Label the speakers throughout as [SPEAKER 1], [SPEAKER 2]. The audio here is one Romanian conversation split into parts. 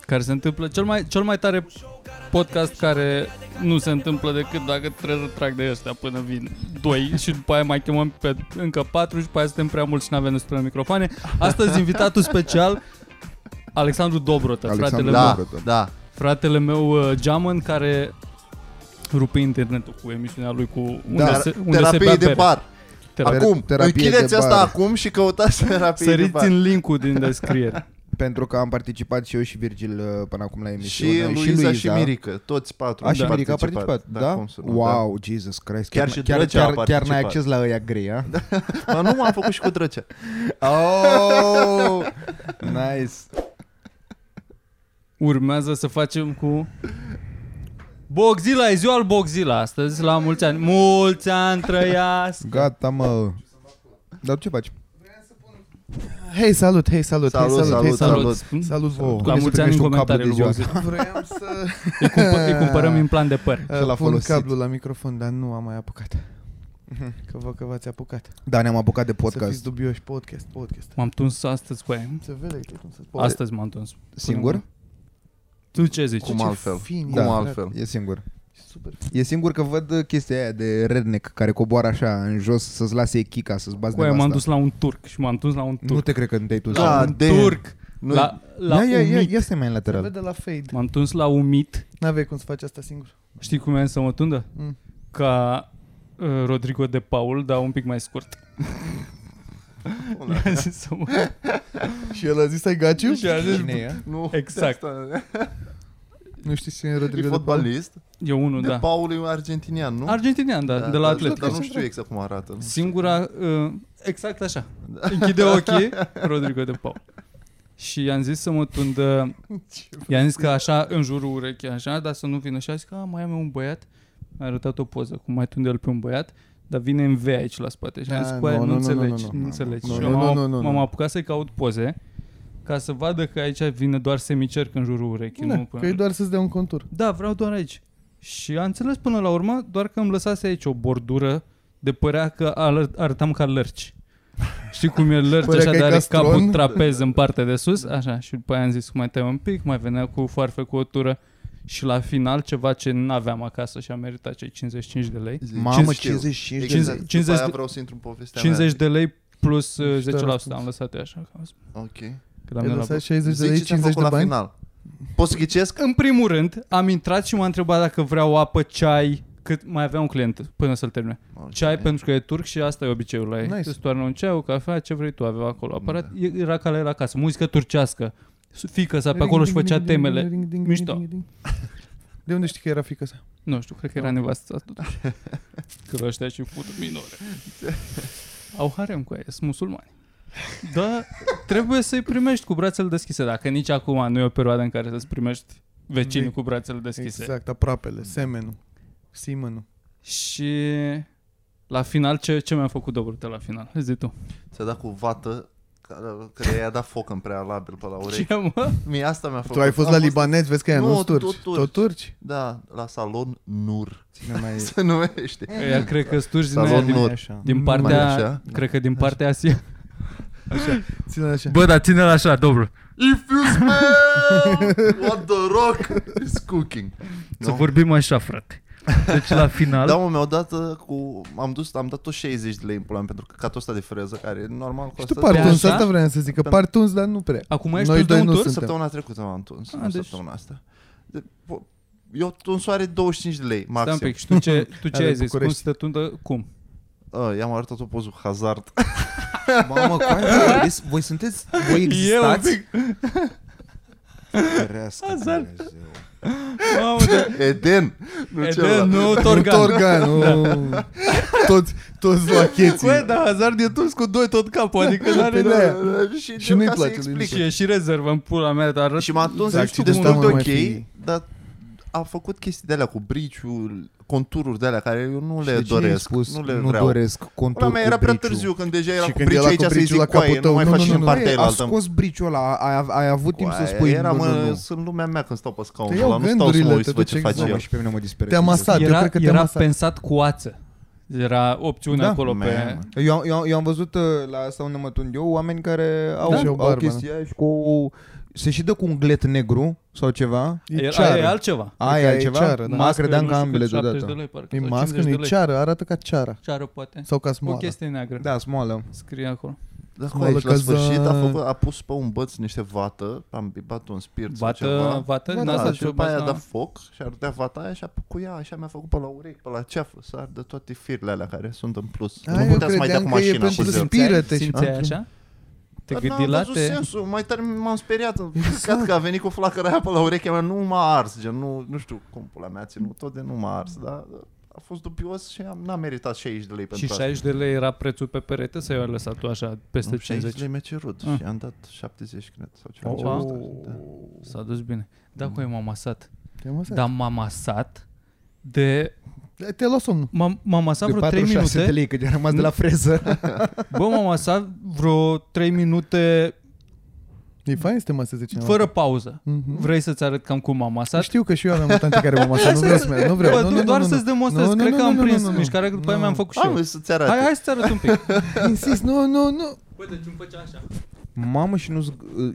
[SPEAKER 1] care se întâmplă. Cel mai, cel mai tare podcast care nu se întâmplă decât dacă trebuie să trag de ăștia până vin doi și după aia mai chemăm pe încă patru și după aia suntem prea mulți și nu avem despre microfoane. Astăzi invitatul special Alexandru Dobrotă,
[SPEAKER 2] Alexandru
[SPEAKER 1] fratele,
[SPEAKER 2] Dobrotă.
[SPEAKER 1] meu,
[SPEAKER 2] Da,
[SPEAKER 3] Da,
[SPEAKER 2] da.
[SPEAKER 3] da.
[SPEAKER 1] fratele meu uh, Geamăn care rupe internetul cu emisiunea lui cu unde,
[SPEAKER 2] Dar
[SPEAKER 1] se, unde se bea
[SPEAKER 3] Da, Terapie de
[SPEAKER 1] bere.
[SPEAKER 3] bar.
[SPEAKER 1] Terapie.
[SPEAKER 3] Acum,
[SPEAKER 2] terapie de
[SPEAKER 3] închideți
[SPEAKER 2] bar.
[SPEAKER 3] asta acum și căutați terapie de
[SPEAKER 1] Săriți
[SPEAKER 3] bar.
[SPEAKER 1] în link-ul din descriere.
[SPEAKER 2] Pentru că am participat și eu și Virgil uh, până acum la emisiune.
[SPEAKER 3] Și Luiza și Mirica, toți patru.
[SPEAKER 2] A, și
[SPEAKER 3] au
[SPEAKER 2] Mirica a participat, da?
[SPEAKER 3] cum să nu,
[SPEAKER 2] wow, Jesus Christ.
[SPEAKER 3] Chiar și
[SPEAKER 2] chiar,
[SPEAKER 3] Drăgea a
[SPEAKER 2] chiar, chiar n-ai
[SPEAKER 3] participat.
[SPEAKER 2] acces la ăia grei, a?
[SPEAKER 3] Da. Dar nu m-am făcut și cu drăcea.
[SPEAKER 2] Oh, nice.
[SPEAKER 1] Urmează să facem cu... Boxila, e ziua al Boxila astăzi, la mulți ani. Mulți ani trăiască!
[SPEAKER 2] Gata, mă. Dar tu ce faci?
[SPEAKER 4] Hei, salut, hei, salut,
[SPEAKER 3] Salut,
[SPEAKER 4] hei, salut, hei,
[SPEAKER 3] salut,
[SPEAKER 4] salut.
[SPEAKER 3] salut.
[SPEAKER 1] Spun?
[SPEAKER 4] Salut vouă.
[SPEAKER 1] La
[SPEAKER 2] Cum
[SPEAKER 1] mulți
[SPEAKER 2] îți
[SPEAKER 1] ani în
[SPEAKER 2] primești un cablu
[SPEAKER 1] comentariile
[SPEAKER 2] de ziua
[SPEAKER 1] lui Boxila.
[SPEAKER 4] Vreau să
[SPEAKER 1] Îi, cumpă, îi cumpărăm implant de păr.
[SPEAKER 2] Și l-a
[SPEAKER 4] uh, pun
[SPEAKER 2] folosit.
[SPEAKER 4] cablul la microfon, dar nu am mai apucat. Că vă că v-ați apucat.
[SPEAKER 2] Da, ne-am apucat de
[SPEAKER 4] Să fiți
[SPEAKER 2] podcast.
[SPEAKER 4] dubioși, podcast, podcast.
[SPEAKER 1] M-am tuns astăzi cu aia.
[SPEAKER 2] Păi-
[SPEAKER 4] Se vede că cum se poate.
[SPEAKER 1] Astăzi m-am tuns.
[SPEAKER 2] Singur?
[SPEAKER 1] Tu ce zici?
[SPEAKER 3] Cum
[SPEAKER 4] ce
[SPEAKER 3] altfel?
[SPEAKER 4] fin e,
[SPEAKER 3] Cum
[SPEAKER 4] frate.
[SPEAKER 3] altfel?
[SPEAKER 2] E singur.
[SPEAKER 4] Super.
[SPEAKER 2] E singur că văd uh, chestia aia de redneck care coboară așa în jos să-ți lase chica, să-ți bați
[SPEAKER 1] Cu aia m-am
[SPEAKER 2] nevasta.
[SPEAKER 1] dus la un turc și m-am tuns la un
[SPEAKER 2] Nu
[SPEAKER 1] turc.
[SPEAKER 2] te cred că nu te-ai dus.
[SPEAKER 3] Da,
[SPEAKER 1] La un
[SPEAKER 3] damn.
[SPEAKER 1] turc!
[SPEAKER 3] Nu-
[SPEAKER 1] La, la
[SPEAKER 2] ia, ia, ia,
[SPEAKER 1] umit.
[SPEAKER 2] ia stai mai în
[SPEAKER 4] Se
[SPEAKER 2] lateral.
[SPEAKER 4] vede la fade.
[SPEAKER 1] M-am tuns la umit.
[SPEAKER 4] N-avei cum să faci asta singur.
[SPEAKER 1] Știi cum e să mă tundă?
[SPEAKER 4] Mm.
[SPEAKER 1] Ca uh, Rodrigo de Paul, dar un pic mai scurt. I-a zis să mă
[SPEAKER 4] Și el a zis, ai gaciu?
[SPEAKER 1] Și a zis,
[SPEAKER 4] Cine e?
[SPEAKER 3] Nu,
[SPEAKER 1] Exact.
[SPEAKER 3] Asta,
[SPEAKER 4] Nu știi cine e
[SPEAKER 3] e
[SPEAKER 4] Rodrigo de Paul?
[SPEAKER 3] fotbalist.
[SPEAKER 1] E unul,
[SPEAKER 3] De
[SPEAKER 1] da.
[SPEAKER 3] Paul e un argentinian, nu?
[SPEAKER 1] Argentinian, da, de la
[SPEAKER 3] dar-
[SPEAKER 1] Atletic.
[SPEAKER 3] Dar nu știu exact cum arată. nu știu.
[SPEAKER 1] Singura, uh, exact așa. Închide ochii, Rodrigo de Paul. Și i-am zis să mă tundă, i-am zis că așa, în jurul urechii, așa, dar să nu vină. Și a zis că, a, mai am eu un băiat, mi-a arătat o poză, cum mai tunde el pe un băiat, dar vine în V aici la spate. Și am
[SPEAKER 4] Da,
[SPEAKER 1] zis, băi,
[SPEAKER 4] nu,
[SPEAKER 1] nu,
[SPEAKER 4] nu, nu,
[SPEAKER 1] înțelegi,
[SPEAKER 4] nu,
[SPEAKER 1] nu,
[SPEAKER 4] nu, nu.
[SPEAKER 1] înțelegi.
[SPEAKER 4] Nu,
[SPEAKER 1] și
[SPEAKER 4] nu,
[SPEAKER 1] eu
[SPEAKER 4] nu,
[SPEAKER 1] m-am-
[SPEAKER 4] nu, nu, nu.
[SPEAKER 1] m-am apucat să-i caut poze, ca să vadă că aici vine doar semicerc în jurul urechii.
[SPEAKER 4] Da,
[SPEAKER 1] nu până-
[SPEAKER 4] Că e doar să-ți dea un contur.
[SPEAKER 1] da, vreau doar aici. Și a înțeles până la urmă, doar că îmi lăsase aici o bordură de părea că alăr- arătam ca lărci. Știi cum e lărci
[SPEAKER 4] Părea
[SPEAKER 1] așa,
[SPEAKER 4] că e
[SPEAKER 1] dar are
[SPEAKER 4] castron?
[SPEAKER 1] capul trapez în partea de sus, așa, și după aia am zis cum mai tăiem un pic, mai venea cu foarfe cu o tură și la final ceva ce n-aveam acasă și a meritat cei 55 de lei.
[SPEAKER 3] Zi.
[SPEAKER 2] Mamă,
[SPEAKER 3] Știu.
[SPEAKER 2] 55 de
[SPEAKER 1] Cinci-
[SPEAKER 2] lei.
[SPEAKER 3] Exact.
[SPEAKER 1] 50
[SPEAKER 3] După aia
[SPEAKER 1] de-
[SPEAKER 3] vreau să intru în povestea
[SPEAKER 1] 50
[SPEAKER 3] mea.
[SPEAKER 1] de lei plus uh, 10%
[SPEAKER 4] Și răspuns.
[SPEAKER 1] am lăsat eu așa. că am zis,
[SPEAKER 3] Ok.
[SPEAKER 1] Că
[SPEAKER 4] Ai
[SPEAKER 1] doamne, la...
[SPEAKER 4] lăsat 60 de
[SPEAKER 3] Zici
[SPEAKER 4] lei,
[SPEAKER 3] ce ți-am
[SPEAKER 4] 50
[SPEAKER 3] făcut
[SPEAKER 4] de
[SPEAKER 3] la
[SPEAKER 4] bani?
[SPEAKER 3] final. Poți să ghicesc?
[SPEAKER 1] În primul rând, am intrat și m-a întrebat dacă vreau apă, ceai, cât mai avea un client până să-l termine.
[SPEAKER 3] Ok.
[SPEAKER 1] Ceai pentru că e turc și asta e obiceiul la ei.
[SPEAKER 4] Nice.
[SPEAKER 1] Nice. Îți toarnă un ceai, o cafea, ce vrei tu, avea acolo aparat. Da. Era ca la el acasă, muzică turcească. Su- Fică sa pe
[SPEAKER 4] Ring,
[SPEAKER 1] acolo și
[SPEAKER 4] ding,
[SPEAKER 1] făcea
[SPEAKER 4] ding, ding,
[SPEAKER 1] temele.
[SPEAKER 4] ding, ding,
[SPEAKER 1] Mișto.
[SPEAKER 4] ding, ding, ding. De unde știi că era fică sa?
[SPEAKER 1] Nu știu, cred că era nevastă sa totuși. Că ăștia și fut minore. Au harem cu ei, sunt musulmani. Da, trebuie să-i primești cu brațele deschise. Dacă nici acum nu e o perioadă în care să-ți primești vecinii
[SPEAKER 4] Vei-
[SPEAKER 1] cu brațele deschise.
[SPEAKER 4] Exact, aproapele, semenul, simănul.
[SPEAKER 1] Și la final, ce, ce mi-a făcut Dobrotă la final? Zi tu.
[SPEAKER 3] Ți-a dat cu vată care, care i-a dat foc în prealabil pe la urechi.
[SPEAKER 1] Ce, mă?
[SPEAKER 3] Mie asta mi-a făcut.
[SPEAKER 4] Tu ai fost
[SPEAKER 3] Am
[SPEAKER 4] la libanez, vezi că e
[SPEAKER 3] Nu,
[SPEAKER 4] nu
[SPEAKER 3] tot
[SPEAKER 4] turci.
[SPEAKER 3] turci.
[SPEAKER 4] Tot turci?
[SPEAKER 3] Da, la salon Nur
[SPEAKER 2] Cine mai
[SPEAKER 3] se numește.
[SPEAKER 1] Ea cred că sturci din
[SPEAKER 3] Salon
[SPEAKER 1] aia din
[SPEAKER 3] nu. Nur.
[SPEAKER 4] Așa.
[SPEAKER 1] Din
[SPEAKER 3] Mai
[SPEAKER 1] partea,
[SPEAKER 3] așa?
[SPEAKER 1] cred că din partea Asia.
[SPEAKER 4] Ține așa.
[SPEAKER 1] Bă, dar ține-l așa, Dobru.
[SPEAKER 3] If you smell what the rock is cooking.
[SPEAKER 1] Să
[SPEAKER 3] Nu?
[SPEAKER 1] vorbim așa, frate. Deci la final...
[SPEAKER 3] Da, mă, mi-au dat uh, cu... Am, dus, am dat tot 60 de lei în pula mea pentru căcatul ăsta de freză care normal
[SPEAKER 4] Și
[SPEAKER 3] costă...
[SPEAKER 4] tu partuns,
[SPEAKER 1] așa?
[SPEAKER 4] asta vreau să zic, că
[SPEAKER 3] Pe-
[SPEAKER 4] partuns, dar nu prea.
[SPEAKER 1] Acum ești
[SPEAKER 4] Noi
[SPEAKER 1] tu de
[SPEAKER 4] doi
[SPEAKER 1] un
[SPEAKER 4] nu
[SPEAKER 1] tur?
[SPEAKER 4] suntem.
[SPEAKER 3] Săptămâna trecută m-am întors,
[SPEAKER 1] Ah,
[SPEAKER 3] nu
[SPEAKER 1] deci-
[SPEAKER 3] săptămâna asta. De, po- eu tunsoare 25 de lei
[SPEAKER 1] Stai
[SPEAKER 3] maxim.
[SPEAKER 1] Da, un pic, și tu ce, tu ce
[SPEAKER 4] Ale
[SPEAKER 1] ai zis? Cum
[SPEAKER 4] București.
[SPEAKER 1] să te tundă? Cum?
[SPEAKER 3] Uh, i-am arătat o poză cu hazard.
[SPEAKER 2] Mamă, cu aia, voi- voi sunteți, voi existați? Ferească Dumnezeu.
[SPEAKER 1] Mamă, de...
[SPEAKER 3] Eden! Nu
[SPEAKER 1] Ede,
[SPEAKER 3] celălalt.
[SPEAKER 1] nu, Torgan.
[SPEAKER 4] Torgan,
[SPEAKER 2] Da.
[SPEAKER 4] nu.
[SPEAKER 2] oh.
[SPEAKER 4] Toți, toți la cheții.
[SPEAKER 1] Bă, dar da, Hazard e tuns cu doi tot capul, adică nu are...
[SPEAKER 4] Pe de-aia.
[SPEAKER 3] Da, Și,
[SPEAKER 4] Și nu-i
[SPEAKER 3] ca să-i
[SPEAKER 4] place lui
[SPEAKER 3] explic.
[SPEAKER 1] Și e și rezervă în pula mea, dar arăt...
[SPEAKER 3] Și m-a tuns
[SPEAKER 4] Exact,
[SPEAKER 3] exact,
[SPEAKER 4] și
[SPEAKER 3] nu știu
[SPEAKER 4] de
[SPEAKER 3] destul
[SPEAKER 4] asta
[SPEAKER 3] de
[SPEAKER 4] mă
[SPEAKER 3] ok,
[SPEAKER 4] mai
[SPEAKER 3] dar a făcut chestii de alea cu briciul, contururi de alea care eu nu
[SPEAKER 2] Și
[SPEAKER 3] le
[SPEAKER 2] de ce
[SPEAKER 3] doresc,
[SPEAKER 2] ai spus,
[SPEAKER 3] nu le
[SPEAKER 2] nu
[SPEAKER 3] vreau.
[SPEAKER 2] doresc contul
[SPEAKER 3] Ăla mea era
[SPEAKER 2] cu
[SPEAKER 3] prea
[SPEAKER 2] briciul.
[SPEAKER 3] târziu, când deja era
[SPEAKER 4] Și
[SPEAKER 3] cu
[SPEAKER 4] când
[SPEAKER 3] briciul
[SPEAKER 4] era
[SPEAKER 3] aici
[SPEAKER 4] cu
[SPEAKER 3] să-i
[SPEAKER 4] briciul
[SPEAKER 3] zic
[SPEAKER 4] la capul
[SPEAKER 3] coaie, nu
[SPEAKER 4] tău.
[SPEAKER 3] mai
[SPEAKER 4] Nu,
[SPEAKER 3] faci
[SPEAKER 4] nu,
[SPEAKER 3] și
[SPEAKER 4] nu,
[SPEAKER 3] în
[SPEAKER 4] nu,
[SPEAKER 3] partea
[SPEAKER 2] Băi, a
[SPEAKER 3] aia
[SPEAKER 2] scos briciul ăla, ai, av- ai avut timp să spui
[SPEAKER 3] era,
[SPEAKER 2] nu,
[SPEAKER 3] mă,
[SPEAKER 2] nu, nu.
[SPEAKER 3] sunt lumea mea când stau pe
[SPEAKER 4] Te
[SPEAKER 3] scaunul
[SPEAKER 4] iau
[SPEAKER 3] ăla, nu stau să mă
[SPEAKER 4] gândurile,
[SPEAKER 3] uit
[SPEAKER 4] te
[SPEAKER 3] să văd
[SPEAKER 4] duci
[SPEAKER 3] ce face
[SPEAKER 4] exact.
[SPEAKER 3] el.
[SPEAKER 2] Mamă, și pe mine mă disperez.
[SPEAKER 4] Te-am asat, eu
[SPEAKER 1] Era,
[SPEAKER 4] cred că te-am
[SPEAKER 1] era
[SPEAKER 4] asat.
[SPEAKER 1] pensat cu ață. Era opțiunea
[SPEAKER 2] Da,
[SPEAKER 1] acolo pe...
[SPEAKER 3] man.
[SPEAKER 2] Eu, am- eu, am- eu am văzut uh, la asta unde mă tund eu oameni care au,
[SPEAKER 4] Da. Și au
[SPEAKER 2] au
[SPEAKER 4] barbă,
[SPEAKER 2] chestia aia și cu se și dă cu un glet negru sau ceva.
[SPEAKER 1] E,
[SPEAKER 4] E
[SPEAKER 1] aia e
[SPEAKER 4] ceară.
[SPEAKER 1] altceva.
[SPEAKER 2] Aia e
[SPEAKER 4] ca e
[SPEAKER 2] altceva?
[SPEAKER 4] ceară,
[SPEAKER 2] Mă,
[SPEAKER 4] da.
[SPEAKER 1] Mască,
[SPEAKER 2] credeam
[SPEAKER 1] nu
[SPEAKER 2] că
[SPEAKER 1] știu
[SPEAKER 2] ambele
[SPEAKER 1] cât, 70
[SPEAKER 2] deodată.
[SPEAKER 1] de lei, parcă,
[SPEAKER 4] E
[SPEAKER 1] sau
[SPEAKER 4] mască,
[SPEAKER 1] 50 de
[SPEAKER 4] nu e
[SPEAKER 1] lei.
[SPEAKER 4] ceară, arată ca ceară.
[SPEAKER 1] Ceară, poate.
[SPEAKER 4] Sau ca
[SPEAKER 1] O
[SPEAKER 4] smoală.
[SPEAKER 1] chestie neagră.
[SPEAKER 2] Da, smoală.
[SPEAKER 1] Scrie acolo.
[SPEAKER 3] Da,
[SPEAKER 4] Mă,
[SPEAKER 3] cu aici, la
[SPEAKER 4] că ză-
[SPEAKER 3] sfârșit a, făcut, a pus pe un băț niște vată, am bibat un spirit sau ceva.
[SPEAKER 1] Vată, vată,
[SPEAKER 4] Bă,
[SPEAKER 1] din
[SPEAKER 4] da,
[SPEAKER 1] asta
[SPEAKER 3] Da, și după aia a
[SPEAKER 1] da.
[SPEAKER 3] dat foc și a ardea vata aia și a cu ea, așa mi-a făcut pe la urechi, pe la ceafă, să ardă toate firele alea care sunt în plus.
[SPEAKER 4] Aia
[SPEAKER 3] nu
[SPEAKER 4] eu
[SPEAKER 3] putea să mai dea
[SPEAKER 4] credeam
[SPEAKER 3] cu
[SPEAKER 4] că e
[SPEAKER 3] mașina
[SPEAKER 4] pentru
[SPEAKER 3] cu zero.
[SPEAKER 4] spiritul Piră-te da, și- Da. Păi
[SPEAKER 1] Simțeai așa? Te
[SPEAKER 3] Dar
[SPEAKER 1] gândi
[SPEAKER 3] n-am
[SPEAKER 1] la
[SPEAKER 3] văzut
[SPEAKER 1] te...
[SPEAKER 3] sensul, mai tare m-am speriat. Exact. că a venit cu flacăra aia pe la urechea mea, nu m-a ars, gen, nu, nu știu cum pula mea a ținut, tot de nu m-a ars, dar a fost dubios și am, n-am meritat 60 de lei pentru
[SPEAKER 1] Și
[SPEAKER 3] asta.
[SPEAKER 1] 60 de lei era prețul pe perete sau i-ai lăsat tu așa peste
[SPEAKER 3] Nu, 60
[SPEAKER 1] 50?
[SPEAKER 3] de lei mi-a cerut
[SPEAKER 1] Ah.
[SPEAKER 3] și am dat 70, cred, sau ceva.
[SPEAKER 1] Oh.
[SPEAKER 3] Oh. Da.
[SPEAKER 1] S-a dus bine. Da, cu m-am masat.
[SPEAKER 4] Te-ai măsat.
[SPEAKER 1] Dar m-am masat de...
[SPEAKER 4] Te-ai luat somnul.
[SPEAKER 1] M-am, m-am masat
[SPEAKER 2] De
[SPEAKER 1] vreo 3
[SPEAKER 2] 46 de
[SPEAKER 1] minute.
[SPEAKER 2] lei, că de-a rămas de la freză.
[SPEAKER 1] Bă, m-am masat vreo 3 minute
[SPEAKER 4] E fain să te maseze cineva.
[SPEAKER 1] fără pauză.
[SPEAKER 4] Mhm.
[SPEAKER 1] Vrei să-ți arăt cam cum m-am masat?
[SPEAKER 4] Știu că și eu aveam o tante care mă masa, nu vreau să merg, nu vreau.
[SPEAKER 1] Bă,
[SPEAKER 4] nu,
[SPEAKER 1] tu
[SPEAKER 4] nu,
[SPEAKER 1] doar
[SPEAKER 4] nu, nu,
[SPEAKER 1] să-ți demonstrez,
[SPEAKER 4] Nu, nu,
[SPEAKER 1] cred
[SPEAKER 4] nu,
[SPEAKER 1] că am
[SPEAKER 4] nu, nu,
[SPEAKER 1] prins
[SPEAKER 4] nu, nu.
[SPEAKER 1] mișcarea, că după aia
[SPEAKER 4] Nu.
[SPEAKER 1] mi-am făcut și
[SPEAKER 3] Am
[SPEAKER 1] eu.
[SPEAKER 3] văzut să-ți arate.
[SPEAKER 1] Hai, hai să-ți arăt un pic.
[SPEAKER 4] nu. Insist, nu, nu, nu.
[SPEAKER 1] Bă, deci îmi făcea așa.
[SPEAKER 2] Mamă, și nu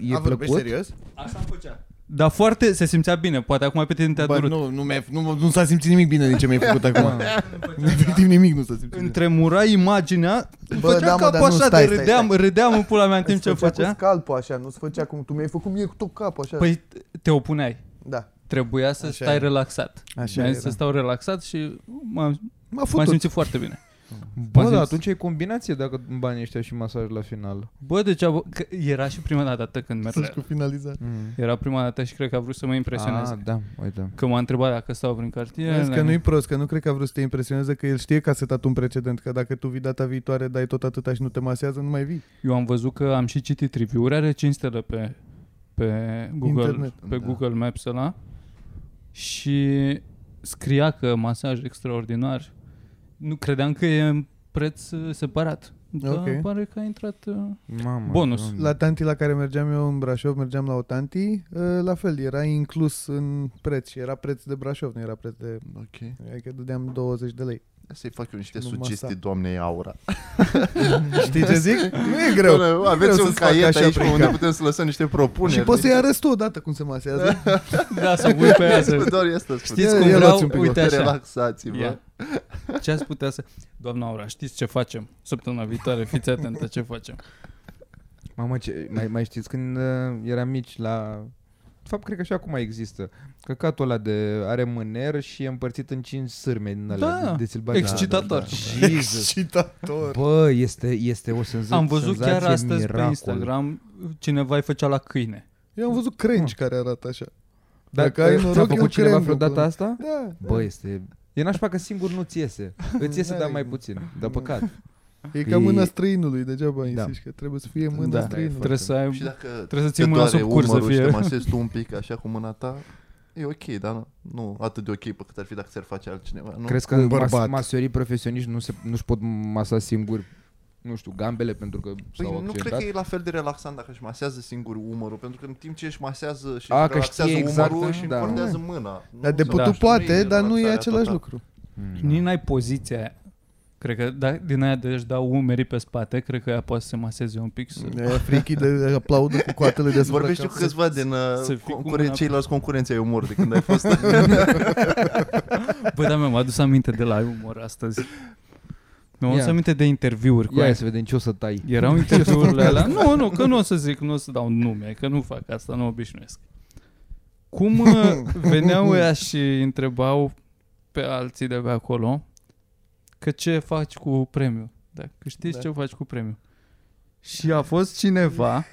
[SPEAKER 2] e
[SPEAKER 4] A, vorbești
[SPEAKER 2] plăcut?
[SPEAKER 4] serios?
[SPEAKER 1] Așa îmi făcea. Dar foarte se simțea bine, poate acum pe tine te-a
[SPEAKER 4] Bă,
[SPEAKER 1] durut.
[SPEAKER 4] nu, nu, mi-a, nu, nu s-a simțit nimic bine din ce mi-ai făcut acum. Efectiv nimic nu s-a simțit bine.
[SPEAKER 1] Întremura imaginea,
[SPEAKER 4] Bă,
[SPEAKER 1] Bă, făceam
[SPEAKER 4] da,
[SPEAKER 1] da,
[SPEAKER 4] mă,
[SPEAKER 1] capul
[SPEAKER 4] dar nu,
[SPEAKER 1] așa
[SPEAKER 4] stai,
[SPEAKER 1] de
[SPEAKER 4] stai,
[SPEAKER 1] râdeam, râdeam în pula mea în timp ce
[SPEAKER 4] Îți făcea
[SPEAKER 1] făcea.
[SPEAKER 4] cu scalpul așa, nu-ți făcea cum tu mi-ai făcut mie cu tot capul așa.
[SPEAKER 1] Păi te opuneai.
[SPEAKER 4] da.
[SPEAKER 1] Trebuia să
[SPEAKER 4] Așa
[SPEAKER 1] stai
[SPEAKER 4] e.
[SPEAKER 1] relaxat.
[SPEAKER 4] Așa
[SPEAKER 1] Mi-a zis să
[SPEAKER 4] era.
[SPEAKER 1] stau relaxat și m-am,
[SPEAKER 4] M-a
[SPEAKER 1] m-am
[SPEAKER 4] făcut.
[SPEAKER 1] simțit foarte bine.
[SPEAKER 2] Bă,
[SPEAKER 1] M-am
[SPEAKER 2] dar
[SPEAKER 1] simțit-
[SPEAKER 2] atunci e combinație dacă banii ăștia și masaj la final.
[SPEAKER 1] Bă, deci a, că era și prima dată când merg la
[SPEAKER 4] Să-și
[SPEAKER 1] el.
[SPEAKER 4] cu finalizare.
[SPEAKER 1] Mm. Era prima dată și cred că a vrut să mă impresioneze.
[SPEAKER 2] Mm. Ah, da, uite.
[SPEAKER 1] Că m-a întrebat dacă stau prin cartier.
[SPEAKER 4] Vezi că
[SPEAKER 1] dacă-
[SPEAKER 4] nu-i prost, că nu cred că a vrut să te impresioneze, că el știe că a setat un precedent, că dacă tu vii data viitoare, dai tot atâta și nu te masează, nu mai vii.
[SPEAKER 1] Eu am văzut că am și citit review-uri, are 5 stele pe, pe, Google,
[SPEAKER 4] Internet.
[SPEAKER 1] pe
[SPEAKER 3] Da.
[SPEAKER 1] Google Maps ăla și scria că masaj extraordinar. Nu credeam că e în preț uh, separat. Dar
[SPEAKER 4] Ok.
[SPEAKER 1] pare că a intrat... uh,
[SPEAKER 2] Mamă,
[SPEAKER 1] Bonus.
[SPEAKER 2] doamne.
[SPEAKER 4] La tanti la care mergeam eu în Brașov, mergeam la o tanti, eh, la fel, era inclus în preț și era preț de Brașov, nu era preț de...
[SPEAKER 3] Ok.
[SPEAKER 4] Adică dădeam 20 de lei.
[SPEAKER 3] Să-i fac eu niște
[SPEAKER 4] Nu mă
[SPEAKER 3] sugestii
[SPEAKER 4] sta.
[SPEAKER 3] doamnei Aura.
[SPEAKER 4] Știi ce zic? Nu e greu.
[SPEAKER 3] Doamne,
[SPEAKER 4] Nu e greu
[SPEAKER 3] Aveți un
[SPEAKER 4] să-ți fac
[SPEAKER 3] caiet
[SPEAKER 4] așa
[SPEAKER 3] aici
[SPEAKER 4] prin
[SPEAKER 3] unde
[SPEAKER 4] cap.
[SPEAKER 3] putem să lăsăm niște propuneri.
[SPEAKER 4] Și poți să-i arăți tu odată cum se masează.
[SPEAKER 1] da, să pui pe ea să...
[SPEAKER 3] Deci, Doar este
[SPEAKER 1] Știți
[SPEAKER 4] Ia-
[SPEAKER 1] cum
[SPEAKER 4] ia
[SPEAKER 1] vreau?
[SPEAKER 4] luați un pic,
[SPEAKER 1] Uite așa.
[SPEAKER 3] Relaxați-vă. Da,
[SPEAKER 1] Ia. Ce ați putea să... Doamna Aura, știți ce facem? Săptămâna viitoare, fiți atentă ce facem.
[SPEAKER 2] Mamă, ce, mai, mai știți când uh, eram mici la... De fapt, cred că și acum există. Căcatul ăla de are mâner și e împărțit în cinci sârme din alea
[SPEAKER 1] Da,
[SPEAKER 2] de, de silbani.
[SPEAKER 1] Excitator.
[SPEAKER 2] da. Jesus.
[SPEAKER 4] Citator.
[SPEAKER 2] Bă, este, este o senzație
[SPEAKER 1] Am văzut chiar
[SPEAKER 2] senzație
[SPEAKER 1] astăzi
[SPEAKER 2] miracol.
[SPEAKER 1] pe Instagram cineva îi făcea la câine.
[SPEAKER 4] Eu am văzut crengi care arată așa.
[SPEAKER 2] Dar
[SPEAKER 4] Dacă ai
[SPEAKER 2] ți-a
[SPEAKER 4] noroc, eu
[SPEAKER 2] făcut cineva
[SPEAKER 4] crengi,
[SPEAKER 2] vreodată
[SPEAKER 4] bă.
[SPEAKER 2] asta?
[SPEAKER 4] Da,
[SPEAKER 2] Bă, este... E nașpa că singur nu-ți iese. Îți iese, dar mai puțin. Dar păcat.
[SPEAKER 4] e
[SPEAKER 2] E-
[SPEAKER 4] ca mâna străinului, degeaba
[SPEAKER 2] Da.
[SPEAKER 4] insiști, că trebuie să fie
[SPEAKER 2] Da,
[SPEAKER 4] mâna
[SPEAKER 2] da, e
[SPEAKER 4] străinului.
[SPEAKER 1] Trebuie să ai...
[SPEAKER 3] Și dacă
[SPEAKER 1] Trebuie să
[SPEAKER 3] te
[SPEAKER 1] ții mâna
[SPEAKER 3] doare
[SPEAKER 1] sub cur să
[SPEAKER 3] umărul și te
[SPEAKER 1] fie.
[SPEAKER 3] masezi tu un pic așa cu mâna ta, e ok, dar nu, nu atât de ok pe cât ar fi dacă ți-ar face altcineva. Nu?
[SPEAKER 2] Crezi că
[SPEAKER 4] Un
[SPEAKER 2] mas-
[SPEAKER 4] bărbat.
[SPEAKER 2] masorii profesioniști nu se, nu-și pot masa singuri, nu știu, gambele pentru că
[SPEAKER 3] Păi
[SPEAKER 2] s-au
[SPEAKER 3] nu
[SPEAKER 2] accidentat?
[SPEAKER 3] cred că e la fel de relaxant dacă își masează singur umărul, pentru că în timp ce își masează și
[SPEAKER 2] A,
[SPEAKER 3] își
[SPEAKER 2] că
[SPEAKER 3] relaxează
[SPEAKER 2] știe exact,
[SPEAKER 3] umărul
[SPEAKER 2] da.
[SPEAKER 3] și
[SPEAKER 2] Da.
[SPEAKER 3] încordează mâna.
[SPEAKER 4] Dar
[SPEAKER 3] Nu,
[SPEAKER 4] de
[SPEAKER 1] Da.
[SPEAKER 4] putu
[SPEAKER 3] nu
[SPEAKER 4] poate, dar nu e
[SPEAKER 3] relaxarea
[SPEAKER 4] același
[SPEAKER 3] totală.
[SPEAKER 4] lucru.
[SPEAKER 2] Mm. Mhm.
[SPEAKER 1] Nici n-ai poziția aia. Cred că da, din aia de își dau umerii pe spate, cred că ea poate să se maseze un pic.
[SPEAKER 2] Da.
[SPEAKER 1] Să...
[SPEAKER 4] Aia Frichii de aplaudă cu coatele de supra
[SPEAKER 3] Vorbești tu
[SPEAKER 4] cap.
[SPEAKER 3] câțiva din
[SPEAKER 1] să fii
[SPEAKER 3] uh,
[SPEAKER 1] cu
[SPEAKER 3] concure-
[SPEAKER 1] mâna-
[SPEAKER 3] ceilalți concurenți ai umor de când ai fost.
[SPEAKER 1] Băi, da, dar mi-am adus aminte de la umor astăzi. Mi-am adus
[SPEAKER 2] Ia.
[SPEAKER 1] aminte de interviuri cu
[SPEAKER 2] Ia
[SPEAKER 1] aia.
[SPEAKER 2] să vedem ce o să tai.
[SPEAKER 1] Erau interviurile alea. Nu, nu, că nu o să zic, nu o să dau nume, că nu fac asta, nu obișnuiesc. Cum uh, veneau ea și întrebau pe alții de pe acolo că ce faci cu premiul? Dacă știți
[SPEAKER 4] Da.
[SPEAKER 1] ce faci cu premiul. Și a fost cineva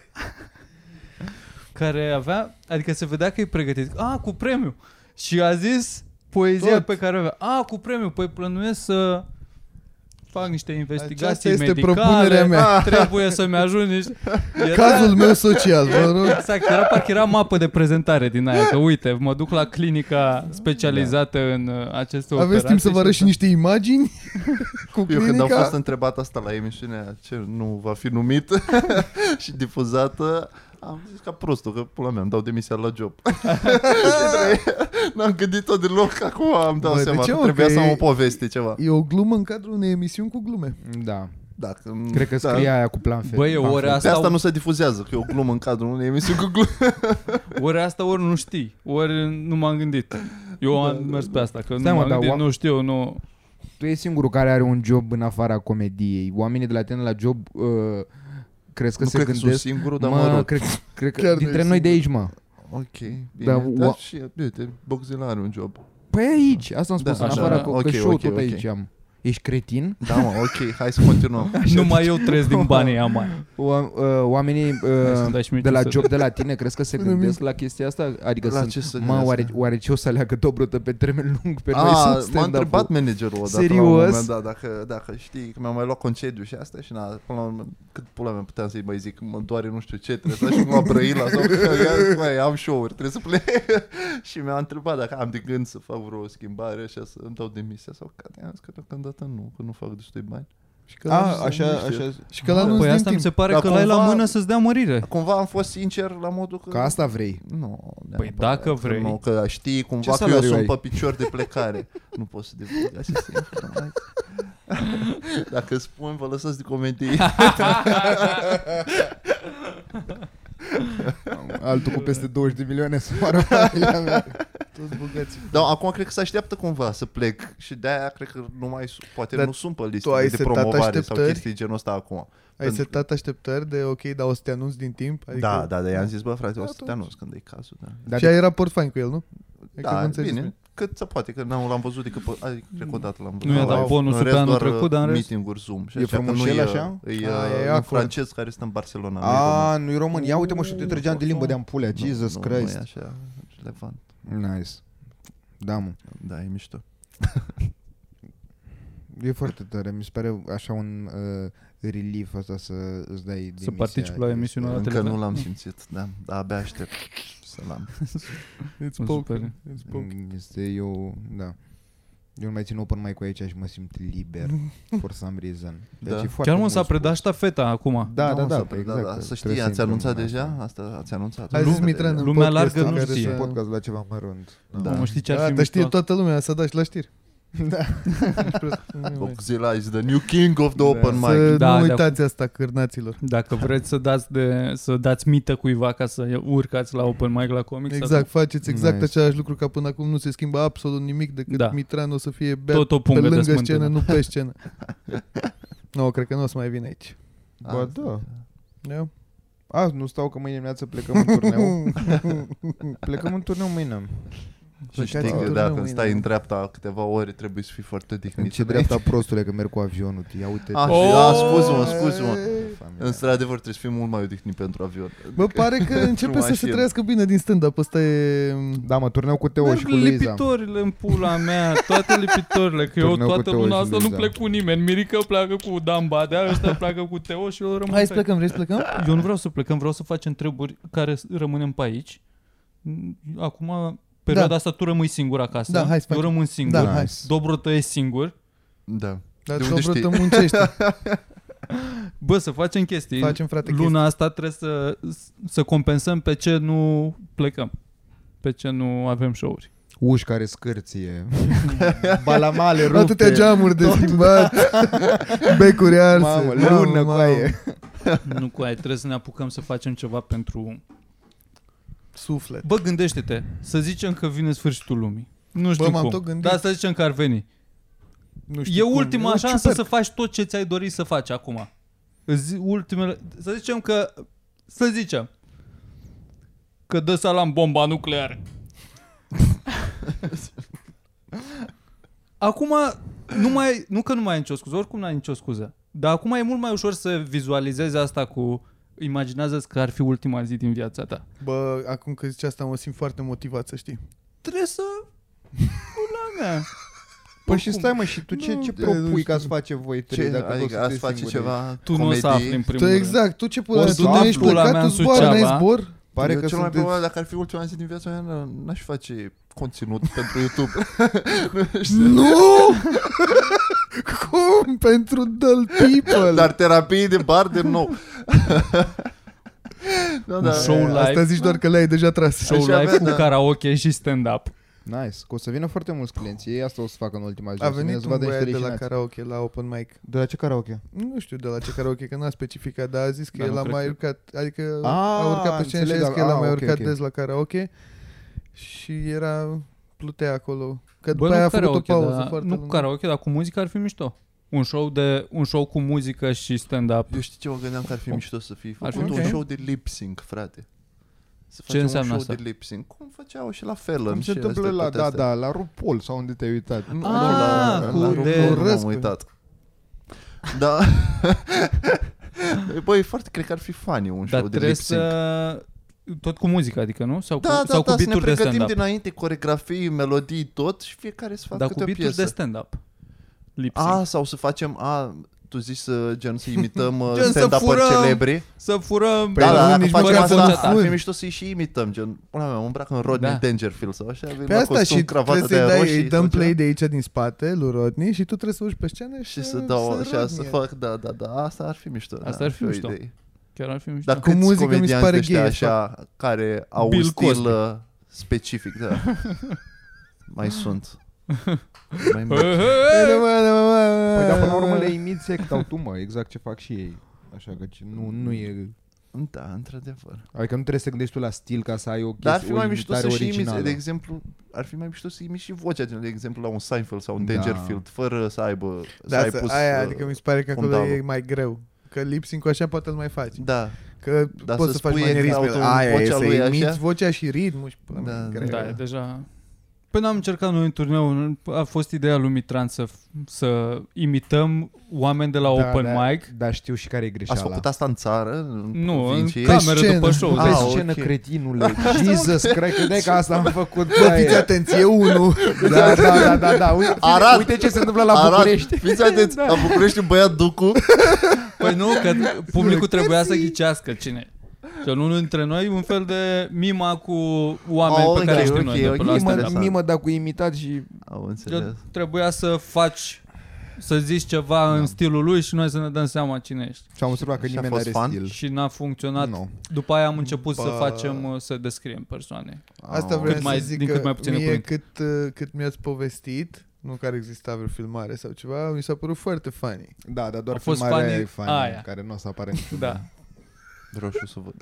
[SPEAKER 1] care avea, adică se vedea că e pregătit. A, cu premiu. Și a zis poezia
[SPEAKER 4] Tot.
[SPEAKER 1] pe care o avea. A, cu premiu. Păi plănuiesc să fac niște investigații
[SPEAKER 4] Aceasta este
[SPEAKER 1] medicale.
[SPEAKER 4] propunerea mea.
[SPEAKER 1] Trebuie să-mi ajungi niște... Era,
[SPEAKER 4] Cazul meu social, vă rog.
[SPEAKER 1] Exact, era parcă era mapă de prezentare din aia, că uite, mă duc la clinica specializată în uh, aceste
[SPEAKER 4] Da. Aveți
[SPEAKER 1] operații.
[SPEAKER 4] timp să vă arăt și
[SPEAKER 1] asta.
[SPEAKER 4] niște imagini cu
[SPEAKER 3] Eu când am
[SPEAKER 4] clinica?
[SPEAKER 3] fost întrebat asta la emisiunea ce nu va fi numit și difuzată, am zis ca prostul, că pula mea, îmi dau demisia la job. N-am gândit-o deloc, acum am dat
[SPEAKER 4] Bă, de
[SPEAKER 3] seama
[SPEAKER 4] ce,
[SPEAKER 3] că
[SPEAKER 4] mă,
[SPEAKER 3] trebuia
[SPEAKER 4] că
[SPEAKER 3] să am
[SPEAKER 4] e-
[SPEAKER 3] o poveste, ceva.
[SPEAKER 4] E o glumă în cadrul unei emisiuni cu glume.
[SPEAKER 2] Da.
[SPEAKER 3] Dacă, îmi-
[SPEAKER 2] Cred că scria aia cu planfet.
[SPEAKER 1] Băi, eu ori
[SPEAKER 3] Da. De
[SPEAKER 1] asta,
[SPEAKER 3] asta nu se difuzează, că e o glumă în cadrul unei emisiuni cu glumă.
[SPEAKER 1] ori asta, ori nu știi, ori nu m-am gândit. Eu am mers pe asta, că
[SPEAKER 2] Stai,
[SPEAKER 1] nu
[SPEAKER 2] mă,
[SPEAKER 1] m-am
[SPEAKER 2] dar
[SPEAKER 1] gândit,
[SPEAKER 2] oam-
[SPEAKER 1] nu știu, nu...
[SPEAKER 2] Tu e singurul care are un job în afara comediei. Oamenii de la tine la job uh, crezi că
[SPEAKER 3] nu
[SPEAKER 2] se
[SPEAKER 3] cred că sunt
[SPEAKER 2] gândesc...
[SPEAKER 3] singurul, dar mă,
[SPEAKER 2] mă,
[SPEAKER 3] rog.
[SPEAKER 2] cred, cred
[SPEAKER 4] Chiar
[SPEAKER 2] că
[SPEAKER 4] nu e
[SPEAKER 2] dintre noi de
[SPEAKER 4] singur.
[SPEAKER 2] aici, mă.
[SPEAKER 3] Ok,
[SPEAKER 2] Da,
[SPEAKER 3] bine. Dar,
[SPEAKER 2] ua-
[SPEAKER 3] și, uite, Boxel are un job.
[SPEAKER 2] Păi aici, asta am
[SPEAKER 3] Da,
[SPEAKER 2] spus, în
[SPEAKER 1] așa,
[SPEAKER 2] afara
[SPEAKER 1] da.
[SPEAKER 2] că,
[SPEAKER 3] Ok,
[SPEAKER 2] că show
[SPEAKER 3] ok,
[SPEAKER 2] tot
[SPEAKER 3] ok.
[SPEAKER 2] aici am. Ești cretin?
[SPEAKER 3] Da, mă, ok, hai să continuăm.
[SPEAKER 1] Numai eu trăiesc din banii aia mai.
[SPEAKER 2] O, uh, oamenii uh,
[SPEAKER 1] dai și mie
[SPEAKER 2] de la
[SPEAKER 1] 500.
[SPEAKER 2] job de la tine, crezi că se
[SPEAKER 4] Până
[SPEAKER 2] gândesc la chestia asta? Adică
[SPEAKER 3] La
[SPEAKER 2] sunt,
[SPEAKER 3] ce se
[SPEAKER 2] mă,
[SPEAKER 3] gândesc?
[SPEAKER 2] oare, oare ce o să aleagă Dobrotă pe termen lung pe noi
[SPEAKER 3] A,
[SPEAKER 2] să
[SPEAKER 3] m-a
[SPEAKER 2] stand
[SPEAKER 3] întrebat managerul odată la un
[SPEAKER 2] Serios?
[SPEAKER 3] moment, da, dacă, dacă știi, că mi-am mai luat concediu și asta și na, până la urmă, cât pula mea puteam să-i mai zic, mă doare nu știu ce, trebuie să ajung la Brăila sau ia, mai, am show-uri, trebuie să plec. și mi-a întrebat dacă am de gând să fac vreo schimbare și să îmi dau demisia sau că i-am zis că deocamdată nu, că nu fac destui bani. Și că
[SPEAKER 4] A,
[SPEAKER 3] nu știu, nu
[SPEAKER 4] așa,
[SPEAKER 3] știu.
[SPEAKER 4] așa. Și că la nu
[SPEAKER 1] Păi asta mi se pare
[SPEAKER 3] Dar
[SPEAKER 1] că l-ai la
[SPEAKER 3] cumva-
[SPEAKER 1] mână să-ți dea mărire.
[SPEAKER 3] Cumva am fost sincer la modul că...
[SPEAKER 2] Că asta vrei.
[SPEAKER 3] Nu,
[SPEAKER 1] Păi
[SPEAKER 3] neapărat,
[SPEAKER 1] dacă
[SPEAKER 3] că
[SPEAKER 1] vrei.
[SPEAKER 3] Nu, că știi
[SPEAKER 2] Ce
[SPEAKER 3] cumva că eu
[SPEAKER 2] salariu
[SPEAKER 3] sunt
[SPEAKER 2] ai?
[SPEAKER 3] pe picior de plecare. nu pot să divulg aceste informații. dacă spun, vă lăsați de comedie.
[SPEAKER 2] Altul cu peste 20 de milioane să moară familia mea.
[SPEAKER 4] Toți băgați.
[SPEAKER 3] Dar acum cred că se așteaptă cumva să plec și de-aia cred că nu mai, su- poate
[SPEAKER 4] Dar
[SPEAKER 3] nu sunt pe
[SPEAKER 4] tu
[SPEAKER 3] listă
[SPEAKER 4] ai
[SPEAKER 3] de
[SPEAKER 4] setat
[SPEAKER 3] promovare sau
[SPEAKER 4] așteptări?
[SPEAKER 3] chestii genul ăsta acum.
[SPEAKER 4] Ai
[SPEAKER 3] Pentru-
[SPEAKER 4] setat așteptări de ok, dar o să te anunț din timp? Adică...
[SPEAKER 3] da, da, da, i-am zis, bă, frate, o să te
[SPEAKER 4] Atunci.
[SPEAKER 3] anunț când e cazul. Da,
[SPEAKER 2] Dar
[SPEAKER 1] Adică-
[SPEAKER 4] Și ai raport fain cu el, nu?
[SPEAKER 3] da
[SPEAKER 4] nu înțeles
[SPEAKER 3] bine, cât se poate, că n-am, l-am văzut decât, pe, adică, cred că odată l-am văzut.
[SPEAKER 1] Nu i-a dat
[SPEAKER 3] În
[SPEAKER 1] bonusul pe
[SPEAKER 3] rest,
[SPEAKER 1] anul
[SPEAKER 3] doar, uh,
[SPEAKER 1] trecut, dar în rest-
[SPEAKER 3] Meeting-uri Zoom și
[SPEAKER 2] E
[SPEAKER 3] așa, că nu
[SPEAKER 2] frumos el
[SPEAKER 3] e,
[SPEAKER 2] așa?
[SPEAKER 3] E,
[SPEAKER 4] A, e
[SPEAKER 3] e un
[SPEAKER 4] acord.
[SPEAKER 3] francez care stă în Barcelona.
[SPEAKER 2] Ah,
[SPEAKER 3] nu
[SPEAKER 2] A, nu-i
[SPEAKER 3] e român.
[SPEAKER 2] român. Ia uite mă, și eu te trăgeam de limbă de ampulea.
[SPEAKER 3] Nu,
[SPEAKER 2] Jesus
[SPEAKER 3] nu, Nu e
[SPEAKER 2] Christ.
[SPEAKER 3] așa relevant.
[SPEAKER 2] Nice. Da, mă.
[SPEAKER 3] Da, e mișto.
[SPEAKER 2] E foarte tare. Mi se pare așa un uh, relief asta să îți dai demisia.
[SPEAKER 1] participi la emisiunea
[SPEAKER 2] Este-
[SPEAKER 1] la
[SPEAKER 3] Încă
[SPEAKER 1] telefon?
[SPEAKER 3] nu l-am simțit, da, dar abia aștept să l-am.
[SPEAKER 4] It's
[SPEAKER 1] Mă
[SPEAKER 4] poker.
[SPEAKER 1] super.
[SPEAKER 4] It's
[SPEAKER 3] Mm.
[SPEAKER 4] poker.
[SPEAKER 2] Este eu, da. Eu nu mai țin open mic cu aici și mă simt liber for some reason. Deci
[SPEAKER 3] Da.
[SPEAKER 2] e foarte
[SPEAKER 1] Chiar mă
[SPEAKER 2] mult
[SPEAKER 1] s-a predat
[SPEAKER 2] sport.
[SPEAKER 1] ștafeta acum.
[SPEAKER 2] Da, da,
[SPEAKER 3] mă,
[SPEAKER 2] da,
[SPEAKER 3] să-
[SPEAKER 2] pe exact.
[SPEAKER 3] Să știi,
[SPEAKER 2] Trebuie să
[SPEAKER 3] ați
[SPEAKER 2] intrăm
[SPEAKER 3] anunțat
[SPEAKER 2] în
[SPEAKER 3] deja?
[SPEAKER 2] asta.
[SPEAKER 3] Asta ați anunțat?
[SPEAKER 4] Ai zis
[SPEAKER 3] Nu,
[SPEAKER 4] Mitran în
[SPEAKER 1] Lumea
[SPEAKER 4] podcast
[SPEAKER 1] largă
[SPEAKER 4] în
[SPEAKER 1] nu
[SPEAKER 4] care
[SPEAKER 1] știe.
[SPEAKER 2] Un
[SPEAKER 4] să-
[SPEAKER 2] podcast la ceva mărunt.
[SPEAKER 3] Da.
[SPEAKER 1] Mă știi ce ar
[SPEAKER 4] Da,
[SPEAKER 1] fi
[SPEAKER 4] dar știe
[SPEAKER 1] mișto?
[SPEAKER 4] toată lumea, să dași la știri. Da.
[SPEAKER 3] Godzilla is the new king of the open mic.
[SPEAKER 4] Să
[SPEAKER 1] Da,
[SPEAKER 4] nu
[SPEAKER 1] de
[SPEAKER 4] uitați asta, cârnaților.
[SPEAKER 1] Dacă vreți să dați, de, să dați mită cuiva ca să urcați la open mic la comics,
[SPEAKER 4] Exact, faceți exact
[SPEAKER 2] Nice.
[SPEAKER 4] același lucru ca până acum, nu se schimbă absolut nimic decât
[SPEAKER 1] Da.
[SPEAKER 4] Mitran o să fie beat
[SPEAKER 1] tot o
[SPEAKER 4] pe
[SPEAKER 1] pungă de da.
[SPEAKER 4] lângă
[SPEAKER 1] smântână.
[SPEAKER 4] scenă, nu pe scenă. Nu, no, cred că nu o să mai vin aici.
[SPEAKER 2] Ba da.
[SPEAKER 4] Da?
[SPEAKER 2] Azi nu stau că mâine dimineață plecăm în turneu. plecăm în turneu mâine.
[SPEAKER 3] Și știi
[SPEAKER 2] Plecați
[SPEAKER 3] că
[SPEAKER 2] în
[SPEAKER 3] dacă
[SPEAKER 2] turneu
[SPEAKER 3] stai
[SPEAKER 2] mâine.
[SPEAKER 3] în dreapta câteva ore trebuie să fii foarte
[SPEAKER 2] În
[SPEAKER 3] dihnit.
[SPEAKER 2] ce dreapta prostule că merg cu avionul, ia uite.
[SPEAKER 3] A,
[SPEAKER 1] Oh!
[SPEAKER 3] a, scuze-mă, scuze-mă.
[SPEAKER 2] Familia.
[SPEAKER 3] Într-adevăr trebuie să fii mult mai odihnit pentru avion.
[SPEAKER 4] Bă, pare că începe să se
[SPEAKER 3] mașină.
[SPEAKER 4] trăiască bine din stand-up. Ăsta e...
[SPEAKER 2] Da, mă, turneu cu Teo și
[SPEAKER 1] Merg
[SPEAKER 2] cu Luiza.
[SPEAKER 1] lipitorile în pula mea, toate lipitorile, că eu
[SPEAKER 2] Turneu cu
[SPEAKER 1] toată
[SPEAKER 2] Teo
[SPEAKER 1] luna
[SPEAKER 2] și
[SPEAKER 1] asta nu
[SPEAKER 2] Luiza.
[SPEAKER 1] plec cu nimeni. Mirica pleacă cu Dan Badea, ăștia pleacă cu Teo și eu rămân
[SPEAKER 4] Hai
[SPEAKER 1] pe
[SPEAKER 4] să plecăm, vrei să plecăm?
[SPEAKER 1] aici. Eu nu vreau să plecăm, vreau să facem treburi care s- rămânem pe aici. Acum, perioada
[SPEAKER 4] Da.
[SPEAKER 1] asta tu rămâi singur acasă,
[SPEAKER 4] Da, hai să
[SPEAKER 1] eu
[SPEAKER 4] facem.
[SPEAKER 1] rămân singur.
[SPEAKER 4] Da,
[SPEAKER 2] Nice.
[SPEAKER 4] hai.
[SPEAKER 1] Dobrotă e singur.
[SPEAKER 3] Da. De
[SPEAKER 4] Dar de
[SPEAKER 3] unde
[SPEAKER 4] unde
[SPEAKER 3] știi?
[SPEAKER 4] muncești.
[SPEAKER 1] Bă, să facem chestii.
[SPEAKER 4] Facem, frate,
[SPEAKER 1] Luna asta trebuie să, să compensăm pe ce nu plecăm. Pe ce nu avem show-uri.
[SPEAKER 2] Uși care scârție. Balamale
[SPEAKER 4] chestii. Atâtea geamuri de schimbat. Becuri arse.
[SPEAKER 2] Mamă, lună cu aia.
[SPEAKER 1] nu cu aia, trebuie să ne apucăm să facem ceva pentru...
[SPEAKER 4] Suflet.
[SPEAKER 1] Bă, gândește-te, să zicem că vine sfârșitul lumii. Nu știu
[SPEAKER 4] Bă, m-am
[SPEAKER 1] cum,
[SPEAKER 4] tot gândit.
[SPEAKER 1] dar să zicem că ar veni.
[SPEAKER 4] Nu
[SPEAKER 1] E
[SPEAKER 4] știu cum.
[SPEAKER 1] ultima
[SPEAKER 4] Eu
[SPEAKER 1] șansă
[SPEAKER 4] ciuperc.
[SPEAKER 1] să faci tot ce ți-ai dorit să faci acum. Îți zi- Ultimele... Să zicem că... Să zicem că dă salam bomba nucleară. acum nu mai, nu că nu mai ai nicio scuză, oricum n-ai nicio scuză. Dar acum e mult mai ușor să vizualizezi asta cu imaginează-ți că ar fi ultima zi din viața ta.
[SPEAKER 4] Bă, acum că zici asta mă simt foarte motivat, să știi.
[SPEAKER 1] Trebuie să... Pula mea.
[SPEAKER 2] Păi și stai mă, și tu ce, ce
[SPEAKER 4] de- nu
[SPEAKER 2] propui
[SPEAKER 4] știu.
[SPEAKER 2] ca să face voi trei?
[SPEAKER 3] Ce,
[SPEAKER 2] dacă tot
[SPEAKER 3] adică
[SPEAKER 2] sunteți
[SPEAKER 3] ați face
[SPEAKER 2] singuri?
[SPEAKER 3] ceva
[SPEAKER 1] Tu nu o să afli în
[SPEAKER 3] comedii?
[SPEAKER 1] primul
[SPEAKER 4] Tu
[SPEAKER 1] rând.
[SPEAKER 4] exact, tu ce pula
[SPEAKER 1] O
[SPEAKER 4] mea,
[SPEAKER 1] să
[SPEAKER 4] tu nu
[SPEAKER 1] aflu
[SPEAKER 4] ești
[SPEAKER 1] pula
[SPEAKER 4] plecat,
[SPEAKER 1] mea
[SPEAKER 4] tu
[SPEAKER 1] în
[SPEAKER 4] zboară,
[SPEAKER 1] Suceava.
[SPEAKER 4] n-ai zbor?
[SPEAKER 2] Pare
[SPEAKER 3] Eu
[SPEAKER 2] că
[SPEAKER 3] cel mai
[SPEAKER 2] sunteți...
[SPEAKER 3] probabil, dacă ar fi ultima zi din viața mea, n- n-aș face conținut pentru YouTube.
[SPEAKER 4] Nu! Cum? Pentru dull people.
[SPEAKER 3] Dar terapie de bar de nou. da,
[SPEAKER 1] Un show live. Da,
[SPEAKER 4] Asta zici doar că le-ai deja tras.
[SPEAKER 1] Show
[SPEAKER 3] Așa
[SPEAKER 1] live
[SPEAKER 3] avea,
[SPEAKER 1] cu
[SPEAKER 3] da.
[SPEAKER 1] karaoke și stand-up.
[SPEAKER 2] Nice. Că o să vină foarte mulți clienți. Ei asta o să facă în ultima zi.
[SPEAKER 4] A
[SPEAKER 2] O să ne
[SPEAKER 4] venit un
[SPEAKER 2] vadă niște
[SPEAKER 4] băiat de la
[SPEAKER 2] rușinați.
[SPEAKER 4] karaoke la open mic.
[SPEAKER 5] De la ce karaoke?
[SPEAKER 4] Nu știu de la ce karaoke, că n-a specificat, dar a zis că
[SPEAKER 1] Dar
[SPEAKER 4] el
[SPEAKER 1] nu
[SPEAKER 4] a
[SPEAKER 1] cred
[SPEAKER 4] mai
[SPEAKER 1] că-
[SPEAKER 4] urcat, adică
[SPEAKER 2] Ah,
[SPEAKER 4] a urcat pe scenă și a zis
[SPEAKER 2] înțeleg,
[SPEAKER 4] că el
[SPEAKER 2] ah,
[SPEAKER 4] a mai
[SPEAKER 2] ok,
[SPEAKER 4] urcat
[SPEAKER 2] ok.
[SPEAKER 4] des la karaoke și era plutea acolo.
[SPEAKER 1] Bă,
[SPEAKER 4] Că după
[SPEAKER 1] nu
[SPEAKER 4] aia a
[SPEAKER 1] cu
[SPEAKER 4] făcut o
[SPEAKER 1] karaoke,
[SPEAKER 4] pauză
[SPEAKER 1] dar-
[SPEAKER 4] foarte
[SPEAKER 1] Nu cu
[SPEAKER 4] lungă.
[SPEAKER 1] karaoke, dar cu muzică ar fi mișto. Un show, de, un show cu muzică și stand-up.
[SPEAKER 3] Eu știu ce mă gândeam că ar fi mișto să fii
[SPEAKER 1] Ar
[SPEAKER 3] făcut
[SPEAKER 1] fi
[SPEAKER 3] un
[SPEAKER 1] ok.
[SPEAKER 3] show de lip sync, frate. Să
[SPEAKER 1] Ce
[SPEAKER 3] facem
[SPEAKER 1] înseamnă
[SPEAKER 3] un show
[SPEAKER 1] asta?
[SPEAKER 3] de lip sync. Cum făceau și la Fallon
[SPEAKER 2] Cum se
[SPEAKER 3] și
[SPEAKER 2] întâmplă
[SPEAKER 3] astea,
[SPEAKER 2] la,
[SPEAKER 3] toate
[SPEAKER 2] da,
[SPEAKER 3] astea.
[SPEAKER 2] da, la RuPaul sau unde te-ai uitat?
[SPEAKER 3] Nu,
[SPEAKER 1] Ah,
[SPEAKER 3] nu, la-
[SPEAKER 1] cu
[SPEAKER 3] la
[SPEAKER 1] de-
[SPEAKER 3] RuPaul nu am
[SPEAKER 4] Război.
[SPEAKER 3] uitat. Da. Băi, foarte, cred că ar fi funny un
[SPEAKER 1] Dar
[SPEAKER 3] show de
[SPEAKER 1] trebuie
[SPEAKER 3] lip sync.
[SPEAKER 1] să... Tot cu muzică, adică, nu? Sau
[SPEAKER 3] Da,
[SPEAKER 1] cu,
[SPEAKER 3] da,
[SPEAKER 1] sau
[SPEAKER 3] da,
[SPEAKER 1] cu
[SPEAKER 3] să ne
[SPEAKER 1] bituri de
[SPEAKER 3] pregătim
[SPEAKER 1] stand-up.
[SPEAKER 3] dinainte, coregrafii, melodii, tot și fiecare să facă
[SPEAKER 1] Dar cu
[SPEAKER 3] câte o
[SPEAKER 1] bituri de
[SPEAKER 3] piesă.
[SPEAKER 1] stand-up. Lip sync.
[SPEAKER 3] A, sau să facem, a, tu zici să, gen, să imităm uh,
[SPEAKER 1] Gen, să
[SPEAKER 3] stand-up-uri
[SPEAKER 1] furăm.
[SPEAKER 3] celebri.
[SPEAKER 1] Să furăm...
[SPEAKER 3] Păi da,
[SPEAKER 4] la
[SPEAKER 3] da,
[SPEAKER 4] unii
[SPEAKER 3] dacă
[SPEAKER 4] nici
[SPEAKER 3] facem
[SPEAKER 1] măcar
[SPEAKER 3] asta,
[SPEAKER 1] vocea
[SPEAKER 4] ta.
[SPEAKER 3] ar fi mișto să-i și imităm, gen, pula mea, mă îmbrac în Rodney
[SPEAKER 1] Da.
[SPEAKER 3] Dangerfield sau așa, vin
[SPEAKER 4] Pe
[SPEAKER 3] la
[SPEAKER 4] asta
[SPEAKER 3] costum,
[SPEAKER 4] și
[SPEAKER 3] cravată
[SPEAKER 4] trebuie
[SPEAKER 3] de
[SPEAKER 4] să-i
[SPEAKER 3] roșii.
[SPEAKER 4] dai, îi
[SPEAKER 3] sau
[SPEAKER 4] dăm
[SPEAKER 3] ceva.
[SPEAKER 4] play de aici din spate lui Rodney și tu trebuie să urci pe scenă și,
[SPEAKER 3] Și să dau așa,
[SPEAKER 4] râdnie.
[SPEAKER 3] să fac, da, da, da, asta ar fi mișto.
[SPEAKER 1] Asta
[SPEAKER 3] da,
[SPEAKER 1] ar fi
[SPEAKER 3] o
[SPEAKER 1] mișto.
[SPEAKER 3] idee.
[SPEAKER 1] Chiar ar fi mișto.
[SPEAKER 3] Dar
[SPEAKER 1] Dar
[SPEAKER 4] Cu
[SPEAKER 3] câți
[SPEAKER 4] muzică mi se
[SPEAKER 3] comedianți
[SPEAKER 4] pare
[SPEAKER 3] de ăștia
[SPEAKER 4] gay
[SPEAKER 3] așa, care au
[SPEAKER 1] Bill
[SPEAKER 3] un stil
[SPEAKER 1] Cosby.
[SPEAKER 3] uh, specific, da. mai sunt. Mai mult.
[SPEAKER 2] Păi, dar până la urmă le imiți exact au tu, mă, exact ce fac și ei. Așa că ce- nu, nu e...
[SPEAKER 3] Da, într-adevăr.
[SPEAKER 2] Adică nu trebuie să te gândești tu la stil ca să ai o chestie,
[SPEAKER 3] Dar ar fi
[SPEAKER 2] o
[SPEAKER 3] mai mișto
[SPEAKER 2] imitare
[SPEAKER 3] să și imiți,
[SPEAKER 2] originală.
[SPEAKER 3] de exemplu, ar fi mai mișto să imiți și vocea, gen, de exemplu, la un Seinfeld sau un
[SPEAKER 2] Da.
[SPEAKER 3] Dangerfield, fără să aibă, să
[SPEAKER 4] Da,
[SPEAKER 3] ai
[SPEAKER 4] să-
[SPEAKER 3] pus...
[SPEAKER 4] aia,
[SPEAKER 3] uh,
[SPEAKER 4] adică mi se pare că acolo
[SPEAKER 3] fundalul.
[SPEAKER 4] e mai greu. Că lipsin cu așa poate îl mai faci.
[SPEAKER 3] Da,
[SPEAKER 4] Că
[SPEAKER 3] Dar
[SPEAKER 4] poți
[SPEAKER 3] să
[SPEAKER 4] să, faci
[SPEAKER 3] spui exact
[SPEAKER 4] manierisme.
[SPEAKER 3] un-
[SPEAKER 4] Aia e
[SPEAKER 3] vocea
[SPEAKER 4] să
[SPEAKER 3] lui așa?
[SPEAKER 4] imiți vocea și ritmul și până
[SPEAKER 3] Da,
[SPEAKER 4] da,
[SPEAKER 3] da,
[SPEAKER 4] greu.
[SPEAKER 1] da, e
[SPEAKER 4] Da,
[SPEAKER 1] deja... Păi n-am încercat noi în turneu, a fost ideea lui Mitran să, să imităm oameni de la
[SPEAKER 2] Da,
[SPEAKER 1] open
[SPEAKER 2] da,
[SPEAKER 1] mic.
[SPEAKER 2] Dar știu și care e greșeala.
[SPEAKER 3] Ați făcut asta în țară? În
[SPEAKER 1] Nu, în
[SPEAKER 3] provincie?
[SPEAKER 4] Pe
[SPEAKER 1] cameră
[SPEAKER 4] scenă.
[SPEAKER 1] după show.
[SPEAKER 3] Ah,
[SPEAKER 2] Pe
[SPEAKER 1] deci-
[SPEAKER 3] ok.
[SPEAKER 2] scenă, cretinule. Jesus, cred că de că asta am făcut.
[SPEAKER 4] Bă,
[SPEAKER 2] da,
[SPEAKER 4] fiți
[SPEAKER 2] e.
[SPEAKER 4] atenți, e unul.
[SPEAKER 2] Da, da, da, da, da. Uite,
[SPEAKER 3] Arad.
[SPEAKER 2] uite ce se întâmplă la București.
[SPEAKER 3] Arad, fiți atenți, la București un băiat ducu.
[SPEAKER 1] Păi nu, că publicul trebuia să ghicească cine. Și unul dintre noi un fel de mima cu oameni
[SPEAKER 3] Ah,
[SPEAKER 1] pe care
[SPEAKER 3] ok,
[SPEAKER 1] știm
[SPEAKER 3] ok,
[SPEAKER 1] noi de
[SPEAKER 3] ok,
[SPEAKER 1] pe la
[SPEAKER 3] mă-
[SPEAKER 1] stand-up.
[SPEAKER 2] Mimă,
[SPEAKER 3] interesant.
[SPEAKER 2] mimă, dar cu imitat și...
[SPEAKER 3] Au
[SPEAKER 1] Că
[SPEAKER 3] înțeles.
[SPEAKER 1] trebuia să faci să zici ceva da. în stilul lui și noi să ne dăm seama cine ești.
[SPEAKER 2] Și am observat că
[SPEAKER 3] Și a
[SPEAKER 2] nimeni nu
[SPEAKER 3] fost
[SPEAKER 2] are
[SPEAKER 3] fan?
[SPEAKER 2] stil.
[SPEAKER 1] Și n-a funcționat.
[SPEAKER 2] Da. Nu.
[SPEAKER 1] După aia am început să
[SPEAKER 4] Bă.
[SPEAKER 1] facem uh, să descriem persoane.
[SPEAKER 4] Asta
[SPEAKER 3] Au-
[SPEAKER 4] vreau
[SPEAKER 1] Cât
[SPEAKER 4] să
[SPEAKER 1] mai-
[SPEAKER 4] zic
[SPEAKER 1] din
[SPEAKER 4] că
[SPEAKER 1] cât mai puține
[SPEAKER 4] mie
[SPEAKER 1] cuvinte.
[SPEAKER 4] cât, uh, cât mi-ați povestit, nu că ar exista vreo filmare sau ceva, mi s-a părut foarte funny.
[SPEAKER 2] Da, dar doar
[SPEAKER 1] A fost
[SPEAKER 2] filmarea
[SPEAKER 1] fanii
[SPEAKER 2] e fanii
[SPEAKER 1] aia.
[SPEAKER 2] care nu o să apare
[SPEAKER 1] Da.
[SPEAKER 3] Roșu să văd.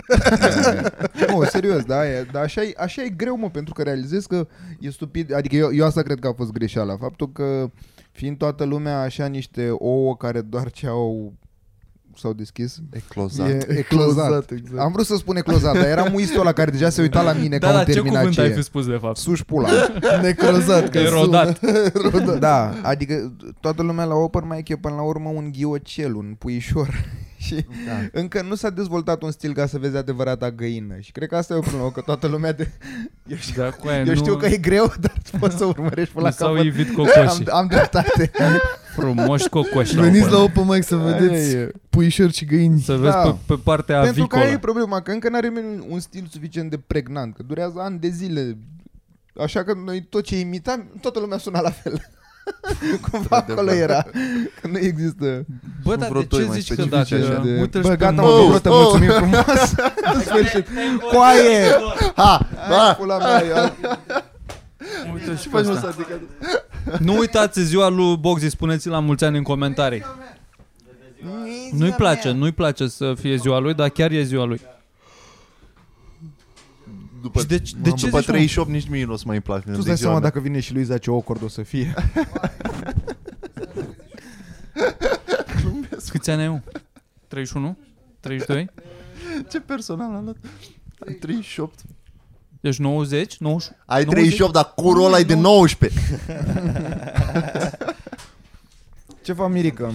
[SPEAKER 2] Nu, serios, da, e, dar așa e, așa e greu, mă, pentru că realizez că e stupid, adică eu, eu asta cred că a fost greșeala, faptul că fiind toată lumea așa niște ouă care doar ce au s-au deschis,
[SPEAKER 3] Eclozat.
[SPEAKER 2] E- eclozat.
[SPEAKER 4] exact.
[SPEAKER 2] am vrut să spun eclozat, dar era muistul ăla care deja se uita la mine
[SPEAKER 1] Da,
[SPEAKER 2] ca
[SPEAKER 1] dar
[SPEAKER 2] un
[SPEAKER 1] ce
[SPEAKER 2] terminat
[SPEAKER 1] cuvânt
[SPEAKER 2] ce
[SPEAKER 1] ai
[SPEAKER 2] e.
[SPEAKER 1] fi spus de fapt?
[SPEAKER 2] Suși pula.
[SPEAKER 4] Necrozat, că sună.
[SPEAKER 1] Erodat.
[SPEAKER 2] da, adică toată lumea la open mic e până la urmă un ghiocel, un puișor. și da. încă nu s-a dezvoltat un stil ca să vezi adevărata găină. Și cred că asta e o problemă, că toată lumea de... Eu știu,
[SPEAKER 1] Da, cu aia
[SPEAKER 2] eu știu
[SPEAKER 1] nu,
[SPEAKER 2] că e greu, dar poți să urmărești
[SPEAKER 1] nu
[SPEAKER 2] până la
[SPEAKER 1] s-au
[SPEAKER 2] capăt.
[SPEAKER 1] ivit
[SPEAKER 2] Am,
[SPEAKER 1] cocoșii.
[SPEAKER 2] am dreptate.
[SPEAKER 1] Frumoși cocoși.
[SPEAKER 4] Veniți la
[SPEAKER 1] au
[SPEAKER 4] open mic să
[SPEAKER 2] Aia e.
[SPEAKER 4] vedeți puișori și găini.
[SPEAKER 1] Să vezi
[SPEAKER 2] Da.
[SPEAKER 1] pe, pe partea
[SPEAKER 2] Pentru că
[SPEAKER 1] avicolă.
[SPEAKER 2] aia e problema, că încă n-are nimeni un stil suficient de pregnant, că durează ani de zile. Așa că noi tot ce imitam, toată lumea suna la fel. Cumva acolo era. Că nu există.
[SPEAKER 1] Bă,
[SPEAKER 3] Sunt
[SPEAKER 1] dar
[SPEAKER 3] vreo
[SPEAKER 1] de
[SPEAKER 3] doi
[SPEAKER 1] ce
[SPEAKER 3] mai
[SPEAKER 1] zici că
[SPEAKER 3] specifici
[SPEAKER 1] dacă
[SPEAKER 3] așa
[SPEAKER 2] de-
[SPEAKER 1] uite-l
[SPEAKER 2] Bă,
[SPEAKER 1] pe
[SPEAKER 2] gata,
[SPEAKER 1] Manu-
[SPEAKER 2] mă,
[SPEAKER 3] Oh,
[SPEAKER 2] brotă,
[SPEAKER 3] oh.
[SPEAKER 2] mulțumim frumos. În sfârșit. Coaie!
[SPEAKER 3] Ha!
[SPEAKER 2] Hai,
[SPEAKER 3] Ha!
[SPEAKER 2] pula mea, eu-
[SPEAKER 1] uite-l și
[SPEAKER 3] Ce
[SPEAKER 1] pe
[SPEAKER 3] faci, mă,
[SPEAKER 1] ăsta.
[SPEAKER 3] să adică?
[SPEAKER 1] Nu uitați ziua lui Boxi, spuneți la mulți ani în comentarii. Nu-i place, nu-i place să fie ziua lui, dar chiar e ziua lui.
[SPEAKER 3] După,
[SPEAKER 1] Și de- de ce
[SPEAKER 3] după
[SPEAKER 1] zici, mă?
[SPEAKER 3] 38 nici mie nu o să mai plac.
[SPEAKER 2] Tu îți dai seama dacă vine și Luiza ce ocord o să fie.
[SPEAKER 1] Câți ani ai eu? 31? 32?
[SPEAKER 3] Ce personal am luat? Ai 38.
[SPEAKER 1] Ești 90? 90?
[SPEAKER 3] Ai
[SPEAKER 1] 90?
[SPEAKER 3] 38, dar curul ăla e de 19.
[SPEAKER 2] Ce fac, Mirica?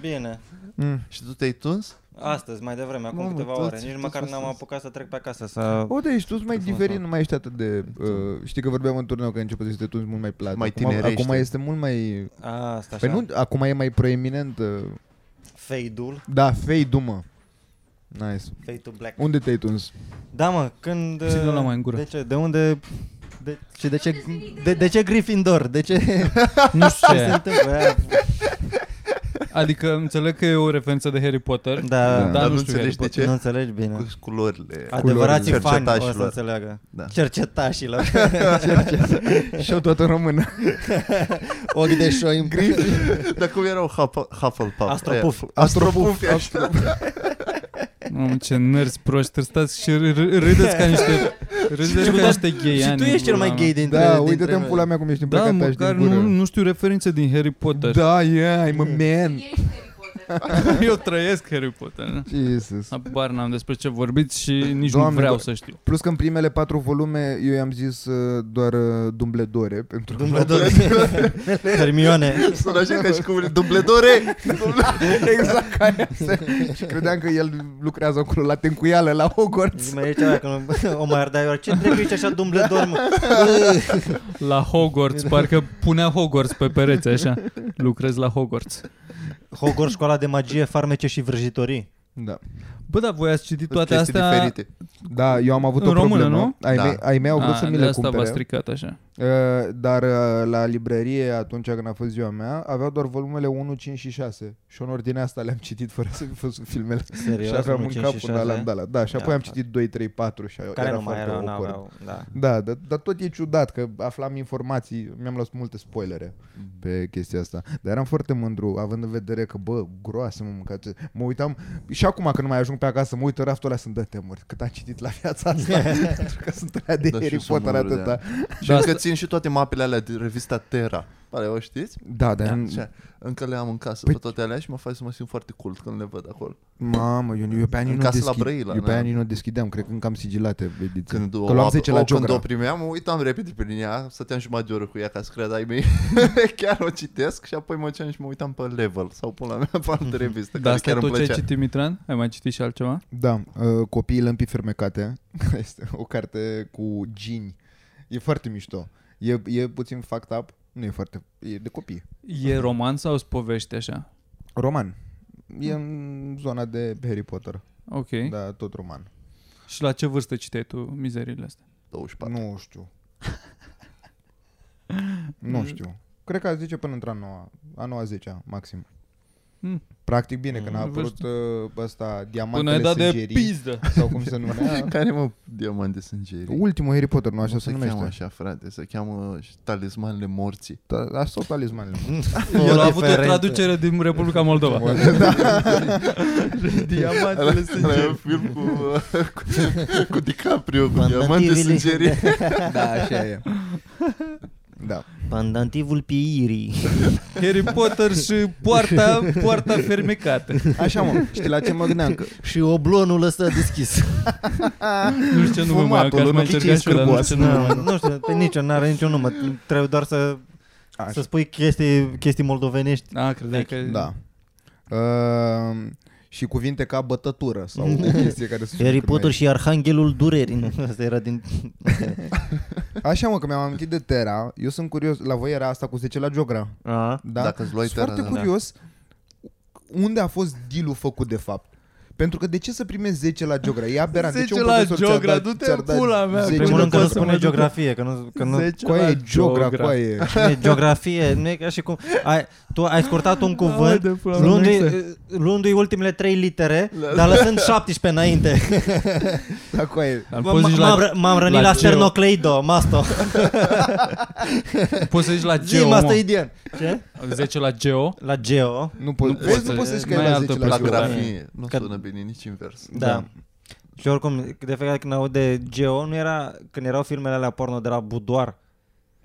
[SPEAKER 5] Bine.
[SPEAKER 2] Mm.
[SPEAKER 3] Și tu te-ai tuns?
[SPEAKER 5] Astăzi, mai devreme, acum
[SPEAKER 3] Mamă,
[SPEAKER 5] câteva
[SPEAKER 3] toți-
[SPEAKER 5] ore. Nici
[SPEAKER 3] toți
[SPEAKER 5] măcar n-am
[SPEAKER 3] astăzi.
[SPEAKER 5] apucat să trec pe acasă să...
[SPEAKER 2] O, deci tu mai
[SPEAKER 5] Frumos,
[SPEAKER 2] diferit,
[SPEAKER 5] da.
[SPEAKER 2] nu mai ești atât de... Uh, știi că vorbeam în turneu că ai început să te tunzi mult mai plat.
[SPEAKER 3] Mai
[SPEAKER 2] acum,
[SPEAKER 3] tinerește.
[SPEAKER 2] acum este mult mai...
[SPEAKER 5] Asta,
[SPEAKER 2] Păi
[SPEAKER 5] așa.
[SPEAKER 2] nu, acum e mai proeminent. Uh,
[SPEAKER 5] Fade-ul.
[SPEAKER 2] da, fei dumă. Nice.
[SPEAKER 5] Fade to black.
[SPEAKER 2] Unde te-ai tuns?
[SPEAKER 5] Da, mă, când... uh,
[SPEAKER 1] Și dă-l la mai în gură.
[SPEAKER 5] De ce? De unde... De, și de ce, de, de ce Gryffindor? De ce,
[SPEAKER 1] Nu știu
[SPEAKER 5] ce
[SPEAKER 1] ce
[SPEAKER 5] se
[SPEAKER 1] e.
[SPEAKER 5] întâmplă? Aia-
[SPEAKER 1] Adică înțeleg că e o referință de Harry Potter, da.
[SPEAKER 5] Da,
[SPEAKER 1] dar
[SPEAKER 5] da.
[SPEAKER 3] Dar
[SPEAKER 1] nu
[SPEAKER 3] nu
[SPEAKER 1] știu
[SPEAKER 3] înțelegi
[SPEAKER 1] Harry
[SPEAKER 3] de
[SPEAKER 1] Potter.
[SPEAKER 3] ce?
[SPEAKER 5] Nu înțelegi bine.
[SPEAKER 3] Cu culorile.
[SPEAKER 5] Adevărații fani o să
[SPEAKER 3] cercetașilor.
[SPEAKER 5] înțeleagă.
[SPEAKER 3] Da.
[SPEAKER 5] Cercetașilor.
[SPEAKER 2] Și eu toată în română.
[SPEAKER 5] Ochi de șoim.
[SPEAKER 3] Dar cum erau Huffle- Hufflepuff?
[SPEAKER 5] Astropuf.
[SPEAKER 3] Aia. Astropuf. așa.
[SPEAKER 1] Mamă, ce nerzi proști, târstați și r- r- râdeți ca niște, râdeți ca niște gay
[SPEAKER 5] Și tu ești cel mai gay dintre
[SPEAKER 2] Da,
[SPEAKER 5] dintre
[SPEAKER 2] uite-te în
[SPEAKER 5] noi.
[SPEAKER 2] pula mea cum ești
[SPEAKER 1] Da,
[SPEAKER 2] îmbrăcat da,
[SPEAKER 1] măcar
[SPEAKER 2] din gură.
[SPEAKER 1] nu, nu știu referințe din Harry Potter. Da.
[SPEAKER 2] Da, yeah, I'm a man.
[SPEAKER 6] Ești Harry Potter.
[SPEAKER 1] Eu trăiesc Harry Potter. nu?
[SPEAKER 2] Jesus.
[SPEAKER 1] Habar n-am despre ce vorbiți și nici
[SPEAKER 2] Doamne,
[SPEAKER 1] nu vreau
[SPEAKER 2] do-
[SPEAKER 1] să știu.
[SPEAKER 2] Plus că în primele patru volume eu i-am zis uh, doar uh, Dumbledore pentru că
[SPEAKER 5] Dumbledore. Hermione.
[SPEAKER 3] Sunt așa ca și cum dubledore.
[SPEAKER 2] exact ca aia se- și credeam că el lucrează acolo la tencuială, la Hogwarts.
[SPEAKER 5] Mai e ceva că o mai ardea eu. Ce trebuie ești așa Dumbledore, mă?
[SPEAKER 1] La Hogwarts, parcă punea Hogwarts pe pereți, așa. Lucrez la Hogwarts.
[SPEAKER 5] Hogwarts, școala de magie, farmece și vrăjitorii.
[SPEAKER 2] Da.
[SPEAKER 1] Bă, dar voi ați citit toate
[SPEAKER 3] Chestii
[SPEAKER 1] astea...
[SPEAKER 3] diferite.
[SPEAKER 2] da, eu am avut
[SPEAKER 1] În
[SPEAKER 2] o
[SPEAKER 1] română,
[SPEAKER 2] problemă.
[SPEAKER 1] nu?
[SPEAKER 2] Ai,
[SPEAKER 3] Da.
[SPEAKER 2] mei, ai mei au vrut
[SPEAKER 1] A,
[SPEAKER 2] să mi
[SPEAKER 1] de
[SPEAKER 2] le
[SPEAKER 1] asta
[SPEAKER 2] cumpere.
[SPEAKER 1] v-a stricat așa.
[SPEAKER 2] Uh, dar uh, la librărie, atunci când a fost ziua mea, aveau doar volumele 1, 5 și 6. Și în ordinea asta le-am citit fără să fi fost filmele.
[SPEAKER 5] Serios?
[SPEAKER 2] și aveam
[SPEAKER 5] Unul,
[SPEAKER 2] în
[SPEAKER 5] cinci
[SPEAKER 2] cap
[SPEAKER 5] și
[SPEAKER 2] un
[SPEAKER 5] șase?
[SPEAKER 2] alam da, da. Și
[SPEAKER 5] Ia,
[SPEAKER 2] apoi am
[SPEAKER 5] frate.
[SPEAKER 2] citit 2, 3, 4 și
[SPEAKER 5] Care
[SPEAKER 2] era
[SPEAKER 5] nu mai
[SPEAKER 2] foarte
[SPEAKER 5] erau,
[SPEAKER 2] awkward.
[SPEAKER 5] n-aveau, da.
[SPEAKER 2] Da, dar, dar tot e ciudat că aflam informații, mi-am luat multe spoilere
[SPEAKER 3] Mhm.
[SPEAKER 2] pe chestia asta. Dar eram foarte mândru, având în vedere că, bă, groasă mă mâncați. Mă uitam, și acum când mai ajung pe acasă, mă uit în raftul ăla, sunt de temuri, cât am citit la viața asta, pentru că sunt alea de
[SPEAKER 3] Da, și
[SPEAKER 2] Harry
[SPEAKER 3] sunt
[SPEAKER 2] Potter
[SPEAKER 3] mândru de
[SPEAKER 2] atâta.
[SPEAKER 3] Și
[SPEAKER 1] Da,
[SPEAKER 3] încă
[SPEAKER 1] asta-
[SPEAKER 3] țin și toate mapele alea de revista Terra. Pare, o știți?
[SPEAKER 2] Da, dar
[SPEAKER 3] Da.
[SPEAKER 2] în-
[SPEAKER 3] Și încă le am în casă
[SPEAKER 2] Păi-
[SPEAKER 3] pe toate alea și mă fac să mă simt foarte cool când le văd acolo.
[SPEAKER 2] Mamă, eu, eu pe anii
[SPEAKER 3] În
[SPEAKER 2] nu
[SPEAKER 3] casă la
[SPEAKER 2] deschid.
[SPEAKER 3] Brăila,
[SPEAKER 2] eu pe
[SPEAKER 3] na.
[SPEAKER 2] anii nu deschideam, cred că încă am sigilate ediții.
[SPEAKER 3] Când
[SPEAKER 2] că luam 10 la
[SPEAKER 3] când o
[SPEAKER 2] Geogra.
[SPEAKER 3] primeam, mă uitam repede prin ea, stăteam jumătate de oră cu ea ca să cred ai mei. chiar o citesc și apoi mă ceam și mă uitam pe level sau până la mea pe altă revistă,
[SPEAKER 1] Da,
[SPEAKER 3] care
[SPEAKER 1] asta
[SPEAKER 3] chiar îmi
[SPEAKER 1] tot ce ai
[SPEAKER 3] plăcea.
[SPEAKER 1] citit, Mitran? Ai mai citit și altceva?
[SPEAKER 2] Da, uh, Copiii lămpii fermecate este o carte cu gini. E foarte mișto. E, e puțin fucked up, nu e foarte... E de copii.
[SPEAKER 1] E roman sau sunt povești așa?
[SPEAKER 2] Roman. E în zona de Harry Potter,
[SPEAKER 1] Ok.
[SPEAKER 2] da, tot roman.
[SPEAKER 1] Și la ce vârstă citeai tu mizerile astea?
[SPEAKER 3] 24.
[SPEAKER 2] Nu știu. nu știu. Cred că a 10 până într-a noua, a noua 10 maxim.
[SPEAKER 1] Mm.
[SPEAKER 2] Practic bine, când a
[SPEAKER 1] Mm,
[SPEAKER 2] apărut uh, ăsta,
[SPEAKER 1] Până
[SPEAKER 2] Diamantele
[SPEAKER 1] ai dat de
[SPEAKER 2] Sângerii,
[SPEAKER 1] pizdă.
[SPEAKER 2] sau cum se numea.
[SPEAKER 3] Ah. Care mă diamant de sângerii?
[SPEAKER 2] Ultimul Harry Potter, nu așa
[SPEAKER 3] Nu
[SPEAKER 2] se
[SPEAKER 3] se cheamă
[SPEAKER 2] numește.
[SPEAKER 3] așa, frate, se cheamă și talismanele morții.
[SPEAKER 2] Da, Așa sau talismanele.
[SPEAKER 1] El a avut o traducere din Republica Moldova. Da.
[SPEAKER 3] Diamantele sângerii. un film cu, cu, cu DiCaprio, cu diamante
[SPEAKER 5] Pandantivile.
[SPEAKER 3] sângerii.
[SPEAKER 2] da, așa e. Da.
[SPEAKER 5] Pandantivul pieirii.
[SPEAKER 1] Harry Potter și poarta, poarta fermecată.
[SPEAKER 2] Așa mă, știi la ce mă gândeam? Că
[SPEAKER 5] și oblonul ăsta deschis.
[SPEAKER 1] Nu știu ce nume mai am, că aș mai încerca și eu, dar nu știu ce nume mai
[SPEAKER 5] nu,
[SPEAKER 1] am.
[SPEAKER 5] nu știu, pe niciun, n-are niciun număr. Trebuie doar să,
[SPEAKER 2] Așa.
[SPEAKER 5] să spui chestii, chestii moldovenești.
[SPEAKER 1] A, Ah, credeai că...
[SPEAKER 2] Da. Uh, și cuvinte ca bătătură sau o chestie care se
[SPEAKER 5] Harry Potter și Arhanghelul Durerii. Asta era
[SPEAKER 2] Deci
[SPEAKER 5] din...
[SPEAKER 2] Așa mă, că mi-am amintit de Terra. Eu sunt curios, la voi era asta cu 10 la Geogra.
[SPEAKER 5] A?
[SPEAKER 2] Da?
[SPEAKER 3] Dacă îți luai
[SPEAKER 2] Sunt foarte
[SPEAKER 3] Terra, da.
[SPEAKER 2] curios unde a fost dealul făcut de fapt. Pentru că de ce să primești 10 la Geogra? E aberant. de ce
[SPEAKER 1] 10
[SPEAKER 2] un
[SPEAKER 1] la
[SPEAKER 2] profesor ți-ar
[SPEAKER 1] Geogra,
[SPEAKER 2] da-
[SPEAKER 1] du-te
[SPEAKER 2] ți-ar
[SPEAKER 1] în
[SPEAKER 2] da
[SPEAKER 1] pula mea,
[SPEAKER 2] 10?
[SPEAKER 5] În
[SPEAKER 1] Deci
[SPEAKER 5] primul
[SPEAKER 1] nu
[SPEAKER 5] rând că
[SPEAKER 1] pot
[SPEAKER 5] nu
[SPEAKER 1] să mă
[SPEAKER 5] spune
[SPEAKER 1] duc.
[SPEAKER 5] geografie, că nu, că nu,
[SPEAKER 2] Coaie, Geogra, coaie.
[SPEAKER 5] e geografie, nu e ca și cum... Ai, tu ai scurtat un
[SPEAKER 1] Hai
[SPEAKER 5] cuvânt
[SPEAKER 1] de pula mea,
[SPEAKER 5] luându-i,
[SPEAKER 1] nu
[SPEAKER 5] luându-i ultimele trei litere, dar lăsând 17 înainte.
[SPEAKER 2] Da, coaie.
[SPEAKER 1] Dar
[SPEAKER 5] M-
[SPEAKER 1] poți să zici
[SPEAKER 5] M-am,
[SPEAKER 1] la,
[SPEAKER 5] ră- m-am rănit
[SPEAKER 1] la
[SPEAKER 5] la, la
[SPEAKER 1] geo.
[SPEAKER 5] sternocleido, masto.
[SPEAKER 1] poți să zici la
[SPEAKER 5] Zi,
[SPEAKER 1] Geo,
[SPEAKER 5] masto
[SPEAKER 1] mă.
[SPEAKER 5] idian. Ce?
[SPEAKER 1] 10 la Geo.
[SPEAKER 5] La geo.
[SPEAKER 2] Nu,
[SPEAKER 1] Nu
[SPEAKER 2] po-
[SPEAKER 1] poți
[SPEAKER 2] vezi, nu
[SPEAKER 1] să-
[SPEAKER 2] poți să scrii
[SPEAKER 1] mai
[SPEAKER 2] la
[SPEAKER 1] altă
[SPEAKER 2] 10 la
[SPEAKER 3] La
[SPEAKER 5] Geogra.
[SPEAKER 2] Geogra.
[SPEAKER 3] grafie, nu
[SPEAKER 5] Că-
[SPEAKER 3] sună bine nici invers.
[SPEAKER 5] Da. da. Și oricum, de fiecare dată când aude Geo, nu era, când erau filmele alea porno de la Budoar,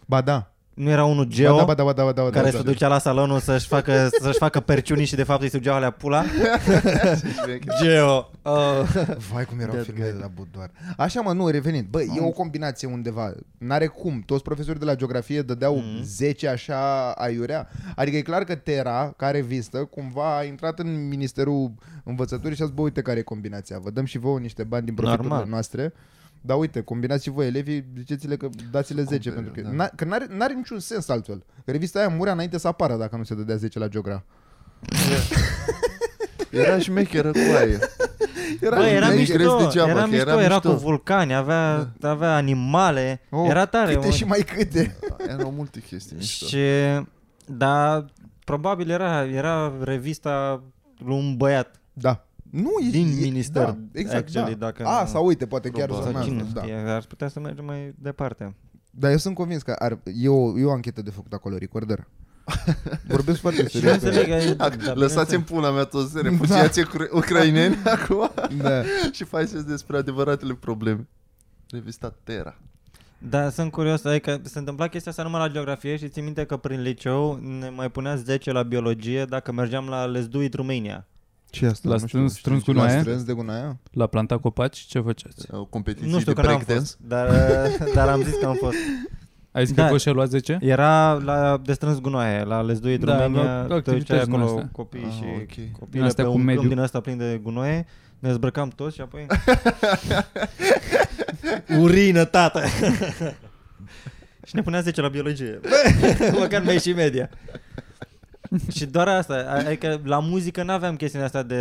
[SPEAKER 2] Ba da.
[SPEAKER 5] nu era unul
[SPEAKER 2] Ba
[SPEAKER 5] Geo
[SPEAKER 2] da, ba da, ba da, ba da, ba da.
[SPEAKER 5] care se ducea la salonul să-și facă, să-și facă perciunii și de fapt îi sugeau alea pula? Geo. Oh.
[SPEAKER 2] Vai cum erau
[SPEAKER 5] Dead
[SPEAKER 2] filmele de la Budoar. Așa mă, nu, revenind. Bă, e o combinație undeva. N-are cum. Toți profesorii de la geografie dădeau
[SPEAKER 5] Mhm.
[SPEAKER 2] 10 așa aiurea. Adică e clar că Terra, care vistă, cumva a intrat în Ministerul Învățăturii și a zis, bă, uite care e combinația. Vă dăm și vouă niște bani din profiturile
[SPEAKER 5] Normal.
[SPEAKER 2] noastre. Da, uite, combinați și voi elevii, ziceți-le că dați-le 10, pentru că,
[SPEAKER 3] da.
[SPEAKER 2] n-a- că n-are, n-are niciun sens altfel. Revista aia murea înainte să apară dacă nu se dădea 10 la geogra.
[SPEAKER 3] Era șmecheră cu aia.
[SPEAKER 5] Era,
[SPEAKER 3] Da,
[SPEAKER 5] Bă, era
[SPEAKER 3] mai
[SPEAKER 5] mișto,
[SPEAKER 3] greu degeaba,
[SPEAKER 5] era
[SPEAKER 3] că
[SPEAKER 5] mișto,
[SPEAKER 3] era
[SPEAKER 5] era,
[SPEAKER 3] mișto. Da. Oh,
[SPEAKER 5] cu vulcani, avea, avea animale, era tare.
[SPEAKER 2] Câte
[SPEAKER 5] mă.
[SPEAKER 2] și mai câte.
[SPEAKER 3] Erau multe chestii mișto.
[SPEAKER 5] și da, Probabil era, era revista lui un băiat
[SPEAKER 2] Da. Nu, e,
[SPEAKER 5] din
[SPEAKER 2] e-
[SPEAKER 5] minister.
[SPEAKER 2] Da, exact,
[SPEAKER 5] actually,
[SPEAKER 2] da.
[SPEAKER 5] dacă
[SPEAKER 2] A,
[SPEAKER 5] nu-
[SPEAKER 2] sau uite, poate chiar
[SPEAKER 3] Probabil.
[SPEAKER 2] zona
[SPEAKER 5] sau cine
[SPEAKER 2] asta, da.
[SPEAKER 5] știe, ar putea să mergem mai departe.
[SPEAKER 2] Dar eu sunt convins că ar, e, o, e o anchetă de făcut acolo, recorder. Vorbesc foarte
[SPEAKER 5] Și nu
[SPEAKER 2] serios.
[SPEAKER 5] înțeleg, ai- da,
[SPEAKER 3] Lăsați-mi pula mea toți refugiații ucra- ucraineni acum
[SPEAKER 2] da.
[SPEAKER 3] și faceți despre adevăratele probleme. Revista Terra.
[SPEAKER 5] Da, sunt curios, adică se întâmpla chestia asta numai la geografie și țin minte că prin liceu ne mai punea 10 la biologie dacă mergeam la Let's Do It Romania.
[SPEAKER 2] Ce e asta?
[SPEAKER 1] L-a
[SPEAKER 2] Nu știu.
[SPEAKER 1] strâns, strâns cu
[SPEAKER 2] L-a
[SPEAKER 1] noaie,
[SPEAKER 2] strâns de gunoaia?
[SPEAKER 1] l-a plantat copaci, ce făceați?
[SPEAKER 3] O competiție
[SPEAKER 5] nu știu
[SPEAKER 3] de
[SPEAKER 5] că n-am
[SPEAKER 3] breakdance.
[SPEAKER 5] fost, dar, dar am zis că am fost.
[SPEAKER 1] Ai zis
[SPEAKER 5] Da.
[SPEAKER 1] că și a luat 10?
[SPEAKER 5] Era la destrâns gunoaie, la Let's Do It
[SPEAKER 1] Da, la
[SPEAKER 5] Romania, te
[SPEAKER 1] activități
[SPEAKER 5] duceai acolo
[SPEAKER 1] din astea.
[SPEAKER 5] copii
[SPEAKER 3] Ah,
[SPEAKER 5] și
[SPEAKER 3] ok.
[SPEAKER 5] copiii
[SPEAKER 1] Din astea
[SPEAKER 5] pe
[SPEAKER 1] cu
[SPEAKER 5] un câmp
[SPEAKER 1] mediu.
[SPEAKER 5] din asta plin de gunoaie, ne zbrăcam toți și apoi... Urină, tată! și ne punea 10 la biologie. Măcar mai și media. și doar asta, adică la muzică n-aveam chestiunea asta de,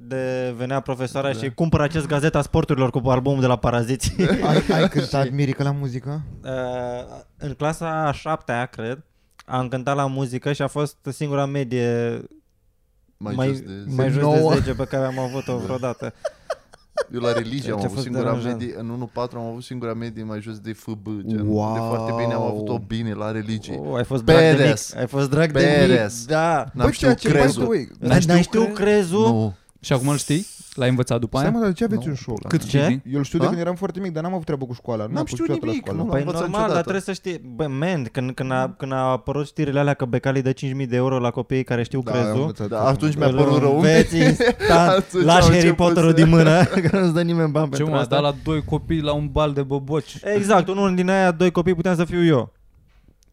[SPEAKER 5] de venea profesoara da. și cumpără acest gazeta sporturilor cu albumul de la Paraziți.
[SPEAKER 2] Ai, ai cântat Mirica la muzică?
[SPEAKER 5] Uh, în clasa a șaptea, cred, am cântat la muzică și a fost singura medie
[SPEAKER 3] Mai,
[SPEAKER 5] mai,
[SPEAKER 3] mai, jos de Da.
[SPEAKER 5] mai jos
[SPEAKER 2] Nouă.
[SPEAKER 5] de 10 pe care am avut-o vreodată.
[SPEAKER 3] Eu la religie am
[SPEAKER 5] Ce a
[SPEAKER 3] avut
[SPEAKER 5] fost
[SPEAKER 3] singura
[SPEAKER 5] deranjant.
[SPEAKER 3] medie, în 1-4 am avut singura medie mai jos de FB. Gen.
[SPEAKER 2] Wow.
[SPEAKER 3] De foarte bine am avut-o bine la religie.
[SPEAKER 5] Oh, ai fost drag de
[SPEAKER 3] Badass.
[SPEAKER 5] mic. Ai fost drag de
[SPEAKER 3] Badass.
[SPEAKER 5] mic. Da.
[SPEAKER 3] N-am știut crezul.
[SPEAKER 5] N-ai știu crezul?
[SPEAKER 3] Nu.
[SPEAKER 1] Și acum îl știi? L-ai învățat după
[SPEAKER 2] Stai
[SPEAKER 1] aia?
[SPEAKER 2] mă, dar de ce aveți
[SPEAKER 3] Nu.
[SPEAKER 2] un show? la
[SPEAKER 1] Cât
[SPEAKER 2] mine?
[SPEAKER 5] Ce?
[SPEAKER 1] știi?
[SPEAKER 2] Eu îl știu de
[SPEAKER 3] A?
[SPEAKER 2] când eram foarte mic, dar n-am avut treabă cu școala. N-am
[SPEAKER 3] știut
[SPEAKER 2] știut la
[SPEAKER 3] nimic,
[SPEAKER 2] școală.
[SPEAKER 3] nu l-am
[SPEAKER 5] Păi
[SPEAKER 3] învățat
[SPEAKER 5] normal,
[SPEAKER 3] niciodată.
[SPEAKER 5] dar trebuie să știi Bă, man, când, când, a, când a apărut știrile alea că becalii dă 5.000 de euro la copiii care știu
[SPEAKER 2] Da, am
[SPEAKER 5] crezul
[SPEAKER 2] învățat
[SPEAKER 3] Da,
[SPEAKER 2] foarte
[SPEAKER 3] atunci
[SPEAKER 2] mult.
[SPEAKER 3] mi-a părut rău.
[SPEAKER 5] înveți instant,
[SPEAKER 3] Atunci
[SPEAKER 5] lași
[SPEAKER 3] am
[SPEAKER 5] Harry
[SPEAKER 3] început
[SPEAKER 5] Potterul
[SPEAKER 3] să-
[SPEAKER 5] din mână Că nu-ți dă nimeni
[SPEAKER 1] Ce
[SPEAKER 5] bani pentru
[SPEAKER 1] mă, a
[SPEAKER 5] asta
[SPEAKER 1] dat la doi copii la un bal de băboci.
[SPEAKER 5] Exact, unul din aia doi copii puteam să fiu eu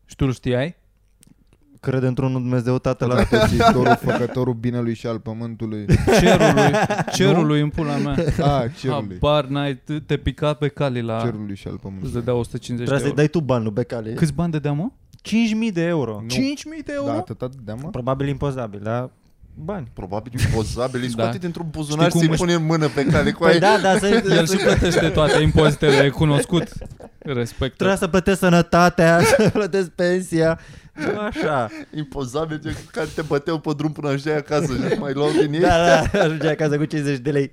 [SPEAKER 1] Și tu îl știai?
[SPEAKER 5] Crede într-un Dumnezeu tatăl la
[SPEAKER 2] Păzitorul, făcătorul binelui și al pământului.
[SPEAKER 1] Cerului, cerului în pula mea.
[SPEAKER 2] A, cerului.
[SPEAKER 1] Habar n-ai, te- te pica pe cali la...
[SPEAKER 2] Cerului și al
[SPEAKER 1] Îți
[SPEAKER 2] pământului.
[SPEAKER 1] dădea 150 de
[SPEAKER 5] Trebuie
[SPEAKER 1] euro.
[SPEAKER 5] să-i dai tu bani lui Becali.
[SPEAKER 1] Câți bani dădea, mă?
[SPEAKER 5] 5.000 de euro.
[SPEAKER 1] 5.000 de euro?
[SPEAKER 2] Da, atâta de mă?
[SPEAKER 5] Probabil impozabil, dar bani.
[SPEAKER 3] Probabil impozabil, îi
[SPEAKER 1] Da.
[SPEAKER 3] scoate dintr-un buzunar
[SPEAKER 1] cum
[SPEAKER 3] și îi
[SPEAKER 1] își-
[SPEAKER 3] pune în mână pe cale cu
[SPEAKER 5] Păi
[SPEAKER 3] aia.
[SPEAKER 5] da, dar să,
[SPEAKER 1] El și plătește toate impozitele, e cunoscut. Respect.
[SPEAKER 5] trebuie să plătesc sănătatea, să plătesc pensia. Nu așa.
[SPEAKER 3] Impozabil, gen, care te băteau pe drum până ajungeai acasă și mai luau din ei.
[SPEAKER 5] Da, da, ajunge acasă cu 50 de lei.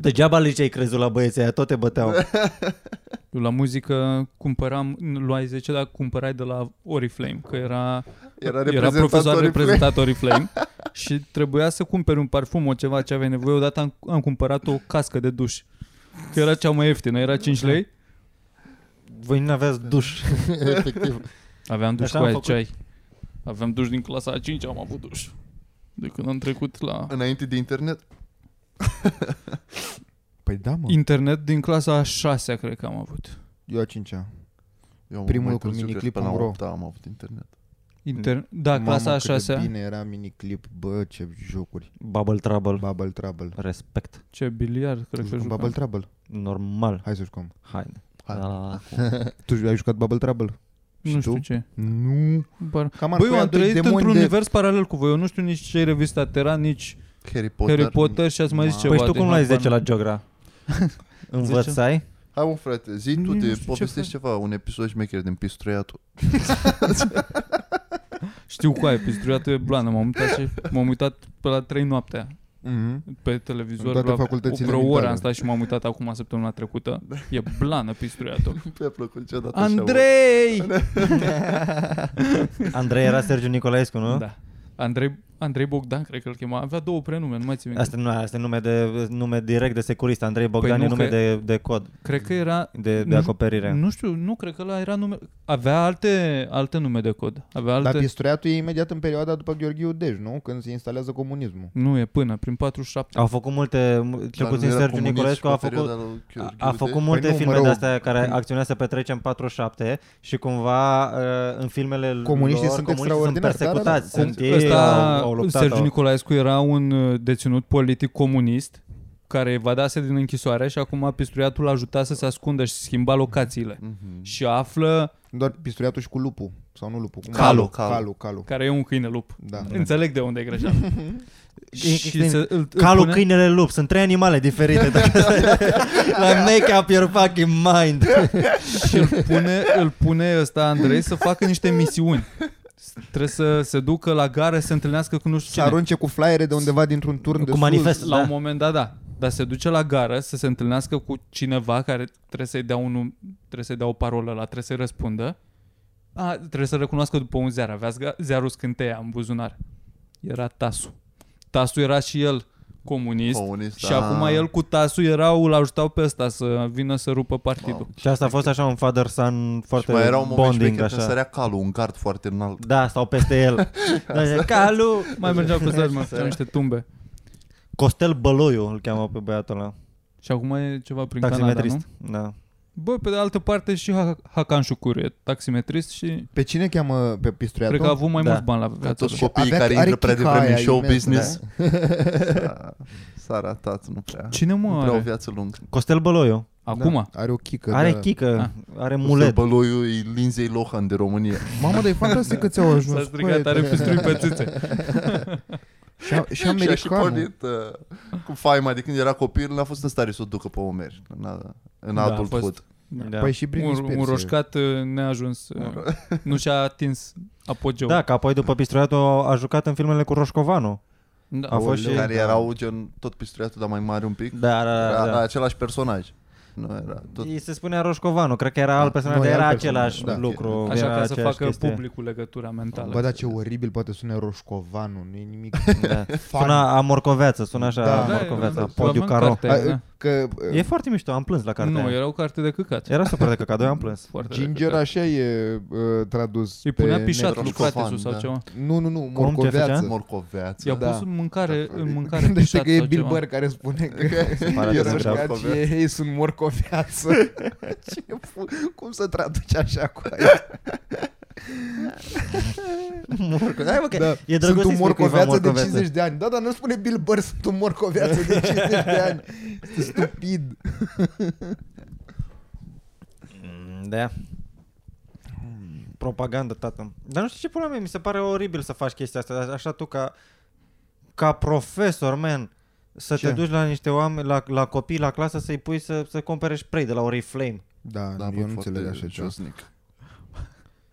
[SPEAKER 5] Degeaba le ce crezul la băieții aia, tot te băteau.
[SPEAKER 1] Eu la muzică cumpăram, luai 10, dar cumpărai de la Oriflame, că era,
[SPEAKER 3] Era
[SPEAKER 1] era
[SPEAKER 3] reprezentat
[SPEAKER 1] profesor
[SPEAKER 3] Oriflame.
[SPEAKER 1] reprezentat Oriflame și trebuia să cumperi un parfum o ceva ce aveai nevoie. Odată am, am cumpărat o cască de duș, că era cea mai ieftină, era 5 lei.
[SPEAKER 5] Voi nu aveați duș.
[SPEAKER 3] Efectiv.
[SPEAKER 1] Aveam duș
[SPEAKER 5] Așa
[SPEAKER 1] cu
[SPEAKER 5] am
[SPEAKER 1] aia
[SPEAKER 5] făcut.
[SPEAKER 1] ceai. Aveam duș din clasa a 5 am avut duș. De când am trecut la...
[SPEAKER 3] Înainte de internet.
[SPEAKER 2] Păi da, mă.
[SPEAKER 1] Internet din clasa a 6 cred că am avut.
[SPEAKER 2] Eu a cincea.
[SPEAKER 3] Eu am
[SPEAKER 2] Primul
[SPEAKER 3] mai
[SPEAKER 2] lucru,
[SPEAKER 3] târziu, cred,
[SPEAKER 2] miniclip
[SPEAKER 3] până la
[SPEAKER 2] în ro.
[SPEAKER 3] 8 am avut internet.
[SPEAKER 1] Inter... Da, clasa
[SPEAKER 2] Mamă,
[SPEAKER 1] a
[SPEAKER 2] cât de
[SPEAKER 1] 6
[SPEAKER 2] bine era miniclip, bă, ce jocuri.
[SPEAKER 5] Bubble Trouble.
[SPEAKER 2] Bubble Trouble.
[SPEAKER 5] Respect.
[SPEAKER 1] Ce biliard cred că da.
[SPEAKER 2] Bubble
[SPEAKER 1] jucam.
[SPEAKER 2] Trouble.
[SPEAKER 5] Normal.
[SPEAKER 2] Hai să jucăm.
[SPEAKER 5] Haide. Da.
[SPEAKER 3] Hai.
[SPEAKER 5] La, la, la.
[SPEAKER 2] Tu ai jucat Bubble Trouble?
[SPEAKER 1] Nu
[SPEAKER 2] Și
[SPEAKER 1] știu
[SPEAKER 2] tu? păi,
[SPEAKER 1] ce.
[SPEAKER 2] Nu.
[SPEAKER 1] Bar...
[SPEAKER 2] Cam
[SPEAKER 1] Băi, eu am trăit într-un univers paralel cu voi. Eu nu știu nici ce e revista Terra, nici
[SPEAKER 3] Harry Potter.
[SPEAKER 1] Harry Potter și ați mai zis
[SPEAKER 3] Ma-
[SPEAKER 1] ceva.
[SPEAKER 5] Păi și tu
[SPEAKER 1] de
[SPEAKER 5] cum luai
[SPEAKER 1] habar
[SPEAKER 5] 10 la geogra? Învățai?
[SPEAKER 3] Hai mă frate, zi
[SPEAKER 1] Nu, nu
[SPEAKER 3] tu, de
[SPEAKER 1] știu ce
[SPEAKER 3] povestești ceva, un episod șmecher din Pistruiatul.
[SPEAKER 1] n-am. Știu cu aia, pistruiată e blană. M-am uitat, și, m-am uitat pe la 3 noaptea
[SPEAKER 2] Mhm.
[SPEAKER 1] pe televizor.
[SPEAKER 2] În toate
[SPEAKER 1] la,
[SPEAKER 2] facultățile
[SPEAKER 1] vreo oră
[SPEAKER 2] militare.
[SPEAKER 1] am stat și m-am uitat acum săptămâna trecută. E blană pistruiată.
[SPEAKER 3] Mi-a plăcut niciodată așa, mă.
[SPEAKER 1] Andrei!
[SPEAKER 5] Andrei era Sergiu Nicolaescu, nu?
[SPEAKER 1] Da. Andrei, Andrei Bogdan, cred că îl chema. Avea două prenume, nu mai țin minte.
[SPEAKER 5] Asta nu, asta e nume, de, nume direct de securist. Andrei
[SPEAKER 1] Păi
[SPEAKER 5] Bogdan
[SPEAKER 1] nu
[SPEAKER 5] e nume
[SPEAKER 1] că-
[SPEAKER 5] de, de cod,
[SPEAKER 1] Cred că era...
[SPEAKER 5] de, de
[SPEAKER 1] Nu-
[SPEAKER 5] acoperire.
[SPEAKER 1] Nu știu, nu, cred că ăla era nume... Avea alte, alte nume de cod. Avea
[SPEAKER 5] Da,
[SPEAKER 1] alte...
[SPEAKER 2] Dar Pistruiatul e imediat în perioada după Gheorghiu Dej, nu? Când se instalează comunismul.
[SPEAKER 1] Nu, e până, prin 47.
[SPEAKER 5] Au făcut multe, mu- cel
[SPEAKER 3] Dar nu
[SPEAKER 5] puțin
[SPEAKER 3] era
[SPEAKER 5] Sergiu
[SPEAKER 3] comunist
[SPEAKER 5] Nicolescu
[SPEAKER 3] pe
[SPEAKER 5] a făcut,
[SPEAKER 3] perioada lui
[SPEAKER 5] a,
[SPEAKER 3] Gheorghe
[SPEAKER 5] a
[SPEAKER 3] Udea?
[SPEAKER 5] făcut multe
[SPEAKER 1] Păi
[SPEAKER 2] nu, mă
[SPEAKER 5] filme
[SPEAKER 2] rog.
[SPEAKER 5] de astea care acțiunea să petrecem 47 și cumva uh, în filmele
[SPEAKER 2] Comuniștii
[SPEAKER 5] lor,
[SPEAKER 2] sunt
[SPEAKER 5] comuniștii sunt
[SPEAKER 2] extraordinari, da, da, da.
[SPEAKER 5] persecutați.
[SPEAKER 1] Cum,
[SPEAKER 5] Sunt, ei
[SPEAKER 1] ăsta,
[SPEAKER 5] au, au luptat.
[SPEAKER 1] Sergiu
[SPEAKER 5] au-
[SPEAKER 1] Nicolaescu era un uh, deținut politic comunist care evadase din închisoare și acum pistruiatul l-a ajutat să se ascundă și schimba locațiile.
[SPEAKER 3] Mhm.
[SPEAKER 1] Și află
[SPEAKER 2] Doar pistoliatul și cu lupul. Sau nu lupul. cum-
[SPEAKER 3] Calul, calul.
[SPEAKER 2] Calul, calul.
[SPEAKER 1] care e un câine lup.
[SPEAKER 2] Da.
[SPEAKER 1] Înțeleg de unde e greșeala.
[SPEAKER 5] Explain.
[SPEAKER 1] să îl- îl
[SPEAKER 5] Calul,
[SPEAKER 1] pune-
[SPEAKER 5] câinele, lup. Sunt trei animale diferite. Dacă stai la make up your fucking mind.
[SPEAKER 1] Și îl pune, îl pune ăsta Andrei să facă niște misiuni. Trebuie să se ducă la gară, să se întâlnească cu nu știu
[SPEAKER 2] Și
[SPEAKER 1] cine.
[SPEAKER 2] arunce cu flyere de undeva dintr-un turn de
[SPEAKER 5] Cu manifest.
[SPEAKER 1] La
[SPEAKER 5] da.
[SPEAKER 1] un moment dat, da. Dar se duce la gară să se întâlnească cu cineva care trebuie să-i dea, un, trebuie să-i dea o parolă la, trebuie să-i răspundă. A, trebuie să recunoască după un zear. Avea zga- zearul scânteia în buzunar. Era Tasu. Tasu era și el comunist.
[SPEAKER 3] Comunist,
[SPEAKER 1] și
[SPEAKER 3] da.
[SPEAKER 1] acum el cu Tasu erau, îl ajutau pe ăsta să vină să rupă partidul.
[SPEAKER 3] Mamă.
[SPEAKER 1] Wow.
[SPEAKER 5] Și asta a fost așa un father-son foarte
[SPEAKER 3] Și mai era un moment șmecher
[SPEAKER 5] bonding
[SPEAKER 3] când
[SPEAKER 5] așa.
[SPEAKER 3] sărea calul, un gard foarte înalt.
[SPEAKER 5] Da, sau peste el. da, zice, Calu!
[SPEAKER 1] Mai mergeau pe zări, mai făceau niște tumbe.
[SPEAKER 5] Costel Băloiu îl cheamă pe băiatul ăla.
[SPEAKER 1] Și acum e ceva prin Canada, nu?
[SPEAKER 5] Taximetrist. Da.
[SPEAKER 1] Bă, pe de altă parte și Ha- Hakan Şukur e taximetrist și
[SPEAKER 2] Pe cine cheamă pe pistoliatul?
[SPEAKER 1] cred că a avut mai
[SPEAKER 5] Da.
[SPEAKER 1] mulți bani la
[SPEAKER 3] Ca
[SPEAKER 1] viața
[SPEAKER 3] toți
[SPEAKER 1] lui.
[SPEAKER 3] copiii
[SPEAKER 2] Avea-
[SPEAKER 3] care
[SPEAKER 2] are
[SPEAKER 3] intră prea
[SPEAKER 2] chica
[SPEAKER 3] devreme în
[SPEAKER 2] aia
[SPEAKER 3] show
[SPEAKER 2] imensă, Da.
[SPEAKER 3] business s-a- s-a ratat, nu prea.
[SPEAKER 1] Cine
[SPEAKER 3] Nu
[SPEAKER 1] mă
[SPEAKER 3] prea o
[SPEAKER 1] are?
[SPEAKER 3] viață lungă.
[SPEAKER 5] Costel Băloiu.
[SPEAKER 1] Acum?
[SPEAKER 2] Da, are o chică.
[SPEAKER 5] Are
[SPEAKER 2] da.
[SPEAKER 5] chică, are
[SPEAKER 3] Mulet.
[SPEAKER 5] mulet.
[SPEAKER 3] Băloiul e Lindsay Lohan de România.
[SPEAKER 4] Mamă, dar e fantastic că ți-au ajuns.
[SPEAKER 1] S-a strigat,
[SPEAKER 4] băiete.
[SPEAKER 1] are pistrui pe țâțe.
[SPEAKER 2] Și, a, și
[SPEAKER 3] Și a și
[SPEAKER 2] americanul.
[SPEAKER 3] pornit uh, cu faima de când era copil, n-a fost în stare să o ducă pe omeri. În, în
[SPEAKER 1] Da, a
[SPEAKER 3] adulthood.
[SPEAKER 1] fost.
[SPEAKER 5] Da.
[SPEAKER 2] Păi și Britney
[SPEAKER 1] Un,
[SPEAKER 2] Spears.
[SPEAKER 1] un
[SPEAKER 2] e-
[SPEAKER 1] roșcat uh, neajuns. uh, Nu și-a atins apogeul.
[SPEAKER 5] Da, că apoi după Pistoiatul a jucat în filmele cu Roșcovanu.
[SPEAKER 1] Da.
[SPEAKER 5] A fost și...
[SPEAKER 3] Care erau gen tot pistoiatul, dar mai mare un pic.
[SPEAKER 5] Da, da,
[SPEAKER 3] era
[SPEAKER 5] da. da.
[SPEAKER 3] același personaj. Nu era tot...
[SPEAKER 5] Îi se spunea Roșcovanu, cred că era alt personaj,
[SPEAKER 2] nu,
[SPEAKER 5] dar
[SPEAKER 2] e
[SPEAKER 5] era
[SPEAKER 2] alt personaj,
[SPEAKER 5] același
[SPEAKER 2] da.
[SPEAKER 5] lucru.
[SPEAKER 1] Așa
[SPEAKER 5] era
[SPEAKER 1] ca să
[SPEAKER 5] aceeași
[SPEAKER 1] facă
[SPEAKER 5] chestie.
[SPEAKER 1] publicul legătura mentală.
[SPEAKER 2] Bă, da, dar ce oribil poate sună Roșcovanu, nu e nimic.
[SPEAKER 5] Da.
[SPEAKER 2] Fan.
[SPEAKER 5] Suna a morcoveață, sună așa
[SPEAKER 2] Da.
[SPEAKER 5] da,
[SPEAKER 2] Da,
[SPEAKER 5] a
[SPEAKER 1] era-
[SPEAKER 5] morcoveață,
[SPEAKER 1] era-
[SPEAKER 5] podiu
[SPEAKER 1] aveam
[SPEAKER 5] caro.
[SPEAKER 1] cartea,
[SPEAKER 2] A,
[SPEAKER 1] da.
[SPEAKER 2] Că
[SPEAKER 5] E foarte mișto, am plâns la cartea.
[SPEAKER 1] Nu,
[SPEAKER 5] aia.
[SPEAKER 1] era o carte de căcat.
[SPEAKER 5] era super de căcat, doi am plâns.
[SPEAKER 1] Foarte
[SPEAKER 2] Ginger
[SPEAKER 1] de
[SPEAKER 2] așa e uh, tradus
[SPEAKER 1] Îi punea
[SPEAKER 2] pe
[SPEAKER 1] pișat
[SPEAKER 2] net.
[SPEAKER 1] lui
[SPEAKER 3] Roșcovan,
[SPEAKER 1] Cratesu sau
[SPEAKER 3] da.
[SPEAKER 1] ceva.
[SPEAKER 2] Nu, nu, nu,
[SPEAKER 5] ce făcea?
[SPEAKER 2] morcoveață.
[SPEAKER 3] Morcoveață.
[SPEAKER 1] I-a
[SPEAKER 2] Da.
[SPEAKER 1] pus în mâncare, în mâncare
[SPEAKER 2] Gândește
[SPEAKER 1] pișat
[SPEAKER 2] că e
[SPEAKER 1] sau
[SPEAKER 2] Bill
[SPEAKER 1] ceva.
[SPEAKER 2] Burr care spune că
[SPEAKER 5] Pare
[SPEAKER 2] e
[SPEAKER 5] că sunt
[SPEAKER 2] roșcat și
[SPEAKER 3] morcoveață.
[SPEAKER 2] e, ei sunt morcoveață. Ce fu- cum să traduci așa cu aia?
[SPEAKER 5] Morco- Hai, mă, că
[SPEAKER 2] Da.
[SPEAKER 5] e
[SPEAKER 2] sunt
[SPEAKER 5] drăguț
[SPEAKER 2] un
[SPEAKER 5] să-i spui cuiva
[SPEAKER 2] morcoveață de
[SPEAKER 5] morcoveață.
[SPEAKER 2] 50 de ani. Da, dar nu spune Bill Burr, sunt un morcoveață de 50 de ani. Este stupid.
[SPEAKER 5] Mm, Da. Propagandă, tată. Dar nu știu ce pula mea, mi se pare oribil să faci chestia asta, dar așa tu ca, ca profesor, man, să
[SPEAKER 2] Ce?
[SPEAKER 5] te duci la niște oameni, la, la copii, la clasă, să-i pui să, să cumpere spray de la Oriflame.
[SPEAKER 2] Da,
[SPEAKER 3] Da,
[SPEAKER 2] eu
[SPEAKER 3] bă,
[SPEAKER 2] nu
[SPEAKER 3] foarte
[SPEAKER 2] înțeleg așa ceva.
[SPEAKER 3] josnic.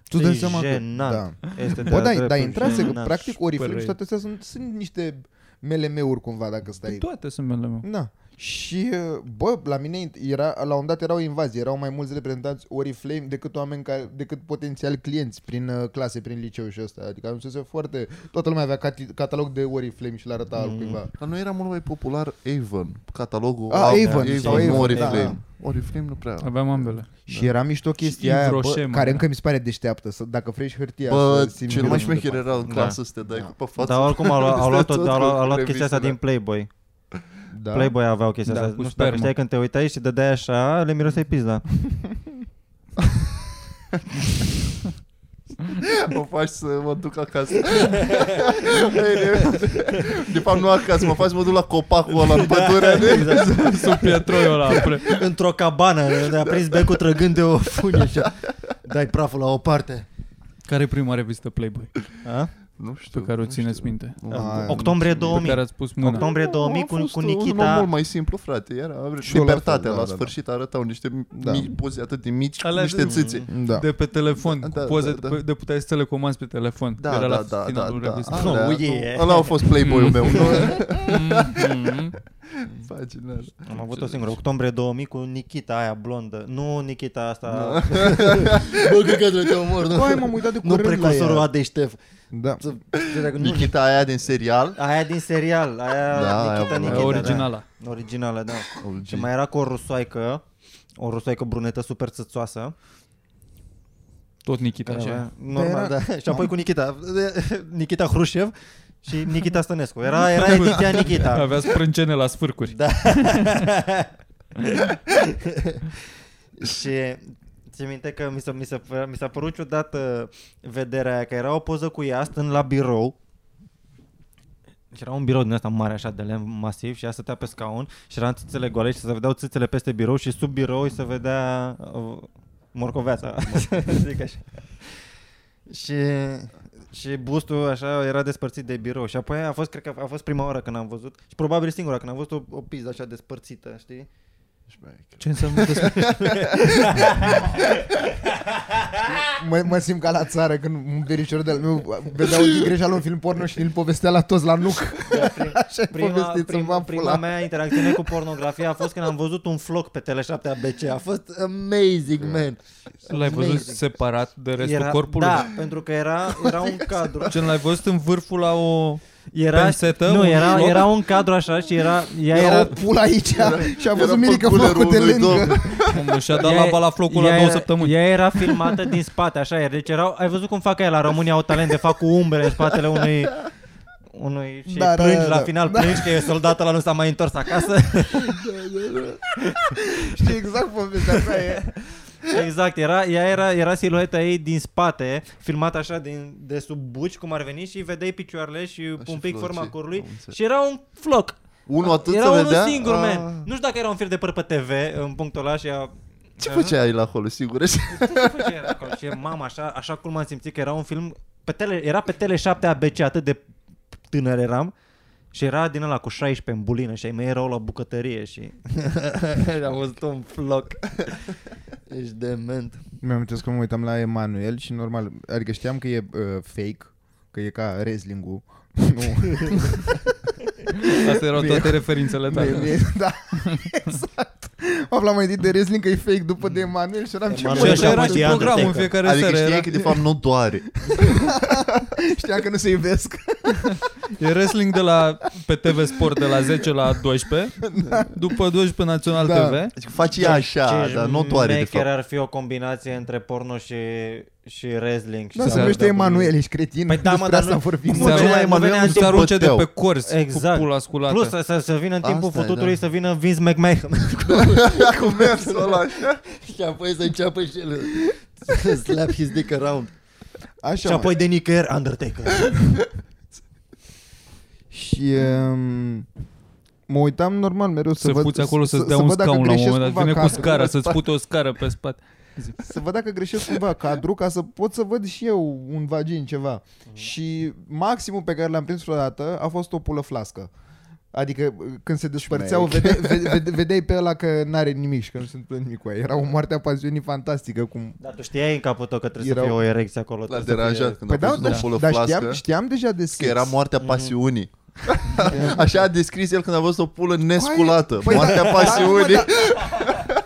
[SPEAKER 2] Tu
[SPEAKER 5] E
[SPEAKER 2] dai seama că...
[SPEAKER 5] jenant.
[SPEAKER 2] Da.
[SPEAKER 5] Este de-a
[SPEAKER 2] Bă, da,
[SPEAKER 5] dreptul
[SPEAKER 2] da, intrase, că
[SPEAKER 5] jenant.
[SPEAKER 2] practic Oriflame
[SPEAKER 1] părăi.
[SPEAKER 2] și toate astea sunt, sunt niște MLM-uri cumva, dacă stai
[SPEAKER 1] Toate sunt mele meu.
[SPEAKER 2] Da. Și, bă, la mine era, la un moment dat era o invazie, erau mai mulți reprezentanți Oriflame decât oameni care, decât potențial clienți prin uh, clase, prin liceu și ăsta. Adică ajunsese foarte, toată lumea avea cati- catalog de Oriflame și l-arăta mm. altcuiva.
[SPEAKER 3] Dar nu era mult mai popular Avon, catalogul
[SPEAKER 2] A,
[SPEAKER 3] al-
[SPEAKER 2] Avon,
[SPEAKER 3] Avon,
[SPEAKER 2] sau
[SPEAKER 3] nu
[SPEAKER 2] Avon,
[SPEAKER 3] Oriflame.
[SPEAKER 2] da.
[SPEAKER 3] Oriflame nu prea.
[SPEAKER 1] Aveam ambele.
[SPEAKER 2] Și era mișto chestia aia, bă,
[SPEAKER 1] Ivroșem,
[SPEAKER 2] care
[SPEAKER 1] da.
[SPEAKER 2] încă mi se pare deșteaptă, să, dacă frești hârtia
[SPEAKER 3] Bă,
[SPEAKER 2] să simți
[SPEAKER 3] cel mai
[SPEAKER 2] rău de
[SPEAKER 3] șmecher
[SPEAKER 2] parte.
[SPEAKER 3] era în
[SPEAKER 5] Da.
[SPEAKER 3] clasă să te dai
[SPEAKER 2] Da.
[SPEAKER 3] cu pe față.
[SPEAKER 5] Dar oricum au luat, au luat,
[SPEAKER 3] Tot
[SPEAKER 5] au luat, au
[SPEAKER 3] cu
[SPEAKER 5] luat chestia asta
[SPEAKER 3] revistele.
[SPEAKER 5] din Playboy.
[SPEAKER 2] da.
[SPEAKER 5] Playboy aveau chestia
[SPEAKER 1] Da,
[SPEAKER 5] asta.
[SPEAKER 1] cu
[SPEAKER 5] nu știu
[SPEAKER 1] spermă.
[SPEAKER 5] dacă știai când te uitai și dădeai așa, le miroseai pizda.
[SPEAKER 3] Mă faci să mă duc acasă. de fapt nu acasă, mă faci să mă duc la copacul ăla în pădure.
[SPEAKER 5] Exact.
[SPEAKER 1] Sub pietroiul ăla. apre.
[SPEAKER 5] Într-o cabană, unde a prins becul trăgând de o funie așa. Dai praful la o parte.
[SPEAKER 1] Care e prima revistă Playboy
[SPEAKER 5] A?
[SPEAKER 3] Nu știu.
[SPEAKER 1] pe care o
[SPEAKER 3] nu
[SPEAKER 1] țineți
[SPEAKER 3] știu.
[SPEAKER 1] minte?
[SPEAKER 2] Ai,
[SPEAKER 5] Octombrie
[SPEAKER 1] Pe care
[SPEAKER 5] 2000.
[SPEAKER 1] ați pus mâna.
[SPEAKER 5] Octombrie
[SPEAKER 3] Nu,
[SPEAKER 5] 2000
[SPEAKER 3] a
[SPEAKER 5] cu,
[SPEAKER 3] fost
[SPEAKER 5] cu
[SPEAKER 3] Un om mult
[SPEAKER 5] Nikita.
[SPEAKER 3] mai simplu, frate. Era
[SPEAKER 2] Și eu la
[SPEAKER 3] libertatea.
[SPEAKER 2] fel,
[SPEAKER 3] La,
[SPEAKER 2] da, da, da.
[SPEAKER 3] sfârșit arătau niște
[SPEAKER 2] Da.
[SPEAKER 3] mici poze atât de mici cu
[SPEAKER 1] Alea
[SPEAKER 3] niște
[SPEAKER 1] de-
[SPEAKER 3] țâțe.
[SPEAKER 2] Da.
[SPEAKER 1] De pe telefon,
[SPEAKER 3] Da,
[SPEAKER 1] da,
[SPEAKER 3] da,
[SPEAKER 1] cu poze
[SPEAKER 3] da,
[SPEAKER 1] da,
[SPEAKER 3] da.
[SPEAKER 1] da. de puteai să le comanzi pe telefon.
[SPEAKER 3] Da,
[SPEAKER 1] Era
[SPEAKER 3] da,
[SPEAKER 1] la
[SPEAKER 3] da, da,
[SPEAKER 1] finalul
[SPEAKER 3] da.
[SPEAKER 1] revistei.
[SPEAKER 5] Ah,
[SPEAKER 3] Alea,
[SPEAKER 5] Oh,
[SPEAKER 3] nu-
[SPEAKER 5] yeah.
[SPEAKER 3] Ăla a fost playboy-ul meu. Nu?
[SPEAKER 1] Mhm.
[SPEAKER 3] Pagina.
[SPEAKER 5] Am avut o singură. Octombrie 2000 cu Nikita aia blondă. Nu Nikita
[SPEAKER 3] Da.
[SPEAKER 5] asta.
[SPEAKER 3] Bă, cred că te omor,
[SPEAKER 2] Băi, m-am uitat de
[SPEAKER 5] Nu
[SPEAKER 2] curând
[SPEAKER 5] precursorul
[SPEAKER 2] la ea.
[SPEAKER 5] Ade Ștef.
[SPEAKER 2] Da.
[SPEAKER 5] Să- să- dacă nu-
[SPEAKER 3] Nikita aia din serial.
[SPEAKER 5] Aia din serial. Aia
[SPEAKER 3] Da, aia
[SPEAKER 5] Nikita,
[SPEAKER 3] bună.
[SPEAKER 5] Nikita.
[SPEAKER 1] E
[SPEAKER 5] da.
[SPEAKER 1] Originala.
[SPEAKER 5] Originală, da.
[SPEAKER 3] OG.
[SPEAKER 5] Și mai era cu o rusoaică, o rusoaică brunetă super țățoasă.
[SPEAKER 1] Tot Nikita
[SPEAKER 5] Care
[SPEAKER 1] așa.
[SPEAKER 5] avea, normal, da. Și apoi cu Nikita, Nikita Hrușev și Nikita Stănescu. Era, era ediția Nikita.
[SPEAKER 1] Avea sprâncene la sfârcuri.
[SPEAKER 5] Da. și ți minte că mi s-a, mi, s-a, părea- mi s-a părut ciudată vederea aia, că era o poză cu ea stând la birou și era un birou din asta mare așa de lemn masiv și ea stătea pe scaun și era țâțele goale și se vedeau țâțele peste birou și sub birou îi se vedea uh, morcoveața, să zic așa. Și, și bustul așa era despărțit de birou și apoi a fost, cred că a fost prima oară când am văzut și probabil singura când am văzut o, o pizdă așa despărțită, știi?
[SPEAKER 4] Ce înseamnă despre...
[SPEAKER 2] Mă, mă simt ca la țară când un verișor de-al meu vedea o greșeală un film porno și îl povestea la toți la nuc. Așa e
[SPEAKER 5] Da, Prima,
[SPEAKER 2] povestit să
[SPEAKER 5] prima,
[SPEAKER 2] mă
[SPEAKER 5] prima mea interacțiune cu pornografia a fost când am văzut un floc pe Tele7 ABC. A fost amazing, man.
[SPEAKER 2] Da.
[SPEAKER 1] L-ai văzut separat de restul
[SPEAKER 5] era,
[SPEAKER 1] corpului?
[SPEAKER 5] Da, pentru că era, era un cadru.
[SPEAKER 1] Gen, l-ai văzut în vârful la o...
[SPEAKER 5] Era,
[SPEAKER 1] Pensetă,
[SPEAKER 5] nu,
[SPEAKER 1] un
[SPEAKER 5] era,
[SPEAKER 1] loc?
[SPEAKER 5] era un cadru așa și era, ea
[SPEAKER 2] Era o
[SPEAKER 5] era,
[SPEAKER 2] pulă aici și a văzut
[SPEAKER 3] pe
[SPEAKER 2] Mirica
[SPEAKER 3] culerul
[SPEAKER 2] făcut de
[SPEAKER 3] unui
[SPEAKER 2] lângă.
[SPEAKER 3] domn.
[SPEAKER 1] Cum și-a dat
[SPEAKER 5] Ea-
[SPEAKER 1] la balaflocul
[SPEAKER 5] ea
[SPEAKER 1] la două
[SPEAKER 5] era-
[SPEAKER 1] săptămâni.
[SPEAKER 5] Ea era filmată din spate, așa era. Deci erau, ai văzut cum fac aia la România au talent de fac cu umbre în spatele unui unui și
[SPEAKER 2] Da,
[SPEAKER 5] da,
[SPEAKER 2] da,
[SPEAKER 5] plângi
[SPEAKER 2] da,
[SPEAKER 5] la
[SPEAKER 2] da.
[SPEAKER 5] final, da. plângi că e soldatul ăla nu s-a mai întors acasă.
[SPEAKER 2] Știi exact povestea asta e.
[SPEAKER 5] exact, era, ea era, era silueta ei din spate, filmată așa din, de sub buci, cum ar veni, și vedeai picioarele și
[SPEAKER 3] și
[SPEAKER 5] un pic
[SPEAKER 3] flocii,
[SPEAKER 5] forma corului
[SPEAKER 3] am înțeles.
[SPEAKER 5] și era un floc.
[SPEAKER 3] Unul atât
[SPEAKER 5] era
[SPEAKER 3] să
[SPEAKER 5] unul
[SPEAKER 3] vedea?
[SPEAKER 5] singur,
[SPEAKER 3] Ah.
[SPEAKER 5] man. Nu știu dacă era un fir de păr pe TV în punctul ăla și a
[SPEAKER 3] Ce făceai la acolo, sigur?
[SPEAKER 5] Nu știu Păi, ce era acolo. Și mama, așa, așa cum am simțit că era un film... Pe tele, era pe tele 7 ABC, atât de tânăr eram. Și era din ăla cu 16 în bulină și ai mei erau la bucătărie și... Am văzut un floc. Ești dement.
[SPEAKER 2] Mi-am amintesc că mă uitam la Emanuel și normal, adică știam că e uh, fake, că e ca wrestling-ul. Nu,
[SPEAKER 1] Astea erau
[SPEAKER 2] Bine.
[SPEAKER 1] toate referințele
[SPEAKER 2] da,
[SPEAKER 1] tale.
[SPEAKER 2] e, da, exact. Am aflat mai întâi de wrestling că e fake după de Emanuel și eram ce
[SPEAKER 5] Emanuel
[SPEAKER 1] Și
[SPEAKER 2] mă,
[SPEAKER 5] așa
[SPEAKER 1] așa era
[SPEAKER 5] mă
[SPEAKER 1] și
[SPEAKER 5] știa
[SPEAKER 1] programul în
[SPEAKER 5] Undertaker.
[SPEAKER 1] fiecare
[SPEAKER 3] Adică
[SPEAKER 1] seară.
[SPEAKER 3] știai
[SPEAKER 1] Era,
[SPEAKER 3] că de fapt nu doare.
[SPEAKER 2] știam că nu se iubesc.
[SPEAKER 1] E wrestling de la, pe TV Sport de la 10 la 12, după 12 Național
[SPEAKER 2] Da.
[SPEAKER 1] TV.
[SPEAKER 3] Adică faci ea așa, dar nu doare de
[SPEAKER 5] Maker
[SPEAKER 3] fapt.
[SPEAKER 5] ar fi o combinație între porno și, și wrestling. Și
[SPEAKER 2] Da,
[SPEAKER 5] să
[SPEAKER 2] se
[SPEAKER 1] se
[SPEAKER 2] numește
[SPEAKER 5] dea
[SPEAKER 2] Emanuel, ești cretin.
[SPEAKER 5] Păi da, mă,
[SPEAKER 2] Despre
[SPEAKER 5] dar
[SPEAKER 2] asta
[SPEAKER 5] nu-
[SPEAKER 2] am vorbit.
[SPEAKER 5] nu
[SPEAKER 1] Se
[SPEAKER 5] venea-
[SPEAKER 1] arunce-
[SPEAKER 5] nu venea în
[SPEAKER 1] se
[SPEAKER 5] timpul
[SPEAKER 1] arunce de
[SPEAKER 3] tău.
[SPEAKER 1] pe cors
[SPEAKER 5] Exact.
[SPEAKER 1] cu pula
[SPEAKER 5] bulin.
[SPEAKER 1] sculată.
[SPEAKER 5] Plus să, să, să vină în timpul
[SPEAKER 3] Asta e,
[SPEAKER 5] fututului,
[SPEAKER 3] da.
[SPEAKER 5] să vină Vince McMahon.
[SPEAKER 3] Cu mersul ăla așa.
[SPEAKER 5] și apoi să înceapă și el slap his dick around.
[SPEAKER 2] Așa,
[SPEAKER 5] Și
[SPEAKER 2] mă.
[SPEAKER 5] apoi de nicăieri Undertaker.
[SPEAKER 2] Și um, mă uitam normal mereu să,
[SPEAKER 1] Să
[SPEAKER 2] văd
[SPEAKER 1] fuți acolo să-ți dea
[SPEAKER 2] văd
[SPEAKER 1] un
[SPEAKER 2] dacă
[SPEAKER 1] scaun la un
[SPEAKER 2] greșesc
[SPEAKER 1] moment dat.
[SPEAKER 2] cumva
[SPEAKER 1] Vine cu
[SPEAKER 2] cadrul,
[SPEAKER 1] scara, să-ți pute o scară pe spate.
[SPEAKER 2] Să văd dacă greșesc cumva cadru ca să pot să văd și eu un vagin ceva.
[SPEAKER 3] Mhm.
[SPEAKER 2] Și maximul pe care l-am prins vreodată a fost o pulă flască. Adică când se despărțeau, vede, vede, vede, vedeai pe ăla că n-are nimic și că nu se întâmplă nimic cu ea. Era o moarte a pasiunii fantastică. Cum...
[SPEAKER 5] Dar tu știai în capul tău că trebuie
[SPEAKER 2] Erau-
[SPEAKER 5] să fie o erecție acolo.
[SPEAKER 3] L-a
[SPEAKER 5] trebuie să fie-
[SPEAKER 3] deranjat când
[SPEAKER 2] Păi
[SPEAKER 3] a
[SPEAKER 2] da,
[SPEAKER 3] pus
[SPEAKER 2] dar,
[SPEAKER 3] domnul
[SPEAKER 2] dar știam,
[SPEAKER 3] flască.
[SPEAKER 2] știam deja de sex.
[SPEAKER 3] Că era moartea
[SPEAKER 2] Mhm.
[SPEAKER 3] pasiunii. Așa a descris el când a văzut o pulă nesculată.
[SPEAKER 2] Păi da,
[SPEAKER 3] moartea
[SPEAKER 2] da, mă,
[SPEAKER 3] pasiunii.
[SPEAKER 2] da.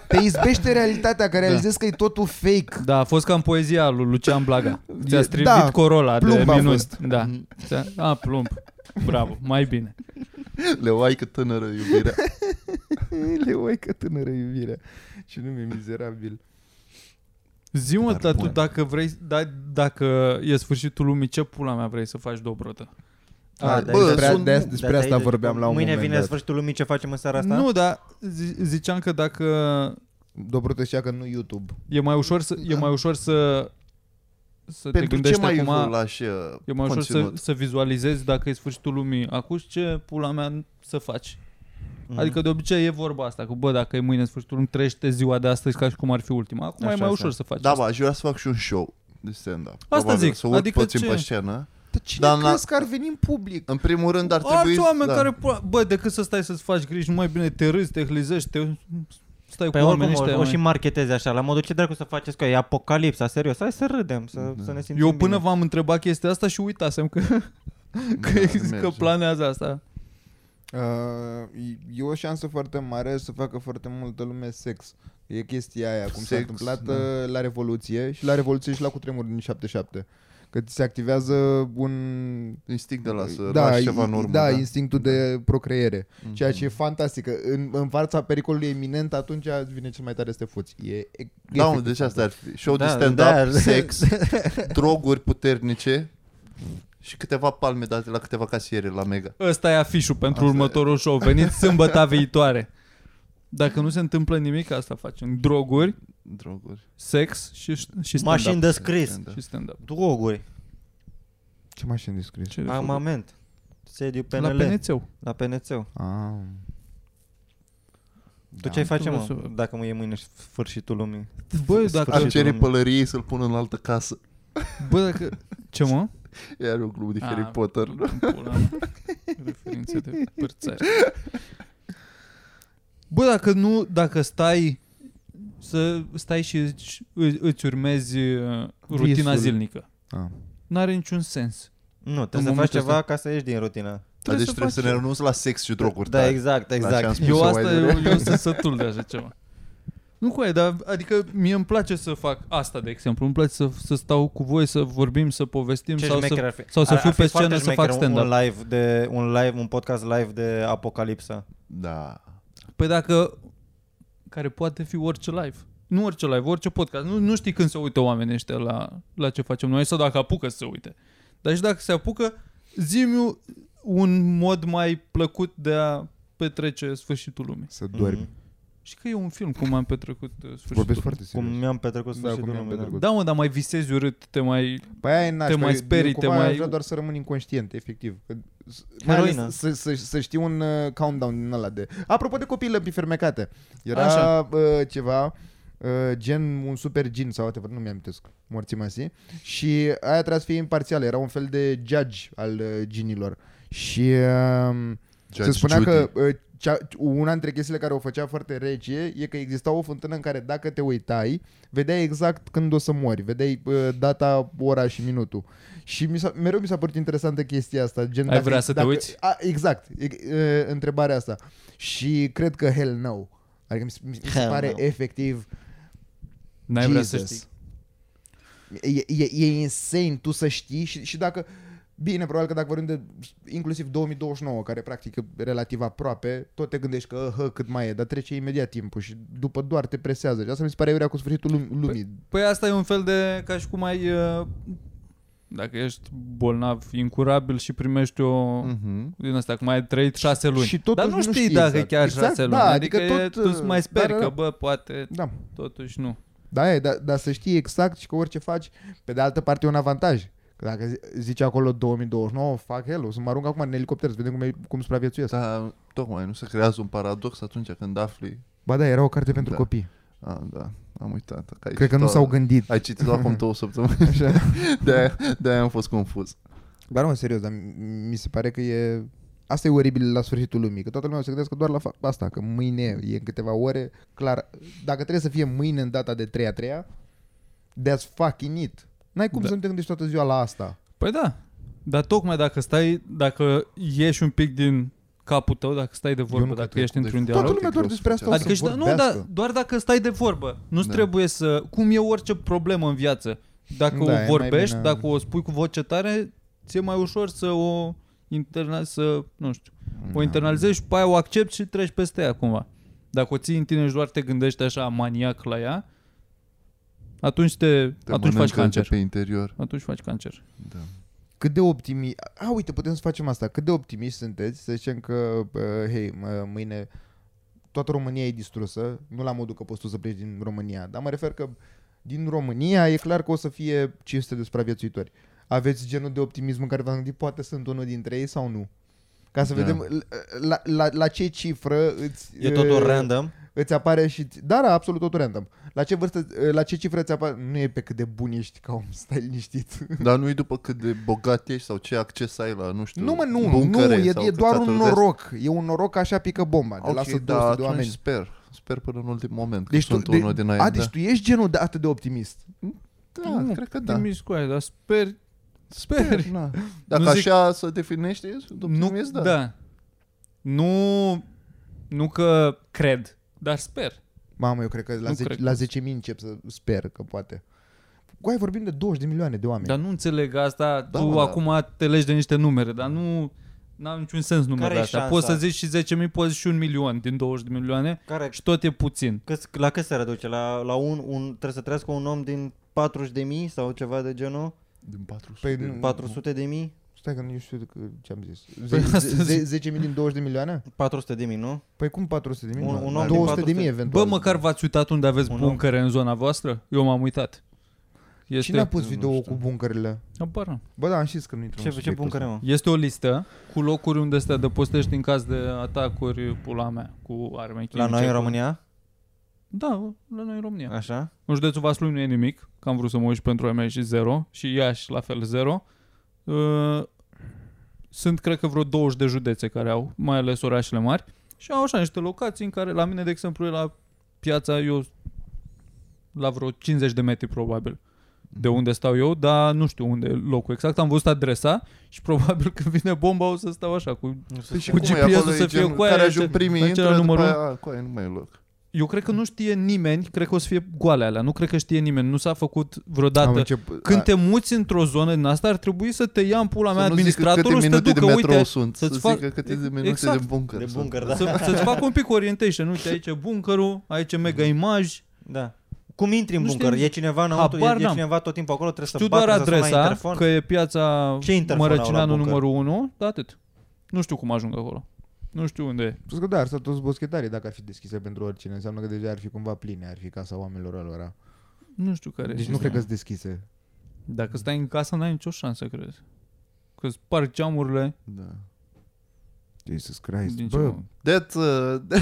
[SPEAKER 2] Te izbește realitatea,
[SPEAKER 3] Da.
[SPEAKER 2] că realizezi că e totul fake.
[SPEAKER 1] Da, a fost ca în poezia lui Lucian Blaga. Ți-a strivit
[SPEAKER 2] da,
[SPEAKER 1] corola de
[SPEAKER 2] plumb a
[SPEAKER 1] minut.
[SPEAKER 2] fost.
[SPEAKER 1] Da.
[SPEAKER 5] Mhm.
[SPEAKER 1] Ți-a- A, plumb. Bravo, mai bine.
[SPEAKER 2] da.
[SPEAKER 3] Le oai că tânără iubirea.
[SPEAKER 2] Le oi că tânără iubirea Și nu mi-e mizerabil
[SPEAKER 1] Zi mă,
[SPEAKER 3] Dar
[SPEAKER 1] dar tu
[SPEAKER 3] bun.
[SPEAKER 1] dacă vrei, da, dacă e sfârșitul lumii, ce pula mea vrei să faci dobrotă?
[SPEAKER 5] Ah,
[SPEAKER 3] Bă,
[SPEAKER 5] despre-
[SPEAKER 3] sunt-
[SPEAKER 2] de,
[SPEAKER 5] da,
[SPEAKER 2] despre
[SPEAKER 5] da,
[SPEAKER 2] asta
[SPEAKER 5] deci,
[SPEAKER 2] vorbeam la un
[SPEAKER 5] Mâine
[SPEAKER 2] moment
[SPEAKER 5] vine
[SPEAKER 2] dat.
[SPEAKER 5] sfârșitul lumii, ce facem în seara asta?
[SPEAKER 1] Nu, dar zi- ziceam că dacă
[SPEAKER 2] Dobrută știa că nu YouTube
[SPEAKER 1] e mai ușor să, e mai ușor să, să te
[SPEAKER 3] Pentru ce
[SPEAKER 1] gândești
[SPEAKER 3] mai
[SPEAKER 1] acum,
[SPEAKER 3] lași uh,
[SPEAKER 1] e mai ușor să,
[SPEAKER 3] conținut?
[SPEAKER 1] să vizualizezi dacă e sfârșitul lumii. Acum ce pula mea să faci?
[SPEAKER 5] Mhm.
[SPEAKER 1] Adică de obicei e vorba asta, că bă, dacă e mâine sfârșitul lumii, trăiește ziua de astăzi ca și cum ar fi ultima. Acum
[SPEAKER 5] Așa
[SPEAKER 1] e mai
[SPEAKER 5] asta.
[SPEAKER 1] ușor să faci
[SPEAKER 3] Da,
[SPEAKER 1] asta.
[SPEAKER 3] bă, aș vrea să fac și un show de stand-up. Probabil,
[SPEAKER 1] zic,
[SPEAKER 3] Să urc
[SPEAKER 1] adică
[SPEAKER 3] puțin
[SPEAKER 1] ce?
[SPEAKER 3] pe scenă.
[SPEAKER 2] Dar cine
[SPEAKER 3] Dar la-
[SPEAKER 2] crezi că ar veni în public?
[SPEAKER 3] În primul rând ar trebui...
[SPEAKER 1] Alți oameni
[SPEAKER 3] da.
[SPEAKER 1] care, pula- bă, decât să stai să-ți faci griji, mai bine te râzi, te hlizești, te... stai
[SPEAKER 5] Pe
[SPEAKER 1] cu oamenii
[SPEAKER 5] oricum
[SPEAKER 1] ăștia.
[SPEAKER 5] o, o și
[SPEAKER 1] mai-
[SPEAKER 5] marketezi așa, la modul ce dracu să faceți cu ea, e apocalipsa, serios, hai să râdem, să, să ne simțim
[SPEAKER 1] Da. Eu până
[SPEAKER 5] bine.
[SPEAKER 1] v-am întrebat chestia asta și uitasem că, că,
[SPEAKER 3] Da,
[SPEAKER 1] există, că
[SPEAKER 3] merge.
[SPEAKER 1] planează asta.
[SPEAKER 2] Uh, e o șansă foarte mare să facă foarte multă lume sex E chestia aia, cum s-a
[SPEAKER 3] Sex,
[SPEAKER 2] întâmplat
[SPEAKER 3] da.
[SPEAKER 2] uh, la Revoluție Și la Revoluție și la cutremur din 77 Că ți se activează un...
[SPEAKER 3] da, Instinct de la să lași ceva în urmă. Mm-hmm.
[SPEAKER 2] da, instinctul de procreere Ceea ce e fantastic că în, în fața pericolului eminent Atunci vine cel mai tare să te fuți E, e
[SPEAKER 3] Da, mă,
[SPEAKER 2] efectiv
[SPEAKER 3] deci asta ar fi. Show de
[SPEAKER 5] Da,
[SPEAKER 3] stand-up,
[SPEAKER 5] da.
[SPEAKER 3] sex, droguri puternice și câteva palme date la câteva casiere la Mega.
[SPEAKER 1] Ăsta e afișul pentru
[SPEAKER 3] Asta e.
[SPEAKER 1] următorul show. Veniți sâmbăta viitoare. Dacă nu se întâmplă nimic, asta facem. Droguri,
[SPEAKER 3] Droguri.
[SPEAKER 1] sex și, și stand-up.
[SPEAKER 5] Mașini de scris,
[SPEAKER 3] Stand-up.
[SPEAKER 1] Și stand-up.
[SPEAKER 5] droguri,
[SPEAKER 2] Ce mașini descrie?
[SPEAKER 1] Ce
[SPEAKER 5] armament, sediu PNL,
[SPEAKER 1] La
[SPEAKER 5] la, PNL.
[SPEAKER 1] penețeu.
[SPEAKER 5] la PNț.
[SPEAKER 2] Ah.
[SPEAKER 5] Tu
[SPEAKER 1] Da,
[SPEAKER 5] ce ai face,
[SPEAKER 1] vreau
[SPEAKER 5] mă,
[SPEAKER 1] să-
[SPEAKER 5] dacă mă e mâine sfârșitul lumii?
[SPEAKER 1] Bă, dacă...
[SPEAKER 3] Ar
[SPEAKER 5] Sfârșitul
[SPEAKER 3] cere
[SPEAKER 5] lumii.
[SPEAKER 3] pălăriei să-l pună în altă casă.
[SPEAKER 1] Bă, dacă... Ce, mă?
[SPEAKER 3] Iar un club de
[SPEAKER 1] Ah,
[SPEAKER 3] Harry Potter.
[SPEAKER 1] pula mea. Referințe de părțari. Bă, dacă nu, dacă stai să stai și îți- î- îți urmezi uh, rutina
[SPEAKER 2] Visul.
[SPEAKER 1] zilnică.
[SPEAKER 2] Ah.
[SPEAKER 1] N-are niciun sens.
[SPEAKER 5] Nu,
[SPEAKER 1] În
[SPEAKER 5] trebuie să faci
[SPEAKER 1] momentul
[SPEAKER 5] ceva
[SPEAKER 1] ăsta.
[SPEAKER 5] ca să ieși din rutină.
[SPEAKER 3] Dar deci
[SPEAKER 1] să
[SPEAKER 3] trebuie să
[SPEAKER 1] faci
[SPEAKER 3] ne renunți la sex și droguri
[SPEAKER 5] Da,
[SPEAKER 3] tare.
[SPEAKER 5] exact,
[SPEAKER 3] Așa am
[SPEAKER 5] exact.
[SPEAKER 3] spus
[SPEAKER 1] Eu
[SPEAKER 3] eu mai
[SPEAKER 1] asta, eu,
[SPEAKER 3] devreme.
[SPEAKER 1] eu sunt sătul de așa ceva. Nu cu aia, dar adică mie îmi place să fac asta, de exemplu. Îmi place să, să stau cu voi, să vorbim, să povestim
[SPEAKER 5] Ce
[SPEAKER 1] sau
[SPEAKER 5] șmecher
[SPEAKER 1] să,
[SPEAKER 5] ar fi?
[SPEAKER 1] sau să
[SPEAKER 5] Ar- ar
[SPEAKER 1] fiu
[SPEAKER 5] fi
[SPEAKER 1] pe
[SPEAKER 5] foarte
[SPEAKER 1] scenă să
[SPEAKER 5] șmecher
[SPEAKER 1] fac
[SPEAKER 5] un-
[SPEAKER 1] stand-up.
[SPEAKER 5] Un live, de, un live, un podcast live de Apocalipsa.
[SPEAKER 3] Da.
[SPEAKER 1] Păi dacă... Care poate fi orice live. Nu orice live, orice podcast. Nu, nu știi când se uită oamenii ăștia la, la ce facem noi sau dacă apucă să se uite. Dar și dacă se apucă, zi un mod mai plăcut de a petrece sfârșitul lumii.
[SPEAKER 2] Să dormi.
[SPEAKER 5] Mhm.
[SPEAKER 2] Mm-hmm.
[SPEAKER 1] Și că e un film cum am petrecut uh, sfârșitul
[SPEAKER 2] Vorbesc
[SPEAKER 1] lumii.
[SPEAKER 2] foarte
[SPEAKER 5] Cum
[SPEAKER 2] serios.
[SPEAKER 5] mi-am petrecut
[SPEAKER 2] Da,
[SPEAKER 5] sfârșitul
[SPEAKER 2] cum mi-am
[SPEAKER 5] lumii, da.
[SPEAKER 2] petrecut.
[SPEAKER 1] Da, mă, dar mai visezi urât, te mai...
[SPEAKER 2] Păi aia e nașpa.
[SPEAKER 1] mai
[SPEAKER 2] eu-
[SPEAKER 1] sperii,
[SPEAKER 2] eu
[SPEAKER 1] te
[SPEAKER 2] cumva
[SPEAKER 1] mai-
[SPEAKER 2] aș vrea doar să rămân inconștient, efectiv. Că- s- Mai ales
[SPEAKER 5] Heroină.
[SPEAKER 2] să, să, să știi un uh, countdown din ăla de... Apropo de copiii lămpi fermecate. Era
[SPEAKER 1] Așa.
[SPEAKER 2] uh, ceva uh, gen un super gin sau whatever, nu mi-am amintesc, morții masi. Și aia trebuia să fie imparțială, era un fel de judge al uh, ginilor. Și uh, se
[SPEAKER 3] Judge
[SPEAKER 2] spunea
[SPEAKER 3] Judy.
[SPEAKER 2] că uh, cea, una dintre chestiile care o făcea foarte rece e că exista o fântână în care dacă te uitai, vedeai exact când o să mori, vedeai uh, data, ora și minutul. Și mi s-a, mereu mi s-a părut interesantă chestia asta. Gen,
[SPEAKER 1] Ai vrea să te uiți?
[SPEAKER 2] A, exact, e, uh, întrebarea asta. Și cred că hell no. Adică mi, se- mi, se- mi se
[SPEAKER 5] Hell
[SPEAKER 2] pare
[SPEAKER 5] no.
[SPEAKER 2] efectiv
[SPEAKER 1] N-ai vrea
[SPEAKER 2] Jesus.
[SPEAKER 1] să știi.
[SPEAKER 2] E, e, e insane tu să știi și, și dacă... Bine, probabil că dacă vorbim de inclusiv 2029, care practic e relativ aproape, tot te gândești că hă, cât mai e, dar trece imediat timpul și după doar te presează. Și asta mi se pare iurea cu sfârșitul lum- lumii.
[SPEAKER 1] Păi asta e un fel de, ca și cum ai, uh, dacă ești bolnav, incurabil și primești o,
[SPEAKER 3] Mhm.
[SPEAKER 1] din asta, cum ai trăit șase luni.
[SPEAKER 2] Mm. Și totuși
[SPEAKER 1] Dar nu
[SPEAKER 2] nu
[SPEAKER 1] știi,
[SPEAKER 2] știi
[SPEAKER 1] dacă
[SPEAKER 2] exact.
[SPEAKER 1] chiar
[SPEAKER 2] Exact,
[SPEAKER 1] șase luni.
[SPEAKER 2] da,
[SPEAKER 1] adică,
[SPEAKER 2] adică
[SPEAKER 1] e-
[SPEAKER 2] tot,
[SPEAKER 1] tu îți mai speri
[SPEAKER 2] dar-
[SPEAKER 1] că, bă, poate,
[SPEAKER 2] Da,
[SPEAKER 1] totuși nu.
[SPEAKER 2] da, e, da, dar să știi exact și că orice faci, pe de altă parte e un avantaj. Că dacă zi- zici acolo 2029, fac el, o să mă arunc acum în elicopter să vedem cum, e, cum supraviețuiesc. Da.
[SPEAKER 3] Dar tocmai nu se creează un paradox atunci când afli...
[SPEAKER 2] Ba da, era o carte pentru
[SPEAKER 3] Da.
[SPEAKER 2] da. Deci copii.
[SPEAKER 3] Ah, da, am uitat. Că ai
[SPEAKER 2] Cred că nu
[SPEAKER 3] citit-o-
[SPEAKER 2] s-au gândit.
[SPEAKER 3] Ai citit-o acum două săptămâni.
[SPEAKER 2] Așa.
[SPEAKER 3] De-aia, de-aia am fost confuz.
[SPEAKER 2] Dar nu, serios, dar mi- mi se pare că e... Asta e oribil la sfârșitul lumii, că toată lumea o să gândească doar la fa- asta, că mâine e în câteva ore, clar, dacă trebuie să fie mâine în data de 3 a 3 that's fucking it. N-ai cum
[SPEAKER 1] Da.
[SPEAKER 2] da. să nu te gândești toată ziua la asta.
[SPEAKER 1] Păi da, dar tocmai dacă stai, dacă ieși un pic din capul tău, dacă stai de
[SPEAKER 2] nu
[SPEAKER 1] vorbă,
[SPEAKER 2] cred
[SPEAKER 1] dacă
[SPEAKER 2] că
[SPEAKER 1] ești
[SPEAKER 3] e cu
[SPEAKER 1] într-un
[SPEAKER 3] de-
[SPEAKER 1] dialog.
[SPEAKER 2] Toată
[SPEAKER 3] că
[SPEAKER 2] lumea doar
[SPEAKER 3] greu
[SPEAKER 2] despre
[SPEAKER 3] să
[SPEAKER 2] asta
[SPEAKER 3] faci
[SPEAKER 2] o
[SPEAKER 1] Adică
[SPEAKER 2] să
[SPEAKER 1] și, nu,
[SPEAKER 2] vorbească.
[SPEAKER 1] dar doar dacă stai de vorbă. Nu-ți
[SPEAKER 3] Da.
[SPEAKER 1] trebuie să... Cum e orice problemă în viață. Dacă
[SPEAKER 2] Da, e
[SPEAKER 1] o
[SPEAKER 2] mai
[SPEAKER 1] vorbești,
[SPEAKER 2] bine-
[SPEAKER 1] dacă o spui cu voce tare, ți-e mai ușor să o interna- să, nu știu,
[SPEAKER 2] Da.
[SPEAKER 1] o internalizezi și pe aia o accepti și treci peste ea cumva. Dacă o ții în tine și doar te gândești așa maniac la ea, atunci te,
[SPEAKER 3] Te
[SPEAKER 1] atunci faci
[SPEAKER 3] mănâncă
[SPEAKER 1] cancer.
[SPEAKER 3] Pe interior.
[SPEAKER 1] Atunci faci cancer.
[SPEAKER 3] Da.
[SPEAKER 2] Cât de optimi... A, uite, putem să facem asta. Cât de optimiști sunteți să zicem că, uh, hei, mă, mâine toată România e distrusă, nu la modul că poți tu să pleci din România, dar mă refer că din România e clar că o să fie 500 de supraviețuitori. Aveți genul de optimism în care v-am gândit, poate sunt unul dintre ei sau nu? Ca să
[SPEAKER 3] Da.
[SPEAKER 2] da. vedem l- la, la, la, ce cifră îți,
[SPEAKER 5] E totul
[SPEAKER 2] uh,
[SPEAKER 5] random.
[SPEAKER 2] îți apare și... ți- Da, da, absolut totul random. La ce, vârstă, uh, la ce cifră îți apare... Nu e pe cât de bun ești ca om, stai liniștit.
[SPEAKER 3] Dar nu e după cât de bogat ești sau ce acces ai la, nu știu,
[SPEAKER 2] Nu, mă, nu, nu,
[SPEAKER 3] buncăre
[SPEAKER 2] e,
[SPEAKER 3] sau
[SPEAKER 2] e doar un
[SPEAKER 3] căcaturi de-astea.
[SPEAKER 2] noroc. E un noroc că așa pică bomba, de okay, lasă 200
[SPEAKER 3] da,
[SPEAKER 2] de
[SPEAKER 3] atunci
[SPEAKER 2] oameni.
[SPEAKER 3] sper. Sper până în ultimul moment. Deci
[SPEAKER 2] Deci
[SPEAKER 3] sunt
[SPEAKER 2] tu, de-
[SPEAKER 3] unul din aia.
[SPEAKER 2] A,
[SPEAKER 3] da.
[SPEAKER 2] deci tu ești genul de atât de optimist.
[SPEAKER 3] da,
[SPEAKER 1] Nu,
[SPEAKER 3] cred că da.
[SPEAKER 1] Optimist cu aia, dar sper, sper.
[SPEAKER 2] Da.
[SPEAKER 3] Na. Dacă
[SPEAKER 1] Nu zic-
[SPEAKER 3] așa se definește, sunt optimist,
[SPEAKER 1] nu,
[SPEAKER 3] da.
[SPEAKER 1] da. Nu, nu că cred, dar sper.
[SPEAKER 2] Mamă, eu cred că la,
[SPEAKER 1] Nu
[SPEAKER 2] 10,
[SPEAKER 1] cred.
[SPEAKER 2] la 10.000 încep să sper că poate. Cu ai vorbim de 20 de milioane de oameni.
[SPEAKER 1] Dar nu înțeleg asta,
[SPEAKER 3] Da,
[SPEAKER 1] tu
[SPEAKER 3] mă, da.
[SPEAKER 1] acum te legi de niște numere, dar nu n-am niciun sens numerele
[SPEAKER 5] Care-i
[SPEAKER 1] astea.
[SPEAKER 5] șansa?
[SPEAKER 1] Poți să zici și 10.000, poți și un milion din 20 de milioane
[SPEAKER 5] Care,
[SPEAKER 1] și tot e puțin.
[SPEAKER 5] cât, la cât se reduce? La, la un, un, trebuie să trăiască un om din 40 de mii sau ceva de genul?
[SPEAKER 3] Din 400.
[SPEAKER 2] Păi,
[SPEAKER 3] de-
[SPEAKER 1] Mm,
[SPEAKER 2] nu-
[SPEAKER 5] 400 de mii?
[SPEAKER 2] Stai că nu știu că- ce am zis.
[SPEAKER 1] Păi asta
[SPEAKER 2] Ze- ze- 10.000 din 20 de milioane?
[SPEAKER 5] 400 de mii, nu?
[SPEAKER 2] Păi cum 400 de mii?
[SPEAKER 5] Un- un om
[SPEAKER 2] 200
[SPEAKER 5] din
[SPEAKER 2] de
[SPEAKER 5] 400.
[SPEAKER 2] mii
[SPEAKER 5] Bă,
[SPEAKER 2] eventual.
[SPEAKER 1] Bă, măcar v-ați uitat unde aveți
[SPEAKER 5] Un om.
[SPEAKER 1] buncăre în zona voastră? Eu m-am uitat. Este,
[SPEAKER 2] Cine a pus
[SPEAKER 3] Nu
[SPEAKER 2] video
[SPEAKER 3] știu.
[SPEAKER 2] cu buncările?
[SPEAKER 1] Habar n-am.
[SPEAKER 2] Bă, da, am știți că nu intrăm
[SPEAKER 5] Ce,
[SPEAKER 2] în
[SPEAKER 5] ce
[SPEAKER 2] subiectul
[SPEAKER 5] bun care,
[SPEAKER 2] ăsta.
[SPEAKER 5] mă?
[SPEAKER 1] Este o listă cu locuri unde să te adăpostești în caz de atacuri, pula mea, cu arme chimice.
[SPEAKER 5] La noi în
[SPEAKER 1] cu-
[SPEAKER 5] România?
[SPEAKER 1] Da, la noi în România.
[SPEAKER 5] Așa?
[SPEAKER 1] În județul Vaslui nu e nimic, că am vrut să mă uit și pentru ML și 0 și Iași la fel 0. Uh, Sunt, cred că, vreo 20 de județe care au, mai ales orașele mari. Și au așa niște locații în care, la mine, de exemplu, e la piața, eu la vreo 50 de metri probabil de unde stau eu, dar nu știu unde e locul exact. Am văzut adresa și probabil când vine bomba o să stau așa cu
[SPEAKER 5] Nu știu.
[SPEAKER 3] Păi și
[SPEAKER 1] Cu
[SPEAKER 3] cum e
[SPEAKER 1] GPS-ul
[SPEAKER 3] acolo, e
[SPEAKER 1] să fie
[SPEAKER 3] gen
[SPEAKER 1] cu aia,
[SPEAKER 3] Care
[SPEAKER 1] e
[SPEAKER 3] ajung
[SPEAKER 1] gen-
[SPEAKER 3] primii,
[SPEAKER 1] aici la
[SPEAKER 3] intră, după
[SPEAKER 1] numărul-
[SPEAKER 3] aia, cu aia nu mai e loc.
[SPEAKER 1] Eu cred că nu știe nimeni, cred că o să fie goale alea, nu cred că știe nimeni, nu s-a făcut
[SPEAKER 2] Am
[SPEAKER 1] vreodată.
[SPEAKER 2] început,
[SPEAKER 1] Când
[SPEAKER 2] a-
[SPEAKER 1] te muți într-o zonă din asta, ar trebui să te ia în pula mea
[SPEAKER 3] Da. Să nu zică
[SPEAKER 1] administratorul
[SPEAKER 3] câte
[SPEAKER 1] și să te
[SPEAKER 3] minute de
[SPEAKER 1] ducă,
[SPEAKER 3] metrou
[SPEAKER 1] uite,
[SPEAKER 3] sunt, să
[SPEAKER 1] să-ți
[SPEAKER 3] zică
[SPEAKER 1] fac-
[SPEAKER 3] câte de minute
[SPEAKER 1] exact.
[SPEAKER 3] de bunker
[SPEAKER 5] De
[SPEAKER 3] sunt.
[SPEAKER 5] bunker, da.
[SPEAKER 1] să, să-ți facă un pic orientation. Uite, aici e bunkerul, aici e
[SPEAKER 3] Mm.
[SPEAKER 1] mega imaj.
[SPEAKER 5] Da. Cum intri în
[SPEAKER 1] Nu
[SPEAKER 5] bunker?
[SPEAKER 1] știu.
[SPEAKER 5] E cineva înăuntru, e,
[SPEAKER 1] Habar
[SPEAKER 5] e
[SPEAKER 1] n-am.
[SPEAKER 5] cineva tot timpul acolo, trebuie
[SPEAKER 1] Știu
[SPEAKER 5] să bată,
[SPEAKER 1] doar
[SPEAKER 5] să suni la
[SPEAKER 1] adresa,
[SPEAKER 5] interfon.
[SPEAKER 1] că e piața
[SPEAKER 5] Ce interfon au la
[SPEAKER 1] Mărăcineanu
[SPEAKER 5] Bucăr?
[SPEAKER 1] numărul 1, da atât. Nu știu cum ajung acolo. Nu știu unde e.
[SPEAKER 2] Plus că da, ar sta toți boschetarii dacă ar fi deschise pentru oricine. Înseamnă că deja ar fi cumva pline, ar fi casa oamenilor alora.
[SPEAKER 1] Nu știu care e
[SPEAKER 2] Deci nu
[SPEAKER 1] sistemul.
[SPEAKER 2] cred că sunt deschise.
[SPEAKER 1] Dacă stai în casă, n-ai nicio șansă, cred. Că spargi geamurile.
[SPEAKER 3] Da.
[SPEAKER 2] Jesus Christ.
[SPEAKER 1] din ce-
[SPEAKER 2] Bă,
[SPEAKER 3] That's, uh,
[SPEAKER 2] da,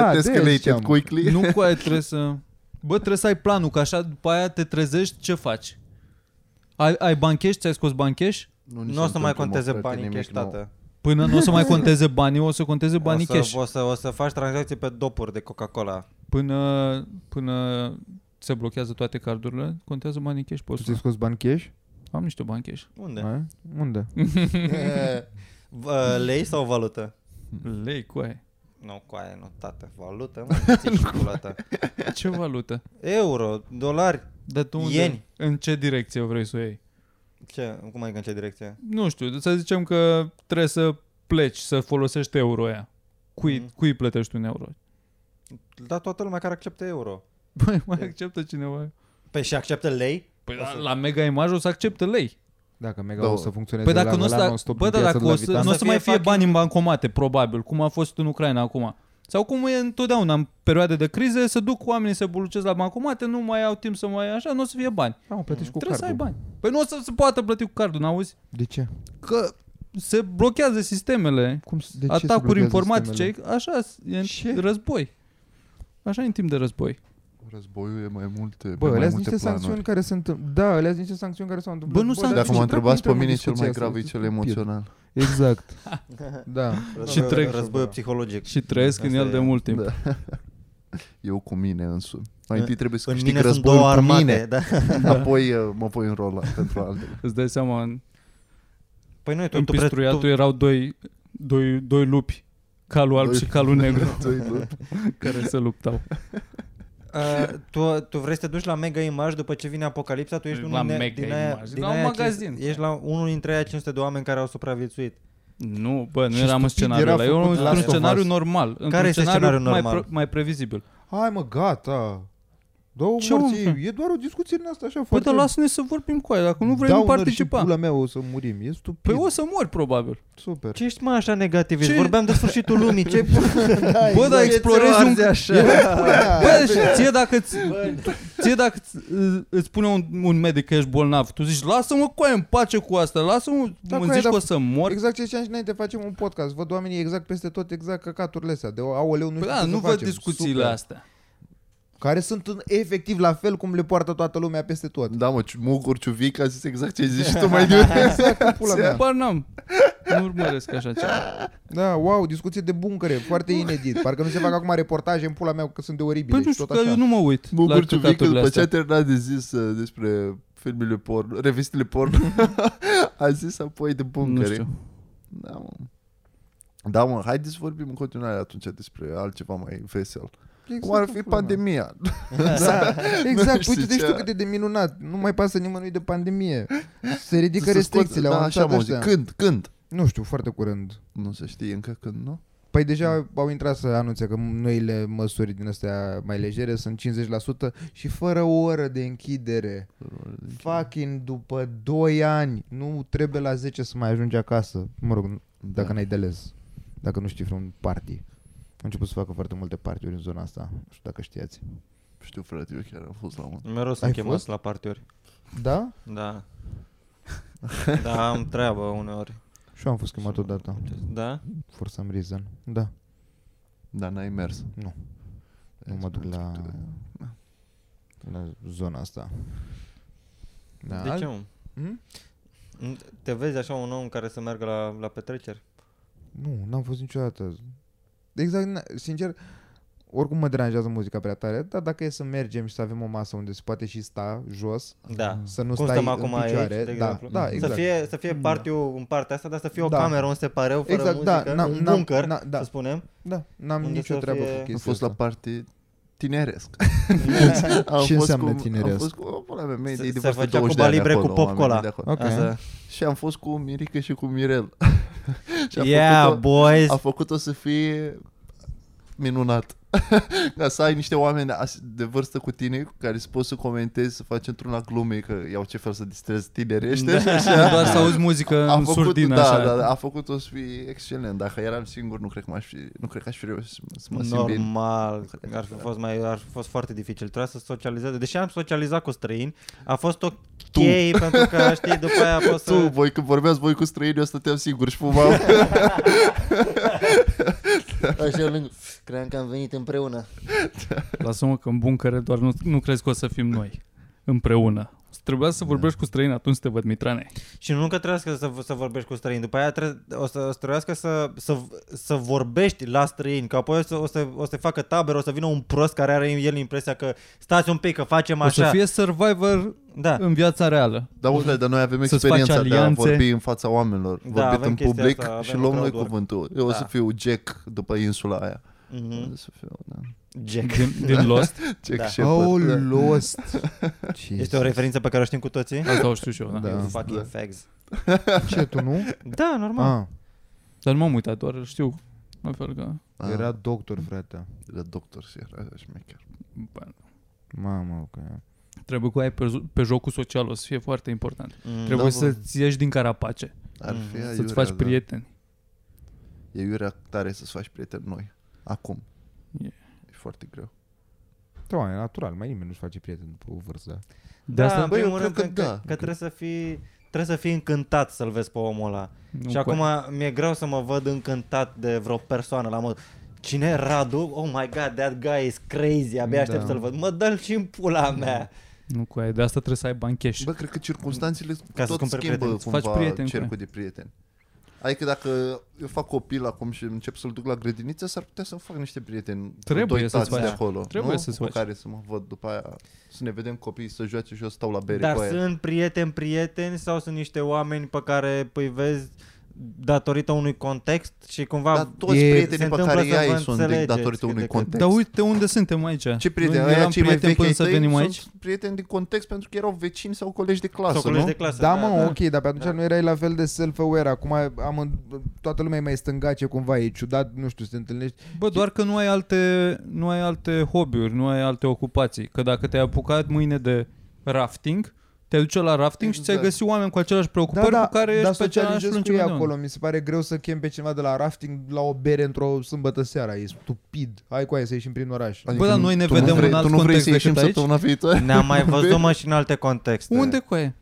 [SPEAKER 3] that escalated
[SPEAKER 2] ziceam.
[SPEAKER 3] quickly.
[SPEAKER 1] Nu cu aia trebuie să... Bă, trebuie să ai planul, că așa după aia te trezești, ce faci? Ai, ai bancheș? Ți-ai scos bancheș?
[SPEAKER 3] ni
[SPEAKER 5] Nu o
[SPEAKER 3] se
[SPEAKER 5] să mai
[SPEAKER 3] întâmplă, mă,
[SPEAKER 5] conteze
[SPEAKER 3] frate,
[SPEAKER 5] banii
[SPEAKER 3] nimic
[SPEAKER 5] cash,
[SPEAKER 3] nou.
[SPEAKER 5] tată.
[SPEAKER 1] Până nu o să mai conteze banii, o să conteze banii
[SPEAKER 5] o,
[SPEAKER 1] cash.
[SPEAKER 5] să, o, să, o să faci tranzacții pe dopuri de Coca-Cola.
[SPEAKER 1] Până, până se blochează toate cardurile, contează banii cash.
[SPEAKER 2] tu
[SPEAKER 1] Poți
[SPEAKER 2] ți-ai scos bani cash?
[SPEAKER 1] Am niște bani cash.
[SPEAKER 5] Unde?
[SPEAKER 2] A? Unde?
[SPEAKER 5] Eh, v- Lei sau valută?
[SPEAKER 1] Lei, coaie.
[SPEAKER 5] Nu, cu aia nu, tată. Valută, mă, ții și pula ta.
[SPEAKER 1] Ce valută?
[SPEAKER 5] Euro, dolari,
[SPEAKER 1] Dar tu unde?
[SPEAKER 5] Ieni.
[SPEAKER 1] În ce direcție vrei să o iei?
[SPEAKER 5] ce? Cum adică în ce direcție?
[SPEAKER 1] Nu știu, să zicem că trebuie să pleci, să folosești euro aia. Cui,
[SPEAKER 5] Mhm.
[SPEAKER 1] cui plătești un euro?
[SPEAKER 5] Da, toată lumea care acceptă euro.
[SPEAKER 1] Băi, Păi, mai acceptă cineva?
[SPEAKER 5] Păi și acceptă lei?
[SPEAKER 1] Păi la, la mega imaj o să accepte lei.
[SPEAKER 2] Dacă mega
[SPEAKER 3] Două.
[SPEAKER 2] o să funcționeze
[SPEAKER 1] Păi dacă nu
[SPEAKER 2] la,
[SPEAKER 1] o
[SPEAKER 2] la,
[SPEAKER 1] să,
[SPEAKER 2] non-stop
[SPEAKER 1] bă,
[SPEAKER 2] în
[SPEAKER 1] da,
[SPEAKER 2] piața
[SPEAKER 1] dacă
[SPEAKER 2] de
[SPEAKER 1] o
[SPEAKER 2] la
[SPEAKER 1] să,
[SPEAKER 2] Vitan,
[SPEAKER 1] nu o
[SPEAKER 5] Să
[SPEAKER 1] să
[SPEAKER 5] fie
[SPEAKER 1] mai fie
[SPEAKER 5] fucking-
[SPEAKER 1] bani în bancomate, probabil, cum a fost în Ucraina acum. Sau cum e întotdeauna, în perioade de crize, să duc oamenii să bulucesc la bancomate, nu mai au timp să mai așa, nu o să fie bani.
[SPEAKER 2] Da, mă, plătești cu
[SPEAKER 1] Trebuie să ai
[SPEAKER 2] cardul.
[SPEAKER 1] bani. Păi nu o să se poată plăti cu cardul, n-auzi?
[SPEAKER 2] De ce?
[SPEAKER 1] Că se blochează sistemele,
[SPEAKER 2] Cum, s- de ce se
[SPEAKER 1] atacuri
[SPEAKER 2] blochează
[SPEAKER 1] informatice,
[SPEAKER 2] sistemele?
[SPEAKER 1] așa e în
[SPEAKER 2] Ce?
[SPEAKER 1] război. Așa e în timp de război.
[SPEAKER 3] Războiul e mai multe,
[SPEAKER 2] Bă,
[SPEAKER 3] mai
[SPEAKER 2] alea sunt
[SPEAKER 3] multe
[SPEAKER 2] niște
[SPEAKER 3] planuri.
[SPEAKER 2] sancțiuni care se întâmplă. Da, alea sunt niște sancțiuni care s-au întâmplat.
[SPEAKER 1] Bă, nu sancțiuni.
[SPEAKER 3] Dacă mă
[SPEAKER 1] Ce
[SPEAKER 3] întrebați pe mine, cel mai grav e cel emoțional.
[SPEAKER 2] Exact. da.
[SPEAKER 1] Și trec.
[SPEAKER 5] Războiul psihologic.
[SPEAKER 1] Și trăiesc în
[SPEAKER 5] Asta
[SPEAKER 1] el
[SPEAKER 5] e.
[SPEAKER 1] de mult timp.
[SPEAKER 3] Da. Eu cu mine însumi. Mai întâi trebuie să
[SPEAKER 5] În
[SPEAKER 3] câștig
[SPEAKER 5] mine sunt
[SPEAKER 3] războiul
[SPEAKER 5] două
[SPEAKER 3] cu
[SPEAKER 5] armate.
[SPEAKER 3] mine,
[SPEAKER 5] Da.
[SPEAKER 3] apoi uh, mă voi înrola pentru altele.
[SPEAKER 1] Îți dai seama, în,
[SPEAKER 5] Păi nu, tu,
[SPEAKER 1] în
[SPEAKER 5] tu, pre- tu,
[SPEAKER 1] pistruiatul erau doi, doi, doi lupi, calul alb
[SPEAKER 3] Doi-
[SPEAKER 1] și calul negru.
[SPEAKER 3] Doi lupi.
[SPEAKER 1] care se luptau.
[SPEAKER 5] Uh, tu, tu vrei să te duci la Mega Image după ce vine Apocalipsa, tu ești
[SPEAKER 1] La
[SPEAKER 5] unul din-
[SPEAKER 1] Mega
[SPEAKER 5] din aia,
[SPEAKER 1] Image,
[SPEAKER 5] din
[SPEAKER 1] la un
[SPEAKER 5] aia
[SPEAKER 1] magazin.
[SPEAKER 5] 500 ești la unul dintre aia 500 de oameni care au supraviețuit.
[SPEAKER 1] Nu, bă, nu
[SPEAKER 2] Ce
[SPEAKER 1] eram în
[SPEAKER 2] stupid
[SPEAKER 1] scenariul ăla.
[SPEAKER 2] era
[SPEAKER 1] Eu
[SPEAKER 2] făcut
[SPEAKER 1] într-un
[SPEAKER 2] Last of Us.
[SPEAKER 1] scenariu normal. într-un
[SPEAKER 5] este scenariul
[SPEAKER 1] mai,
[SPEAKER 5] normal?
[SPEAKER 1] pro- mai previzibil.
[SPEAKER 2] Hai mă, gata. Două
[SPEAKER 1] Ce
[SPEAKER 2] morții.
[SPEAKER 1] om, fă?
[SPEAKER 2] E doar o discuție din asta așa
[SPEAKER 1] Păi,
[SPEAKER 2] foarte...
[SPEAKER 1] dar lasă-ne să vorbim cu aia, dacă nu vrei, nu
[SPEAKER 2] Downer Da, și
[SPEAKER 1] participa.
[SPEAKER 2] pula mea o să murim. E stupid.
[SPEAKER 1] Păi o să mori, probabil.
[SPEAKER 2] Super.
[SPEAKER 5] Ce ești mai așa negativist?
[SPEAKER 1] Ce-
[SPEAKER 5] Vorbeam de sfârșitul lumii. Ce
[SPEAKER 2] Da, exact.
[SPEAKER 1] Bă, dar explorezi un... Bă, și ție dacă ți- Ție dacă ți- î- îți spune un, un medic că ești bolnav, tu zici, lasă-mă cu aia în pace cu asta, lasă-mă,
[SPEAKER 2] Da,
[SPEAKER 1] mă
[SPEAKER 2] cu aia,
[SPEAKER 1] zici
[SPEAKER 2] dar-
[SPEAKER 1] că o să mor.
[SPEAKER 2] Exact ce ziceam și înainte, facem un podcast. Văd oamenii exact peste tot, exact căcaturile astea. De aoleu, nu
[SPEAKER 1] Păi
[SPEAKER 2] știu
[SPEAKER 1] da,
[SPEAKER 2] ce să
[SPEAKER 1] nu văd
[SPEAKER 2] facem.
[SPEAKER 1] discuțiile
[SPEAKER 2] Super.
[SPEAKER 1] astea.
[SPEAKER 2] Care sunt în, efectiv la fel cum le poartă toată lumea peste tot.
[SPEAKER 3] Da, mă, ci- Mugur Ciuvica a zis exact ce ai zis și tu mai devreme.
[SPEAKER 2] Exact, pula mea.
[SPEAKER 1] Bar n-am. Nu urmăresc așa ceva.
[SPEAKER 2] Da, wow, discuție de buncăre, foarte inedit. Parcă nu se fac acum reportaje în pula mea că sunt de oribile
[SPEAKER 1] Păi nu
[SPEAKER 2] și
[SPEAKER 1] știu,
[SPEAKER 2] tot
[SPEAKER 1] că
[SPEAKER 2] așa.
[SPEAKER 1] eu nu mă uit la
[SPEAKER 3] Mugur Ciuvica,
[SPEAKER 1] căcaturile
[SPEAKER 3] după ce a
[SPEAKER 1] astea.
[SPEAKER 3] terminat de zis uh, despre filmele porno, revistele porno, a zis apoi de
[SPEAKER 1] Nu
[SPEAKER 3] buncăre.
[SPEAKER 1] știu.
[SPEAKER 3] Da, mă. Da, mă, haideți să vorbim în continuare atunci despre altceva mai vesel.
[SPEAKER 2] Exact,
[SPEAKER 3] Cum ar fi
[SPEAKER 2] pula mea.
[SPEAKER 3] pandemia?
[SPEAKER 2] Da, exact,
[SPEAKER 3] știu
[SPEAKER 2] uite, deci
[SPEAKER 3] ce-
[SPEAKER 2] tu cât e de minunat. Nu mai pasă nimănui de pandemie. Se ridică
[SPEAKER 3] Să scoată-
[SPEAKER 2] restricțiile, au
[SPEAKER 3] da, așa
[SPEAKER 2] anunțat
[SPEAKER 3] mă zic.
[SPEAKER 2] ăștia.
[SPEAKER 3] Când? Când?
[SPEAKER 2] Nu știu, foarte curând.
[SPEAKER 3] Nu se știe încă când, nu?
[SPEAKER 2] Păi deja au intrat să anunțe că noile măsuri din astea mai legere sunt 50% și fără o oră de închidere. Fucking după 2 ani, nu trebuie la 10 să mai ajungi acasă. Mă rog, dacă
[SPEAKER 3] Da.
[SPEAKER 2] n-ai de ales. Dacă nu știi vreun party. Au început să facă foarte multe party în zona asta. Nu știu dacă știați.
[SPEAKER 3] Știu, frate, eu chiar am fost la un...
[SPEAKER 5] Mereu sunt
[SPEAKER 2] Ai
[SPEAKER 5] chemați
[SPEAKER 2] fost?
[SPEAKER 5] la partiuri.
[SPEAKER 2] Da?
[SPEAKER 5] Da. da, am treabă uneori.
[SPEAKER 2] Și eu am fost chemat odată.
[SPEAKER 5] Da?
[SPEAKER 2] For some reason. Da.
[SPEAKER 3] Dar n-ai mers. Deci
[SPEAKER 2] Nu. Nu mă duc Da. la, la zona asta. Da.
[SPEAKER 5] De ce, mă?
[SPEAKER 2] Hmm?
[SPEAKER 5] Te vezi așa un om care să meargă la, la petreceri?
[SPEAKER 2] Nu, n-am fost niciodată. Exact, n- sincer, oricum mă deranjează muzica prea tare, dar dacă e să mergem și să avem o masă unde se poate și sta jos,
[SPEAKER 5] Da.
[SPEAKER 2] să nu
[SPEAKER 5] Cum
[SPEAKER 2] stai
[SPEAKER 5] stăm acum
[SPEAKER 2] în
[SPEAKER 5] aici,
[SPEAKER 2] picioare,
[SPEAKER 5] de
[SPEAKER 2] da,
[SPEAKER 5] exemplu.
[SPEAKER 2] da, exact.
[SPEAKER 5] Să fie, să fie partiu în partea asta, dar să fie o
[SPEAKER 2] Da.
[SPEAKER 5] cameră, un separeu, fără
[SPEAKER 2] Exact, da,
[SPEAKER 5] muzică,
[SPEAKER 2] n-am-
[SPEAKER 5] un
[SPEAKER 2] n-am-
[SPEAKER 5] bunker,
[SPEAKER 2] n-am- da.
[SPEAKER 5] să spunem.
[SPEAKER 2] Da, n-am
[SPEAKER 5] Unde
[SPEAKER 2] nicio
[SPEAKER 5] să
[SPEAKER 2] treabă
[SPEAKER 5] fie-
[SPEAKER 2] cu
[SPEAKER 3] Am
[SPEAKER 2] chestia
[SPEAKER 3] fost la
[SPEAKER 2] asta.
[SPEAKER 3] parte tineresc.
[SPEAKER 2] Ce
[SPEAKER 3] am
[SPEAKER 2] înseamnă
[SPEAKER 3] cu,
[SPEAKER 2] tineresc?
[SPEAKER 3] Am fost cu o pula mea, mei
[SPEAKER 5] Se-
[SPEAKER 3] de
[SPEAKER 5] se
[SPEAKER 3] vârstă
[SPEAKER 5] făcea
[SPEAKER 3] 20 de
[SPEAKER 5] Cuba
[SPEAKER 3] ani
[SPEAKER 5] Libre
[SPEAKER 3] acolo,
[SPEAKER 5] cu pop
[SPEAKER 3] oamenii
[SPEAKER 5] cola.
[SPEAKER 3] de acolo.
[SPEAKER 2] Ok.
[SPEAKER 5] Asta.
[SPEAKER 3] Și am fost cu Mirica și cu Mirel. și a
[SPEAKER 5] Yeah,
[SPEAKER 3] făcut-o,
[SPEAKER 5] boys!
[SPEAKER 3] a făcut-o să fie minunat. Ca să ai niște oameni as- de vârstă cu tine cu care să poți să comentezi, să faci într-una glume, că iau ce fel să distrezi tinerește.
[SPEAKER 5] Da.
[SPEAKER 3] și așa.
[SPEAKER 1] Doar să auzi muzică
[SPEAKER 3] A
[SPEAKER 1] în
[SPEAKER 3] făcut,
[SPEAKER 1] surdină
[SPEAKER 3] da,
[SPEAKER 1] așa.
[SPEAKER 3] Da, da, a făcut-o să fie excelent. Dacă eram singur, nu cred că, m-aș fi, nu cred că aș fi reușit să, să mă simt bine. da.
[SPEAKER 5] Normal, ar fi fost mai ar fi fost foarte dificil. Trebuia să socializeze. Deși am socializat cu străini, a fost ok
[SPEAKER 3] Tu.
[SPEAKER 5] pentru că știi, după aia a fost
[SPEAKER 3] Tu,
[SPEAKER 5] să...
[SPEAKER 3] voi, când vorbeați voi cu străini, eu stăteam singur și fumam.
[SPEAKER 5] Așa lângă. Cream că am venit împreună.
[SPEAKER 1] Lasă-mă că în buncăre doar nu, nu crezi că o să fim noi împreună. Da. Trebuia să vorbești cu străini atunci să te văd, Mitrane.
[SPEAKER 5] Și nu că trebuie să, să vorbești cu străini, după aia trebuie, o să o să trebuiască să, să, să vorbești la străini, că apoi o să, o, să, o să facă tabere, o să vină un prost care are el impresia că stați un pic, că facem
[SPEAKER 1] O
[SPEAKER 5] așa.
[SPEAKER 1] să fie survivor
[SPEAKER 5] Da.
[SPEAKER 1] în viața reală.
[SPEAKER 3] Dar uite, dar noi avem
[SPEAKER 1] Să-ți faci
[SPEAKER 3] experiența de a
[SPEAKER 1] alianțe.
[SPEAKER 3] vorbi în fața oamenilor.
[SPEAKER 5] Da,
[SPEAKER 3] Vorbit
[SPEAKER 5] avem
[SPEAKER 3] în
[SPEAKER 5] chestia
[SPEAKER 3] public
[SPEAKER 5] asta,
[SPEAKER 3] și
[SPEAKER 5] avem
[SPEAKER 3] luăm noi
[SPEAKER 5] crowd work.
[SPEAKER 3] cuvântul. Eu o să
[SPEAKER 5] Da.
[SPEAKER 3] fiu Jack după insula aia.
[SPEAKER 5] Mhm.
[SPEAKER 3] O să fiu, da.
[SPEAKER 5] Jack.
[SPEAKER 1] Din, din Lost.
[SPEAKER 3] Jack
[SPEAKER 5] Da.
[SPEAKER 3] Shepard. da.
[SPEAKER 2] lost.
[SPEAKER 5] Este o referință pe care o știm cu toții?
[SPEAKER 1] Asta o știu și eu, da.
[SPEAKER 2] Da.
[SPEAKER 5] You Fucking fags.
[SPEAKER 2] Ce, tu nu?
[SPEAKER 5] Da, normal.
[SPEAKER 2] Ah,
[SPEAKER 1] Dar nu m-am uitat, doar îl știu. La fel că...
[SPEAKER 3] Ah,
[SPEAKER 2] era doctor, frate.
[SPEAKER 3] era doctor și era șmecher.
[SPEAKER 1] bă,
[SPEAKER 2] Mamă, că...
[SPEAKER 1] Trebuie cu ai pe, pe jocul social, o să fie foarte important.
[SPEAKER 5] Mm.
[SPEAKER 1] Trebuie
[SPEAKER 3] Da, bă.
[SPEAKER 1] să-ți ieși din carapace,
[SPEAKER 3] Ar fi
[SPEAKER 5] Mhm.
[SPEAKER 3] aiurea,
[SPEAKER 1] să-ți faci
[SPEAKER 3] da.
[SPEAKER 1] prieteni.
[SPEAKER 3] E iurea tare să-ți faci prieteni noi. Acum.
[SPEAKER 1] E.
[SPEAKER 3] E foarte greu.
[SPEAKER 2] Da, e natural, mai nimeni nu-și face prieten după o vârstă.
[SPEAKER 1] De asta...
[SPEAKER 5] în
[SPEAKER 3] Băi, eu
[SPEAKER 5] primul
[SPEAKER 3] cred
[SPEAKER 5] rând,
[SPEAKER 3] că
[SPEAKER 5] că,
[SPEAKER 3] da.
[SPEAKER 5] că trebuie să fii trebuie să fii încântat să-l vezi pe omul ăla.
[SPEAKER 1] Nu
[SPEAKER 5] și
[SPEAKER 1] poate.
[SPEAKER 5] acum mi-e greu să mă văd încântat de vreo persoană la mod Cine e Radu? Oh my god, that guy is crazy. Abia
[SPEAKER 2] Da.
[SPEAKER 5] aștept să-l văd. Mă dă-l și în pula mea.
[SPEAKER 1] Nu cu aia, de asta trebuie să ai bani cash.
[SPEAKER 3] Bă, cred că circunstanțele
[SPEAKER 5] Ca
[SPEAKER 3] Ca
[SPEAKER 5] să-ți
[SPEAKER 3] tot
[SPEAKER 5] cumperi
[SPEAKER 3] schimbă
[SPEAKER 5] prieteni.
[SPEAKER 1] Îți
[SPEAKER 3] cumva
[SPEAKER 1] faci prieteni cu
[SPEAKER 3] cercul de prieteni. Adică dacă eu fac copil acum și încep să-l duc la grădiniță, s-ar putea să-mi fac niște prieteni.
[SPEAKER 1] Trebuie
[SPEAKER 3] doi
[SPEAKER 1] să-ți
[SPEAKER 3] tați de
[SPEAKER 1] faci.
[SPEAKER 3] acolo.
[SPEAKER 1] Trebuie
[SPEAKER 3] nu?
[SPEAKER 1] să-ți
[SPEAKER 3] Cu
[SPEAKER 1] faci.
[SPEAKER 3] care să mă văd după aia, să ne vedem copiii să joace și eu stau la bere
[SPEAKER 5] Dar
[SPEAKER 3] cu aia.
[SPEAKER 5] sunt prieteni, prieteni sau sunt niște oameni pe care îi vezi datorită unui context și cumva
[SPEAKER 3] Dar toți
[SPEAKER 5] e- se
[SPEAKER 3] prietenii pe
[SPEAKER 5] întâmplă
[SPEAKER 3] care
[SPEAKER 5] să
[SPEAKER 3] i-ai
[SPEAKER 5] vă
[SPEAKER 3] sunt
[SPEAKER 5] înțelegeți
[SPEAKER 3] datorită
[SPEAKER 5] cât
[SPEAKER 3] unui
[SPEAKER 5] de cât.
[SPEAKER 3] context.
[SPEAKER 1] Dar uite unde suntem aici.
[SPEAKER 3] ce prieteni?
[SPEAKER 1] Noi
[SPEAKER 3] Aia
[SPEAKER 1] eram
[SPEAKER 3] cei mai
[SPEAKER 1] prieteni
[SPEAKER 3] vechi
[SPEAKER 1] până
[SPEAKER 3] ai
[SPEAKER 1] să
[SPEAKER 3] tăi
[SPEAKER 1] venim
[SPEAKER 3] sunt
[SPEAKER 1] aici?
[SPEAKER 3] prieteni din context pentru că erau vecini sau colegi de clasă,
[SPEAKER 5] Sau colegi
[SPEAKER 3] nu?
[SPEAKER 5] de clasă.
[SPEAKER 2] Da, mă,
[SPEAKER 5] da.
[SPEAKER 2] ok, dar pe atunci
[SPEAKER 5] Da.
[SPEAKER 2] nu erai la fel de self-aware. Acum am, în- toată lumea e mai stângace cumva, e ciudat, nu știu, să te întâlnești.
[SPEAKER 1] Bă, doar că nu ai alte, nu ai alte hobby-uri, nu ai alte ocupații. Că dacă te-ai apucat mâine de rafting, te duce la rafting și ți-ai
[SPEAKER 3] Exact.
[SPEAKER 1] găsit oameni cu aceleași
[SPEAKER 5] Da,
[SPEAKER 1] preocupări cu care
[SPEAKER 2] Da, dar
[SPEAKER 1] ești pe același
[SPEAKER 2] socializezi cu
[SPEAKER 1] lungime
[SPEAKER 2] ei
[SPEAKER 1] de
[SPEAKER 2] acolo.
[SPEAKER 1] undă.
[SPEAKER 2] Mi se pare greu să chem pe cineva de la rafting la o bere într-o sâmbătă seara. E stupid. Hai cu aia să ieșim prin oraș.
[SPEAKER 3] Adică-
[SPEAKER 1] Bă, dar noi ne
[SPEAKER 3] tu nu
[SPEAKER 1] vedem
[SPEAKER 3] vrei,
[SPEAKER 1] în alt
[SPEAKER 3] tu nu vrei
[SPEAKER 1] context
[SPEAKER 3] să ieșim
[SPEAKER 1] decât aici?
[SPEAKER 3] săptămâna viitoare?
[SPEAKER 5] Ne-am mai văzut mă și în alte contexte.
[SPEAKER 1] Unde cu e?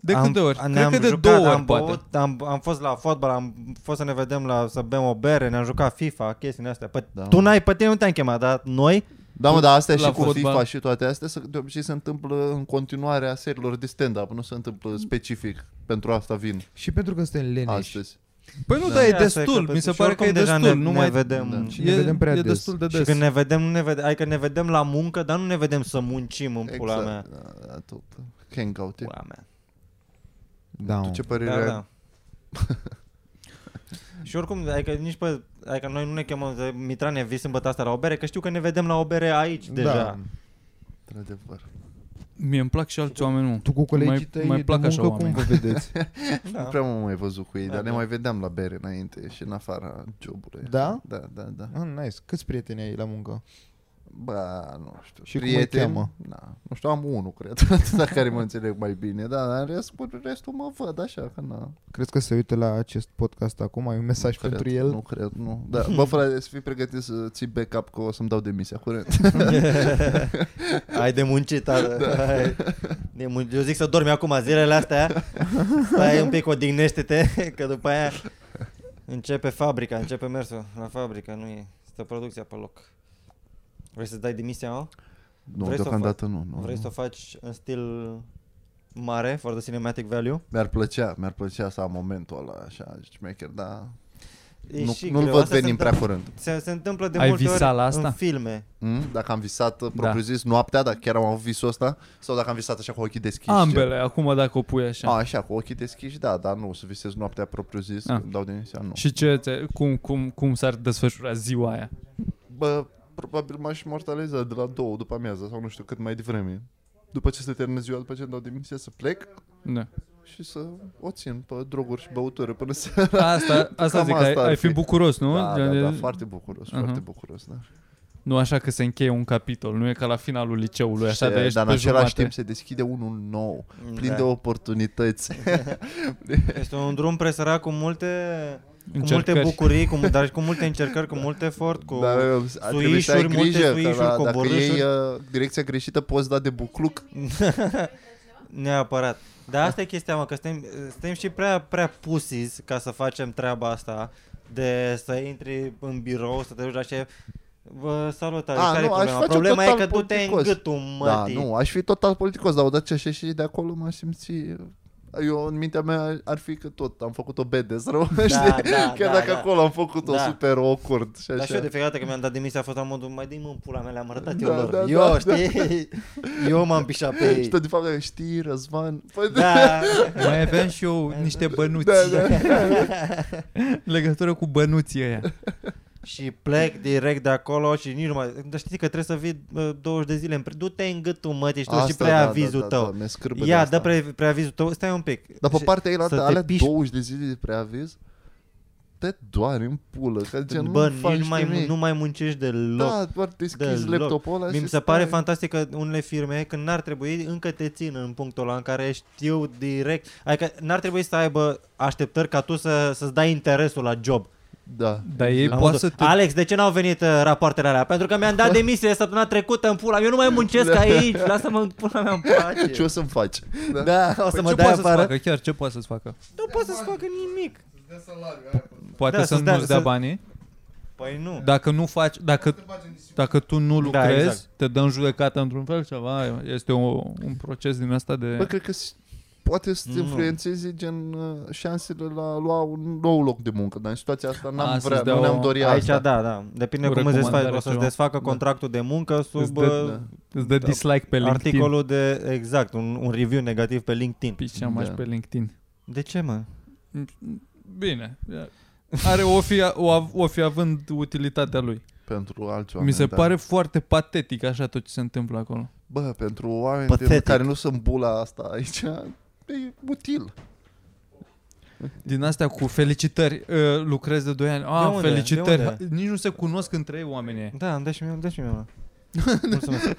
[SPEAKER 1] De
[SPEAKER 5] Am-
[SPEAKER 1] câte ori? Cred
[SPEAKER 5] ne-am
[SPEAKER 1] că de
[SPEAKER 5] jucat,
[SPEAKER 1] două ori,
[SPEAKER 5] am
[SPEAKER 1] poate.
[SPEAKER 5] Băut, am, am fost la fotbal, am fost să ne vedem la să bem o bere, ne-am jucat FIFA, chestiile astea. Pă,
[SPEAKER 3] Da,
[SPEAKER 5] da, tu
[SPEAKER 3] mă.
[SPEAKER 5] n-ai, pe tine nu te-am chemat, dar noi,
[SPEAKER 3] Da, mă, dar astea și
[SPEAKER 1] La
[SPEAKER 3] cu
[SPEAKER 1] fotbal.
[SPEAKER 3] FIFA și toate astea se- de obicei se întâmplă în continuare a serilor de stand-up, nu se întâmplă specific. Pentru asta vin
[SPEAKER 2] Și pentru că suntem leneși.
[SPEAKER 3] astăzi.
[SPEAKER 1] Păi nu,
[SPEAKER 5] Da.
[SPEAKER 1] dar e
[SPEAKER 5] Asta e
[SPEAKER 1] destul.
[SPEAKER 5] că-
[SPEAKER 1] Mi se
[SPEAKER 5] și
[SPEAKER 1] pare că e
[SPEAKER 5] oricum deja
[SPEAKER 1] destul.
[SPEAKER 5] ne-
[SPEAKER 1] Nu
[SPEAKER 5] ne
[SPEAKER 1] mai
[SPEAKER 5] vedem.
[SPEAKER 3] Da.
[SPEAKER 2] Și ne
[SPEAKER 1] e-
[SPEAKER 2] vedem prea
[SPEAKER 1] E
[SPEAKER 2] des.
[SPEAKER 1] destul de
[SPEAKER 5] și
[SPEAKER 1] des.
[SPEAKER 5] când ne vedem, nu ne vedem, adică ne vedem la muncă, dar nu ne vedem să muncim în pula mea.
[SPEAKER 3] Da, da, tot. Hangout.
[SPEAKER 5] Pula mea.
[SPEAKER 2] Da,
[SPEAKER 3] Tu
[SPEAKER 2] mă.
[SPEAKER 3] ce părere
[SPEAKER 5] Da,
[SPEAKER 3] ai?
[SPEAKER 5] da. și oricum, adică nici pe, adică noi nu ne chemăm de Mitrane, vii sâmbătă asta la o bere, că știu că ne vedem la o bere aici deja.
[SPEAKER 2] Da.
[SPEAKER 3] Într-adevăr.
[SPEAKER 1] Mie îmi plac și alți oameni, nu.
[SPEAKER 2] Tu cu
[SPEAKER 1] Mai-
[SPEAKER 2] colegii tăi
[SPEAKER 1] mai
[SPEAKER 2] de
[SPEAKER 1] plac așa
[SPEAKER 2] muncă cum vă
[SPEAKER 1] oamenii.
[SPEAKER 2] vedeți?
[SPEAKER 5] Da.
[SPEAKER 3] Nu prea m-am mai văzut cu ei,
[SPEAKER 5] Da,
[SPEAKER 3] dar ne
[SPEAKER 5] da.
[SPEAKER 3] mai vedeam la bere înainte și în afara jobului.
[SPEAKER 2] Da?
[SPEAKER 3] Da, da, da.
[SPEAKER 2] Ah, nice. Câți prieteni ai la muncă?
[SPEAKER 3] Bă, nu știu.
[SPEAKER 2] Și cum îl
[SPEAKER 3] prieten,
[SPEAKER 2] cheamă?
[SPEAKER 3] Na, nu știu, am unul, cred, la care mă înțeleg mai bine, da, dar în rest, cu restul mă văd așa, că na.
[SPEAKER 2] Crezi că se uită la acest podcast acum? Ai un mesaj
[SPEAKER 3] Cred,
[SPEAKER 2] pentru el? Hmm.
[SPEAKER 3] Nu cred, nu. Dar, bă, frate, să fii pregătit să ții backup că o să-mi dau demisia curent.
[SPEAKER 5] Ai de muncit, da. Hai. De mun- Eu zic să dormi acum zilele astea, stai un pic, odihnește-te, că după aia începe fabrica, începe mersul la fabrică, nu e, stă producția pe loc. Vrei să dai demisia, mă?
[SPEAKER 3] nu,
[SPEAKER 5] Vrei să o
[SPEAKER 3] deocamdată nu, nu.
[SPEAKER 5] Vrei să o faci în stil mare, for the cinematic value?
[SPEAKER 3] Mi-ar plăcea, mi-ar plăcea să am momentul ăla așa, șmecher, dar
[SPEAKER 5] E
[SPEAKER 3] nu,
[SPEAKER 5] și
[SPEAKER 3] nu-l
[SPEAKER 5] greu.
[SPEAKER 3] văd
[SPEAKER 5] Asta se
[SPEAKER 3] venind prea
[SPEAKER 5] întâmplă-
[SPEAKER 3] curând.
[SPEAKER 5] Se, se întâmplă de
[SPEAKER 1] Ai
[SPEAKER 5] multe ori
[SPEAKER 1] visat la asta?
[SPEAKER 5] în filme.
[SPEAKER 3] Mm? Dacă am visat
[SPEAKER 2] Da.
[SPEAKER 3] propriu zis noaptea, dacă chiar am avut visul ăsta, sau dacă am visat așa cu ochii deschiși.
[SPEAKER 1] Ambele, acum dacă o pui așa.
[SPEAKER 3] A, așa, cu ochii deschiși, da, dar nu, să visez noaptea propriu zis,
[SPEAKER 1] Ah.
[SPEAKER 3] dau demisia, nu.
[SPEAKER 1] Și ce, te, cum, cum, cum s-ar desfășura ziua aia?
[SPEAKER 3] Bă, probabil m-aș mortaliza de la două după amiază sau nu știu cât mai devreme. După ce se termină ziua, după ce îmi dau demisia, să plec
[SPEAKER 1] Da.
[SPEAKER 3] și să o țin pe droguri și băutură până seara.
[SPEAKER 1] Asta, asta
[SPEAKER 3] Cam
[SPEAKER 1] zic,
[SPEAKER 3] asta
[SPEAKER 1] ai,
[SPEAKER 3] ar
[SPEAKER 1] ai fi
[SPEAKER 3] fi.
[SPEAKER 1] bucuros, nu?
[SPEAKER 3] Da, da,
[SPEAKER 1] Gen-
[SPEAKER 3] da, foarte bucuros, uh-huh. foarte
[SPEAKER 1] Mhm.
[SPEAKER 3] bucuros, da.
[SPEAKER 1] Nu așa că se încheie un capitol, nu e ca la finalul liceului, așa de ești
[SPEAKER 3] dar în
[SPEAKER 1] pe
[SPEAKER 3] același
[SPEAKER 1] jumate.
[SPEAKER 3] timp se deschide unul nou, plin
[SPEAKER 5] Da.
[SPEAKER 3] de oportunități.
[SPEAKER 5] Este un drum presărat cu multe cu multe
[SPEAKER 1] Încercări.
[SPEAKER 5] bucurii, cu, dar și cu multe încercări, cu mult efort, cu...
[SPEAKER 3] Dar uh, trebuie să ai
[SPEAKER 5] suișuri, multe
[SPEAKER 3] grijă că
[SPEAKER 5] suișuri,
[SPEAKER 3] la, dacă
[SPEAKER 5] coborâșuri.
[SPEAKER 3] iei uh, direcția greșită poți da de bucluc. da.
[SPEAKER 5] Neapărat. Dar asta e chestia, mă, că suntem, suntem și prea, prea pusis ca să facem treaba asta de să intri în birou, să te duci la șef. Vă salutare,
[SPEAKER 3] A,
[SPEAKER 5] care
[SPEAKER 3] Ah, nu,
[SPEAKER 5] e
[SPEAKER 3] aș
[SPEAKER 5] problema?
[SPEAKER 3] face
[SPEAKER 5] Problema e
[SPEAKER 3] total
[SPEAKER 5] că tu te-ai în
[SPEAKER 3] politicos.
[SPEAKER 5] gâtul,
[SPEAKER 3] Da,
[SPEAKER 5] mătii.
[SPEAKER 3] nu, aș fi total politicos, dar odată ce și de acolo m-aș simți... uh, Eu, în mintea mea, ar fi că tot am făcut o bedes rău, da, știi?
[SPEAKER 5] da,
[SPEAKER 3] Chiar
[SPEAKER 5] da,
[SPEAKER 3] dacă
[SPEAKER 5] da.
[SPEAKER 3] acolo am făcut o
[SPEAKER 5] Da.
[SPEAKER 3] super awkward și
[SPEAKER 5] Dar și
[SPEAKER 3] așa.
[SPEAKER 5] eu de fiecare dată când mi-am dat demisia a fost la modul, mai dă-i mă în pula mea, le-am arătat eu
[SPEAKER 3] Da,
[SPEAKER 5] lor.
[SPEAKER 3] da,
[SPEAKER 5] eu,
[SPEAKER 3] da,
[SPEAKER 5] știi? Eu m-am pișat pe
[SPEAKER 3] Și
[SPEAKER 5] ei.
[SPEAKER 3] tot de fapt, știi, Răzvan? Păi,
[SPEAKER 5] Da,
[SPEAKER 1] Mai aveam și eu niște bănuți.
[SPEAKER 3] Da, da.
[SPEAKER 1] Legătură cu bănuții ăia.
[SPEAKER 5] și plec direct de acolo și nici nu mai... Dar știi că trebuie să vii uh, 20 de zile în pre... Du-te în gâtul mătii și tu și preavizul tău.
[SPEAKER 3] Da, mi-e scârbă de
[SPEAKER 5] Ia,
[SPEAKER 3] asta.
[SPEAKER 5] dă pre, preavizul tău, stai un pic.
[SPEAKER 3] Dar pe
[SPEAKER 5] Și-
[SPEAKER 3] partea ei, la
[SPEAKER 5] să te
[SPEAKER 3] alea
[SPEAKER 5] piși-
[SPEAKER 3] 20 de zile de preaviz, te doare în pulă, că gen,
[SPEAKER 5] Bă,
[SPEAKER 3] nu faci
[SPEAKER 5] nici mai,
[SPEAKER 3] nimic.
[SPEAKER 5] nu mai muncești deloc.
[SPEAKER 3] da, doar deschizi
[SPEAKER 5] Deloc.
[SPEAKER 3] laptopul ăla
[SPEAKER 5] Mi
[SPEAKER 3] și
[SPEAKER 5] se pare
[SPEAKER 3] stai.
[SPEAKER 5] fantastic că unele firme, când n-ar trebui, încă te țin în punctul ăla în care știu direct. Adică n-ar trebui să aibă așteptări ca tu să, să-ți dai interesul la job.
[SPEAKER 3] Da.
[SPEAKER 1] Dar ei
[SPEAKER 5] La
[SPEAKER 1] poate
[SPEAKER 5] modul,
[SPEAKER 1] să te...
[SPEAKER 5] Alex, de ce n-au venit uh, rapoartele alea? Pentru că mi-am dat demisie săptămâna trecută în pula. mea. Eu nu mai muncesc aici. Lasă-mă în pula mea în
[SPEAKER 3] Ce
[SPEAKER 5] pace.
[SPEAKER 3] o să-mi faci? Da.
[SPEAKER 5] Da, o să
[SPEAKER 1] Păi
[SPEAKER 5] mă
[SPEAKER 1] ce
[SPEAKER 5] dai
[SPEAKER 1] poate să-ți
[SPEAKER 5] afară.
[SPEAKER 1] facă? Chiar ce poate să-ți facă?
[SPEAKER 5] Nu pot să-ți facă nimic.
[SPEAKER 1] Poate
[SPEAKER 5] Da,
[SPEAKER 1] să
[SPEAKER 5] să-ți dea-
[SPEAKER 1] nu-ți dea
[SPEAKER 5] să-
[SPEAKER 1] banii.
[SPEAKER 5] Păi nu.
[SPEAKER 1] Dacă nu faci, dacă, dacă tu nu lucrezi,
[SPEAKER 5] exact.
[SPEAKER 1] te dă în judecată într-un fel ceva. Este o, un proces din asta de...
[SPEAKER 3] Bă, cred că s- poate să te
[SPEAKER 5] Nu.
[SPEAKER 3] influențeze gen uh, șansele la a lua un nou loc de muncă, dar în situația asta n-am
[SPEAKER 1] A, să-ți
[SPEAKER 3] vrea,
[SPEAKER 1] dea
[SPEAKER 3] nu ne-am
[SPEAKER 1] o-
[SPEAKER 3] dorit
[SPEAKER 5] Aici,
[SPEAKER 3] asta.
[SPEAKER 5] da, da. Depinde
[SPEAKER 1] O
[SPEAKER 5] cum îți desfac,
[SPEAKER 1] recomandare,
[SPEAKER 5] o să-ți
[SPEAKER 1] ceva.
[SPEAKER 5] desfacă
[SPEAKER 1] Da.
[SPEAKER 5] contractul de muncă
[SPEAKER 1] Îți
[SPEAKER 5] sub
[SPEAKER 1] dă-
[SPEAKER 5] uh,
[SPEAKER 3] Da.
[SPEAKER 1] Îți dă
[SPEAKER 5] da,
[SPEAKER 1] dislike pe LinkedIn.
[SPEAKER 5] articolul de, exact, un, un review negativ pe LinkedIn.
[SPEAKER 1] Picea mai
[SPEAKER 3] Da.
[SPEAKER 1] pe LinkedIn.
[SPEAKER 5] De ce, mă?
[SPEAKER 1] Bine. Are o fi, o, av- o fi având utilitatea lui.
[SPEAKER 3] Pentru alți oameni,
[SPEAKER 1] Mi se
[SPEAKER 3] da.
[SPEAKER 1] pare foarte patetic așa tot ce se întâmplă acolo.
[SPEAKER 3] Bă, pentru oameni
[SPEAKER 5] Patetic.
[SPEAKER 3] care nu sunt bula asta aici, e util.
[SPEAKER 1] Din astea cu felicitări, uh, lucrez de 2 ani. Ah,
[SPEAKER 5] unde?
[SPEAKER 1] felicitări.
[SPEAKER 5] De unde?
[SPEAKER 1] Nici nu se cunosc între ei oamenii. ăia.
[SPEAKER 5] Da, îmi dă și mie, îmi dă și mie, mă. Mulțumesc.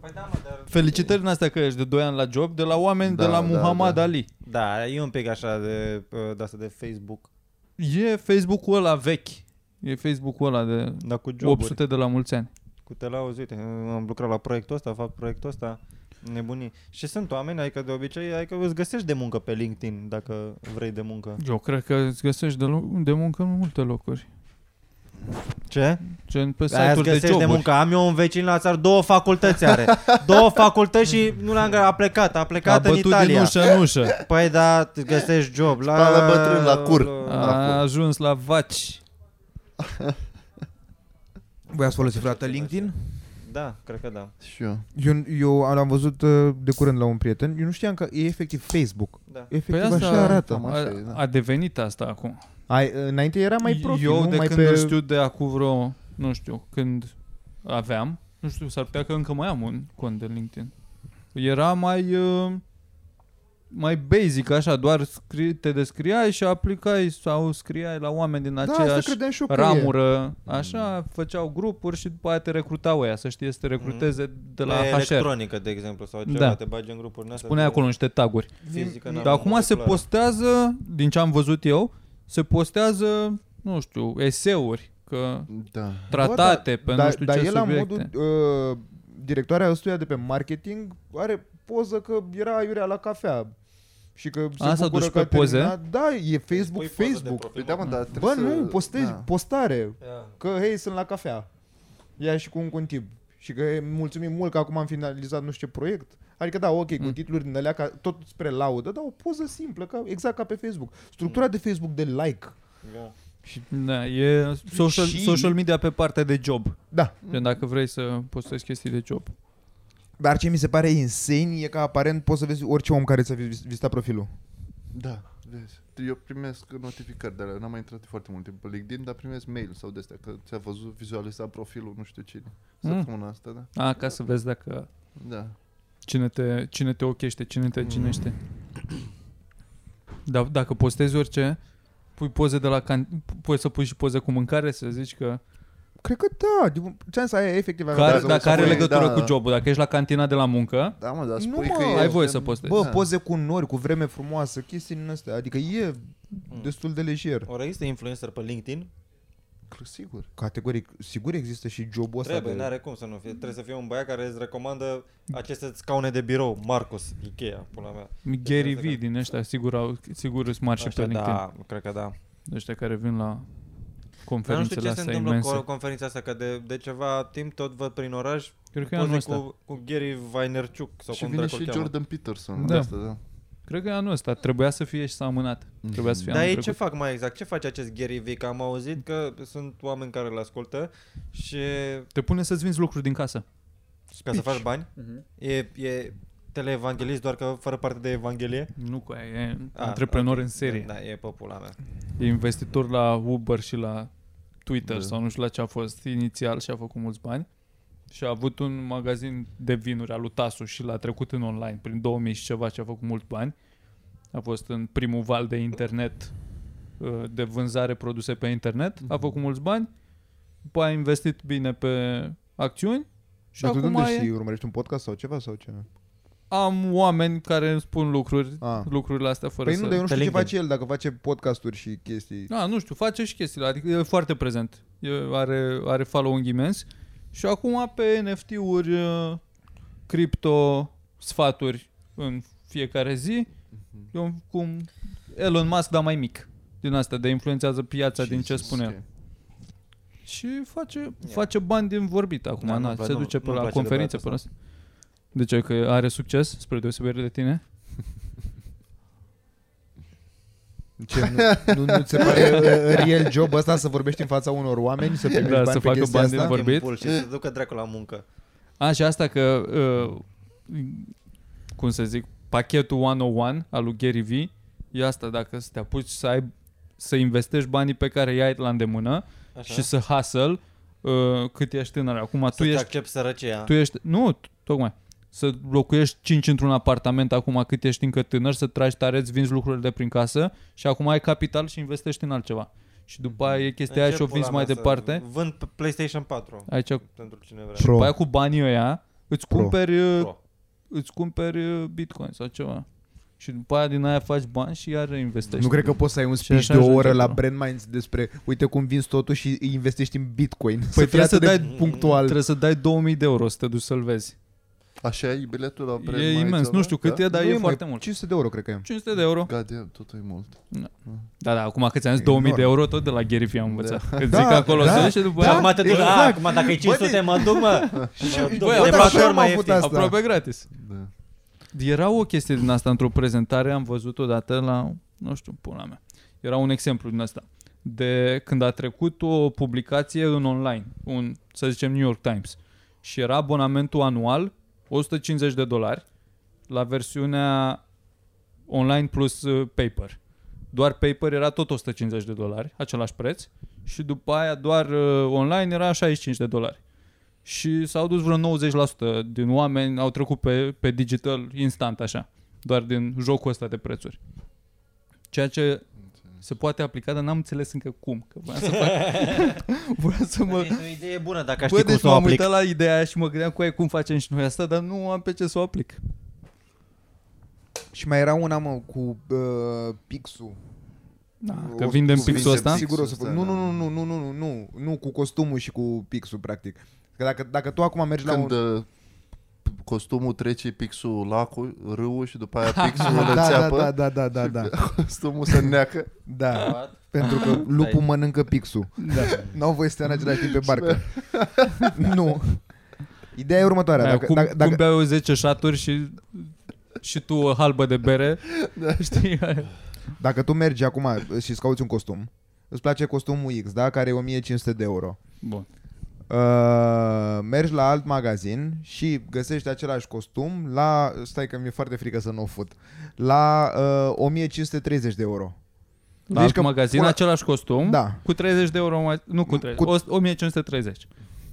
[SPEAKER 5] Păi da, mă, dar...
[SPEAKER 1] Felicitări în astea că ești de 2 ani la job, de la oameni
[SPEAKER 3] Da,
[SPEAKER 1] de la
[SPEAKER 3] da,
[SPEAKER 1] Muhammad
[SPEAKER 3] da.
[SPEAKER 1] Ali.
[SPEAKER 5] Da, e un pic așa de, uh, de asta de Facebook.
[SPEAKER 1] E Facebook-ul ăla vechi. E Facebook-ul ăla de
[SPEAKER 5] Da, cu joburi.
[SPEAKER 1] 800 de la mulți ani.
[SPEAKER 5] Cu te lauzi, uite, am lucrat la proiectul ăsta, fac proiectul ăsta, nebunii. Și sunt oameni, adică de obicei, adică îți găsești de muncă pe LinkedIn, dacă vrei de muncă.
[SPEAKER 1] Eu cred că îți găsești de, lo- de muncă în multe locuri.
[SPEAKER 5] Ce?
[SPEAKER 1] Gen pe
[SPEAKER 5] Aia îți
[SPEAKER 1] site-uri de
[SPEAKER 5] găsești de,
[SPEAKER 1] joburi.
[SPEAKER 5] muncă. Am eu un vecin la țară, două facultăți are. Două facultăți și nu le-am găsit. A plecat, a
[SPEAKER 1] A
[SPEAKER 5] plecat în
[SPEAKER 1] bătut din
[SPEAKER 5] Italia.
[SPEAKER 1] ușă în ușă.
[SPEAKER 5] Păi da, îți găsești job. La,
[SPEAKER 3] Spală bătrân la cur.
[SPEAKER 1] A ajuns la vaci.
[SPEAKER 2] Voi ați folosit vreodată LinkedIn?
[SPEAKER 5] Da, cred că da.
[SPEAKER 3] Și eu.
[SPEAKER 2] Eu, eu l-am văzut uh, de curând la un prieten. Eu nu știam că e efectiv Facebook.
[SPEAKER 5] da.
[SPEAKER 2] Efectiv
[SPEAKER 1] Păi asta,
[SPEAKER 2] așa arată.
[SPEAKER 3] am așa e, da.
[SPEAKER 1] a, a devenit asta acum.
[SPEAKER 2] Ai, înainte era mai profil,
[SPEAKER 1] Eu
[SPEAKER 2] nu?
[SPEAKER 1] de
[SPEAKER 2] mai
[SPEAKER 1] când
[SPEAKER 2] pe...
[SPEAKER 1] îl știu de acum vreo, nu știu, când aveam, nu știu, s-ar putea că încă mai am un cont de LinkedIn. Era mai uh, mai basic, așa, doar scri, te descriai și aplicai sau scriai la oameni din
[SPEAKER 2] Da, asta
[SPEAKER 1] aceeași
[SPEAKER 2] credeam și eu că e.
[SPEAKER 1] ramură, așa, făceau grupuri și după aia te recrutau ea, să știi, să te recruteze de la
[SPEAKER 5] e
[SPEAKER 1] HR.
[SPEAKER 5] electronică, de exemplu, sau ceva,
[SPEAKER 1] Da.
[SPEAKER 5] te bagi în grupuri. din astea
[SPEAKER 1] Punea
[SPEAKER 5] de
[SPEAKER 1] acolo niște taguri.
[SPEAKER 5] Fizică,
[SPEAKER 1] Dar acum se
[SPEAKER 5] nanomoleculară.
[SPEAKER 1] postează, din ce am văzut eu, se postează, nu știu, eseuri, că
[SPEAKER 3] Da.
[SPEAKER 1] tratate
[SPEAKER 2] Bă,
[SPEAKER 1] pe nu știu
[SPEAKER 2] da, dar
[SPEAKER 1] ce
[SPEAKER 2] el
[SPEAKER 1] subiecte.
[SPEAKER 2] la modul, uh, directoarea ăstuia de pe marketing are poză că era aiurea la cafea. Și că se
[SPEAKER 1] A, s-a
[SPEAKER 2] bucură
[SPEAKER 1] dus
[SPEAKER 2] că
[SPEAKER 1] pe
[SPEAKER 2] a terminat.
[SPEAKER 1] poze?
[SPEAKER 2] Da, e Facebook,
[SPEAKER 5] Pui poză de
[SPEAKER 2] Facebook.
[SPEAKER 5] profil,
[SPEAKER 3] Păi da, mă, dar
[SPEAKER 2] Bă,
[SPEAKER 3] trebuie să...
[SPEAKER 2] nu, postezi,
[SPEAKER 3] Da.
[SPEAKER 2] postare.
[SPEAKER 5] Da.
[SPEAKER 2] Că, hei, sunt la cafea. Ia și cu un cuntib. Și că hei, mulțumim mult că acum am finalizat nu știu ce proiect. Adică da, ok, cu titluri din alea, ca, tot spre laudă, dar o poză simplă, ca, exact ca pe Facebook. Structura de Facebook de like.
[SPEAKER 5] Da.
[SPEAKER 1] Da, e social,
[SPEAKER 2] Și-
[SPEAKER 1] social media pe partea de job.
[SPEAKER 2] Da.
[SPEAKER 1] Gen dacă vrei să postezi chestii de job.
[SPEAKER 2] Dar ce mi se pare insane e că aparent poți să vezi orice om care ți-a vis- vizitat profilul.
[SPEAKER 3] Da, vezi. Eu primesc notificări de alea. N-am mai intrat de foarte mult timp pe LinkedIn, dar primesc mail sau de astea, că ți-a văzut vizualizat profilul, nu știu cine.
[SPEAKER 1] Mm.
[SPEAKER 3] Săptămâna asta, da?
[SPEAKER 1] A, ca să vezi dacă
[SPEAKER 3] Da.
[SPEAKER 1] cine te, cine te ochește, cine te cinește. Da, dacă postezi orice, pui poze de la can... poți să pui și poze cu mâncare, să zici că
[SPEAKER 2] Cred că da, din- țeansa aia efectiv avea
[SPEAKER 1] care,
[SPEAKER 2] bază.
[SPEAKER 1] dacă are
[SPEAKER 3] pui,
[SPEAKER 1] legătură
[SPEAKER 3] da.
[SPEAKER 1] cu jobul, dacă ești la cantina de la muncă,
[SPEAKER 3] Da, mă, dar
[SPEAKER 2] Nu,
[SPEAKER 3] spui
[SPEAKER 2] mă,
[SPEAKER 3] că e...
[SPEAKER 1] ai voie
[SPEAKER 3] gen-
[SPEAKER 1] să postezi.
[SPEAKER 2] Bă,
[SPEAKER 3] Da.
[SPEAKER 2] poze cu nori, cu vreme frumoasă, chestii din astea. Adică e destul de lejer.
[SPEAKER 5] Ori există influencer pe LinkedIn?
[SPEAKER 3] Sigur.
[SPEAKER 2] Categoric, sigur există și jobul ăsta
[SPEAKER 5] Trebuie,
[SPEAKER 2] de...
[SPEAKER 5] n-are cum să nu fie. Trebuie să fie un băiat care îți recomandă aceste scaune de birou, Marcos, Ikea, pula mea.
[SPEAKER 1] Gary V din ăștia, sigur, au, sigur sunt mari și pe
[SPEAKER 5] Așa,
[SPEAKER 1] LinkedIn.
[SPEAKER 5] da, cred că da.
[SPEAKER 1] Ăștia care vin la
[SPEAKER 5] Dar nu știu
[SPEAKER 1] conferințele
[SPEAKER 5] ce se
[SPEAKER 1] astea
[SPEAKER 5] întâmplă cu
[SPEAKER 1] imense.
[SPEAKER 5] conferința asta, că de, de ceva timp tot văd prin oraș
[SPEAKER 1] Cred că e anul
[SPEAKER 5] poze
[SPEAKER 1] ăsta.
[SPEAKER 5] cu, cu Gary Vaynerchuk sau
[SPEAKER 3] Și
[SPEAKER 5] cum
[SPEAKER 3] vine
[SPEAKER 5] dracu
[SPEAKER 3] și
[SPEAKER 5] și cheamă.
[SPEAKER 3] Jordan Peterson.
[SPEAKER 1] Da.
[SPEAKER 3] Da. Asta, da.
[SPEAKER 1] Cred că e anul ăsta. Trebuia să fie și s-a amânat. Trebuia să fie
[SPEAKER 5] Dar
[SPEAKER 1] anul
[SPEAKER 5] ei ce
[SPEAKER 1] trecut.
[SPEAKER 5] fac mai exact? Ce face acest Gary V? Că am auzit că sunt oameni care îl ascultă și
[SPEAKER 1] Te pune să-ți vinzi lucruri din casă.
[SPEAKER 5] ca să faci bani
[SPEAKER 3] Mhm.
[SPEAKER 5] e, e teleevangelist doar că fără parte de evanghelie.
[SPEAKER 1] Nu cu aia, e
[SPEAKER 5] Ah,
[SPEAKER 1] antreprenor
[SPEAKER 5] ok.
[SPEAKER 1] în serie.
[SPEAKER 5] Da, e popula mea.
[SPEAKER 1] E investitor la Uber și la Twitter
[SPEAKER 3] Da.
[SPEAKER 1] sau nu știu la ce a fost inițial și a făcut mulți bani. Și a avut un magazin de vinuri al lui Tasu și l-a trecut în online prin 2000 și ceva și a făcut mulți bani. A fost în primul val de internet uh, de vânzare produse pe internet.
[SPEAKER 2] Mhm.
[SPEAKER 1] A făcut mulți bani. După aia a investit bine pe acțiuni și
[SPEAKER 2] Dar tu de
[SPEAKER 1] acum
[SPEAKER 2] unde
[SPEAKER 1] e...
[SPEAKER 2] știi? Urmărești un podcast sau ceva sau ce?
[SPEAKER 1] am oameni care îmi spun lucruri,
[SPEAKER 2] Ah.
[SPEAKER 1] lucrurile astea fără
[SPEAKER 2] Păi
[SPEAKER 1] să...
[SPEAKER 2] nu, dar eu nu știu
[SPEAKER 5] Pe
[SPEAKER 2] ce face
[SPEAKER 5] LinkedIn.
[SPEAKER 2] el dacă face podcasturi și chestii.
[SPEAKER 1] Da, nu știu, face și chestiile, adică e foarte prezent. E, are, are following imens. Și acum pe NFT-uri, e, uh, cripto, sfaturi în fiecare zi, e un, cum Elon Musk, dar mai mic. Din asta, de influențează piața din ce
[SPEAKER 3] Jesus,
[SPEAKER 1] spune
[SPEAKER 3] ok.
[SPEAKER 1] el. Și face, face bani din vorbit acum,
[SPEAKER 5] Da,
[SPEAKER 1] da, na,
[SPEAKER 5] nu-mi pla-
[SPEAKER 1] se
[SPEAKER 5] nu-
[SPEAKER 1] duce pe
[SPEAKER 5] nu-mi
[SPEAKER 1] la
[SPEAKER 5] place de
[SPEAKER 1] conferințe, pe
[SPEAKER 5] băiatul
[SPEAKER 1] la asta. De ce? Că are succes, spre deosebire de tine?
[SPEAKER 2] Ce, nu, nu, nu ți se pare uh, real job ăsta să vorbești în fața unor oameni, să primești
[SPEAKER 1] Da,
[SPEAKER 2] bani
[SPEAKER 1] să
[SPEAKER 2] pe
[SPEAKER 1] facă
[SPEAKER 2] chestia
[SPEAKER 1] bani din
[SPEAKER 2] asta?
[SPEAKER 1] vor- Vorbit?
[SPEAKER 5] Timpul și să ducă dracu la muncă.
[SPEAKER 1] A, și asta că, uh, cum să zic, pachetul 101 al lui Gary V e asta, dacă să te apuci să, ai, să investești banii pe care i-ai la îndemână
[SPEAKER 5] Așa.
[SPEAKER 1] Așa. și să hustle uh, cât ești tânăr. Acum tu
[SPEAKER 5] să
[SPEAKER 1] ești,
[SPEAKER 5] accept sărăcia.
[SPEAKER 1] tu ești, nu, tocmai, să locuiești 5 într-un apartament acum cât ești încă tânăr, să tragi tare, îți vinzi lucrurile de prin casă și acum ai capital și investești în altceva. Și după aia e chestia aia
[SPEAKER 5] În
[SPEAKER 1] și
[SPEAKER 5] ce
[SPEAKER 1] o
[SPEAKER 5] pula
[SPEAKER 1] vinzi
[SPEAKER 5] mea
[SPEAKER 1] mai
[SPEAKER 5] să
[SPEAKER 1] departe.
[SPEAKER 5] Vând pe PlayStation 4
[SPEAKER 1] Aici
[SPEAKER 5] pentru cine vrea.
[SPEAKER 1] și
[SPEAKER 2] Pro.
[SPEAKER 1] după aia cu banii ăia îți
[SPEAKER 2] Pro.
[SPEAKER 1] cumperi uh,
[SPEAKER 5] Pro.
[SPEAKER 1] îți cumperi uh, bitcoin sau ceva. Și după aia din aia faci bani și iar reinvestești.
[SPEAKER 2] Nu cred că poți să ai un speech
[SPEAKER 1] așa
[SPEAKER 2] de o
[SPEAKER 1] ajunge
[SPEAKER 2] oră la
[SPEAKER 1] acolo.
[SPEAKER 2] brand minds despre uite cum vinzi totul și îi investești în bitcoin. Păi
[SPEAKER 1] trebuie să dai-
[SPEAKER 2] punctual.
[SPEAKER 1] Trebuie să dai 2000 de euro să te duci să-l vezi.
[SPEAKER 3] Așa e biletul la Brand
[SPEAKER 1] e
[SPEAKER 3] Minds
[SPEAKER 1] imens,
[SPEAKER 3] ăla?
[SPEAKER 1] nu știu cât
[SPEAKER 3] da?
[SPEAKER 1] e, dar
[SPEAKER 2] Nu
[SPEAKER 1] e,
[SPEAKER 2] mai-
[SPEAKER 1] foarte mult.
[SPEAKER 2] 500 de euro cred că e.
[SPEAKER 1] 500 de euro.
[SPEAKER 3] God damn, totul e mult.
[SPEAKER 1] Da, da, acum că ți-am zis
[SPEAKER 2] E
[SPEAKER 1] 2000 de
[SPEAKER 2] enorm.
[SPEAKER 1] euro, tot de la Gary Vee am învățat. Da. Îți
[SPEAKER 2] Da,
[SPEAKER 1] zic acolo
[SPEAKER 2] da,
[SPEAKER 1] da, și după
[SPEAKER 5] Bă,
[SPEAKER 1] aia
[SPEAKER 5] acum te duci,
[SPEAKER 2] exact.
[SPEAKER 5] a, acum dacă e 500, mă duc, mă. Mă duc, De
[SPEAKER 1] bă,
[SPEAKER 5] patru
[SPEAKER 2] așa
[SPEAKER 5] ori
[SPEAKER 2] m-am
[SPEAKER 5] mai
[SPEAKER 2] făcut
[SPEAKER 5] ieftin.
[SPEAKER 2] asta.
[SPEAKER 1] aproape gratis.
[SPEAKER 3] Da.
[SPEAKER 1] Era o chestie din asta într-o prezentare, am văzut odată la, nu știu, pula mea. Era un exemplu din asta. De când a trecut o publicație în online, un, să zicem New York Times, și era abonamentul anual 150 de dolari la versiunea online plus uh, paper. Doar paper era tot 150 de dolari, același preț, și după aia doar uh, online era 65 de dolari. Și s-au dus vreo 90% din oameni, au trecut pe, pe digital instant așa. doar din jocul ăsta de prețuri. Ceea ce se poate aplica, dar n-am înțeles încă cum. Că voiam să fac... voiam să mă...
[SPEAKER 5] E o idee bună dacă aș
[SPEAKER 1] Bă,
[SPEAKER 5] ști cum
[SPEAKER 1] deci
[SPEAKER 5] să o
[SPEAKER 1] m-am
[SPEAKER 5] aplic.
[SPEAKER 1] uitat la ideea aia și mă gândeam cu aia cum facem și noi asta, dar nu am pe ce să o aplic.
[SPEAKER 2] Și mai era una, mă, cu uh, pixul.
[SPEAKER 1] Da,
[SPEAKER 2] O-
[SPEAKER 1] că vindem
[SPEAKER 2] cu
[SPEAKER 1] pixul
[SPEAKER 3] vinzem
[SPEAKER 1] ăsta.
[SPEAKER 3] pix.
[SPEAKER 2] Sigur o să
[SPEAKER 3] Pixul
[SPEAKER 2] fac. Nu,
[SPEAKER 3] ăsta,
[SPEAKER 2] nu,
[SPEAKER 3] da.
[SPEAKER 2] nu, nu, nu, nu, nu, nu, nu, cu costumul și cu pixul, practic. Că dacă, dacă tu acum mergi la
[SPEAKER 3] Când
[SPEAKER 2] un...
[SPEAKER 3] uh, costumul trece pixul lacul, râul și după aia pixul îl
[SPEAKER 2] da, da,
[SPEAKER 3] înțeapă
[SPEAKER 2] da, da, da, da, da,
[SPEAKER 3] costumul se neacă.
[SPEAKER 2] da. Pentru că lupul mănâncă pixul. Da. N-au voie să stea în același timp pe barcă. nu. Ideea e următoarea.
[SPEAKER 1] Aia,
[SPEAKER 2] Dacă,
[SPEAKER 1] cum,
[SPEAKER 2] dacă, dacă,
[SPEAKER 1] cum beau eu 10 șaturi și, și tu o halbă de bere, da. știi?
[SPEAKER 2] dacă tu mergi acum și îți cauți un costum, îți place costumul X, da? Care e 1500 de euro.
[SPEAKER 1] Bun.
[SPEAKER 2] Uh, mergi la alt magazin și găsești același costum la, stai că mi-e foarte frică să nu o fut, la uh, 1530 de euro.
[SPEAKER 1] La
[SPEAKER 2] Zici
[SPEAKER 1] alt
[SPEAKER 2] că
[SPEAKER 1] magazin,
[SPEAKER 2] pula-
[SPEAKER 1] același costum,
[SPEAKER 2] Da.
[SPEAKER 1] cu 30 de euro mai... Nu cu 30,
[SPEAKER 2] Cu-
[SPEAKER 1] cu, 1530.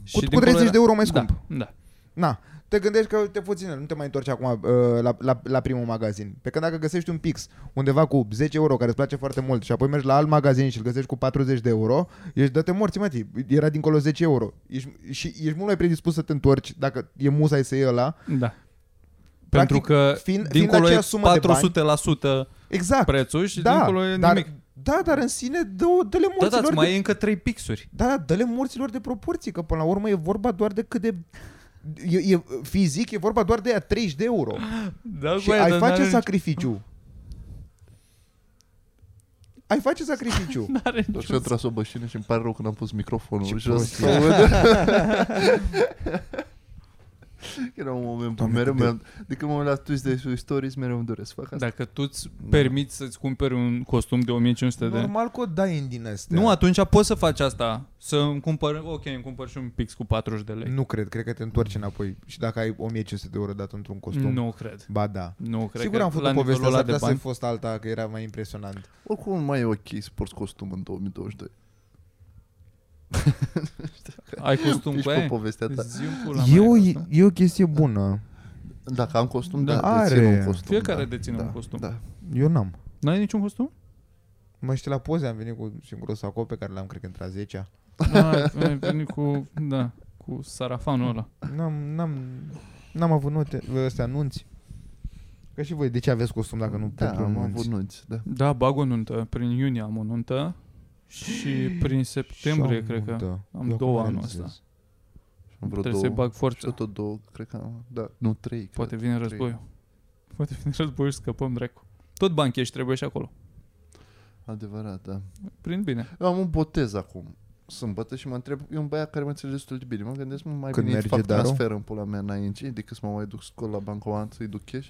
[SPEAKER 1] Și
[SPEAKER 2] Cu, cu
[SPEAKER 1] dincolo
[SPEAKER 2] 30
[SPEAKER 1] era-
[SPEAKER 2] de euro mai scump.
[SPEAKER 1] Da, da.
[SPEAKER 2] Na, te gândești că te fuți în el, nu te mai întorci acum uh, la, la, la primul magazin. Pe când dacă găsești un pix undeva cu 10 euro care îți place foarte mult și apoi mergi la alt magazin și îl găsești cu 40 de euro, ești dă-te morți, mă, tii, era dincolo 10 euro. Ești, și ești mult mai predispus să te întorci dacă e musai să iei ăla.
[SPEAKER 1] da. Pentru că
[SPEAKER 2] fiind-
[SPEAKER 1] fiind,
[SPEAKER 2] fiind
[SPEAKER 1] dincolo
[SPEAKER 2] aceea
[SPEAKER 1] fiind
[SPEAKER 2] sumă de
[SPEAKER 1] e
[SPEAKER 2] bani-
[SPEAKER 1] 400%
[SPEAKER 2] Exact.
[SPEAKER 1] prețul și
[SPEAKER 2] da,
[SPEAKER 1] dincolo e
[SPEAKER 2] dar,
[SPEAKER 1] nimic.
[SPEAKER 2] da, dar în sine dă, dă-le
[SPEAKER 1] Da,
[SPEAKER 2] morților
[SPEAKER 1] da,
[SPEAKER 2] de-
[SPEAKER 1] mai e încă 3 pixuri.
[SPEAKER 2] Da, da, dă-le morților de proporții, că până la urmă e vorba doar de cât de... E, e, fizic e vorba doar de aia 30 de euro.
[SPEAKER 1] Da,
[SPEAKER 2] Și ai face sacrificiu. Ai face sacrificiu.
[SPEAKER 1] Da.
[SPEAKER 3] Doar că Deci tras o bășină și îmi pare rău că n-am pus microfonul
[SPEAKER 2] Ce
[SPEAKER 3] jos.
[SPEAKER 2] prostie.
[SPEAKER 3] Să aud. Era un moment bun.
[SPEAKER 2] Doamne,
[SPEAKER 3] Mereu,
[SPEAKER 2] cât de- Da.
[SPEAKER 3] mi-am- de când mă uit la Tuesday cu Stories, mereu îmi doresc să fac asta.
[SPEAKER 1] Dacă tu îți permiți să-ți cumperi un costum de 1500 de...
[SPEAKER 2] Normal că o dai în din astea.
[SPEAKER 1] Nu, atunci poți să faci asta. Să îmi cumpăr, ok, îmi cumpăr și un pix cu 40 de lei.
[SPEAKER 2] nu cred, cred că te întorci înapoi. Și dacă ai 1500 de euro dat într-un costum.
[SPEAKER 1] Nu cred.
[SPEAKER 2] Ba da.
[SPEAKER 1] Nu cred
[SPEAKER 2] Sigur
[SPEAKER 1] că
[SPEAKER 2] am
[SPEAKER 1] la
[SPEAKER 2] făcut
[SPEAKER 1] nivelul
[SPEAKER 2] povestea
[SPEAKER 1] ăla
[SPEAKER 2] asta,
[SPEAKER 1] de
[SPEAKER 2] dar să
[SPEAKER 1] bani.
[SPEAKER 2] fost alta, că era mai impresionant.
[SPEAKER 3] Oricum mai e ok să porți costum în 2022.
[SPEAKER 1] Ai costum
[SPEAKER 3] Ești
[SPEAKER 1] cu
[SPEAKER 3] pe
[SPEAKER 1] aia?
[SPEAKER 3] povestea ta.
[SPEAKER 1] Zi în pula mea.
[SPEAKER 2] Eu, e o chestie bună.
[SPEAKER 3] Dacă am costum,
[SPEAKER 1] Da.
[SPEAKER 3] da, dețin
[SPEAKER 2] Are.
[SPEAKER 3] un costum.
[SPEAKER 1] Fiecare
[SPEAKER 3] da.
[SPEAKER 1] deține
[SPEAKER 3] da,
[SPEAKER 1] un costum.
[SPEAKER 3] Da.
[SPEAKER 2] Eu n-am.
[SPEAKER 1] N-ai niciun costum?
[SPEAKER 2] Mă știu la poze, am venit cu singurul sacou pe care l-am, cred că, între a 10
[SPEAKER 1] Da, ai venit cu, da, cu sarafanul ăla.
[SPEAKER 2] N-am, n-am, n-am avut note, ăstea, anunți. Că și voi, de ce aveți costum dacă nu
[SPEAKER 3] Da,
[SPEAKER 2] pentru
[SPEAKER 3] am
[SPEAKER 2] anunți?
[SPEAKER 3] avut nunți, da.
[SPEAKER 1] Da, bag o nuntă. Prin iunie am o nuntă și prin septembrie,
[SPEAKER 2] Și-am
[SPEAKER 1] cred că.
[SPEAKER 2] multă.
[SPEAKER 1] am
[SPEAKER 2] Eu
[SPEAKER 1] două
[SPEAKER 2] acum
[SPEAKER 1] anul
[SPEAKER 2] realizez.
[SPEAKER 1] ăsta.
[SPEAKER 3] Și am vreo
[SPEAKER 1] Trebuie
[SPEAKER 3] două.
[SPEAKER 1] să-i bag
[SPEAKER 3] și eu
[SPEAKER 1] forță.
[SPEAKER 3] tot două, cred că am, da, nu trei.
[SPEAKER 1] Poate
[SPEAKER 3] cred.
[SPEAKER 1] vine războiul. Poate vine războiul și scăpăm dracu. Tot bani cash trebuie și acolo.
[SPEAKER 3] Adevărat, da.
[SPEAKER 1] Prin bine.
[SPEAKER 3] Eu am un botez acum, sâmbătă, și mă întreb, e un băiat care mă înțelege destul de bine. Mă gândesc, mă, mai
[SPEAKER 2] Când
[SPEAKER 3] bine îi
[SPEAKER 2] merge
[SPEAKER 3] fac
[SPEAKER 2] Daru?
[SPEAKER 3] transfer în pula mea în ING decât să mă mai duc scol la bancomat să-i duc cash.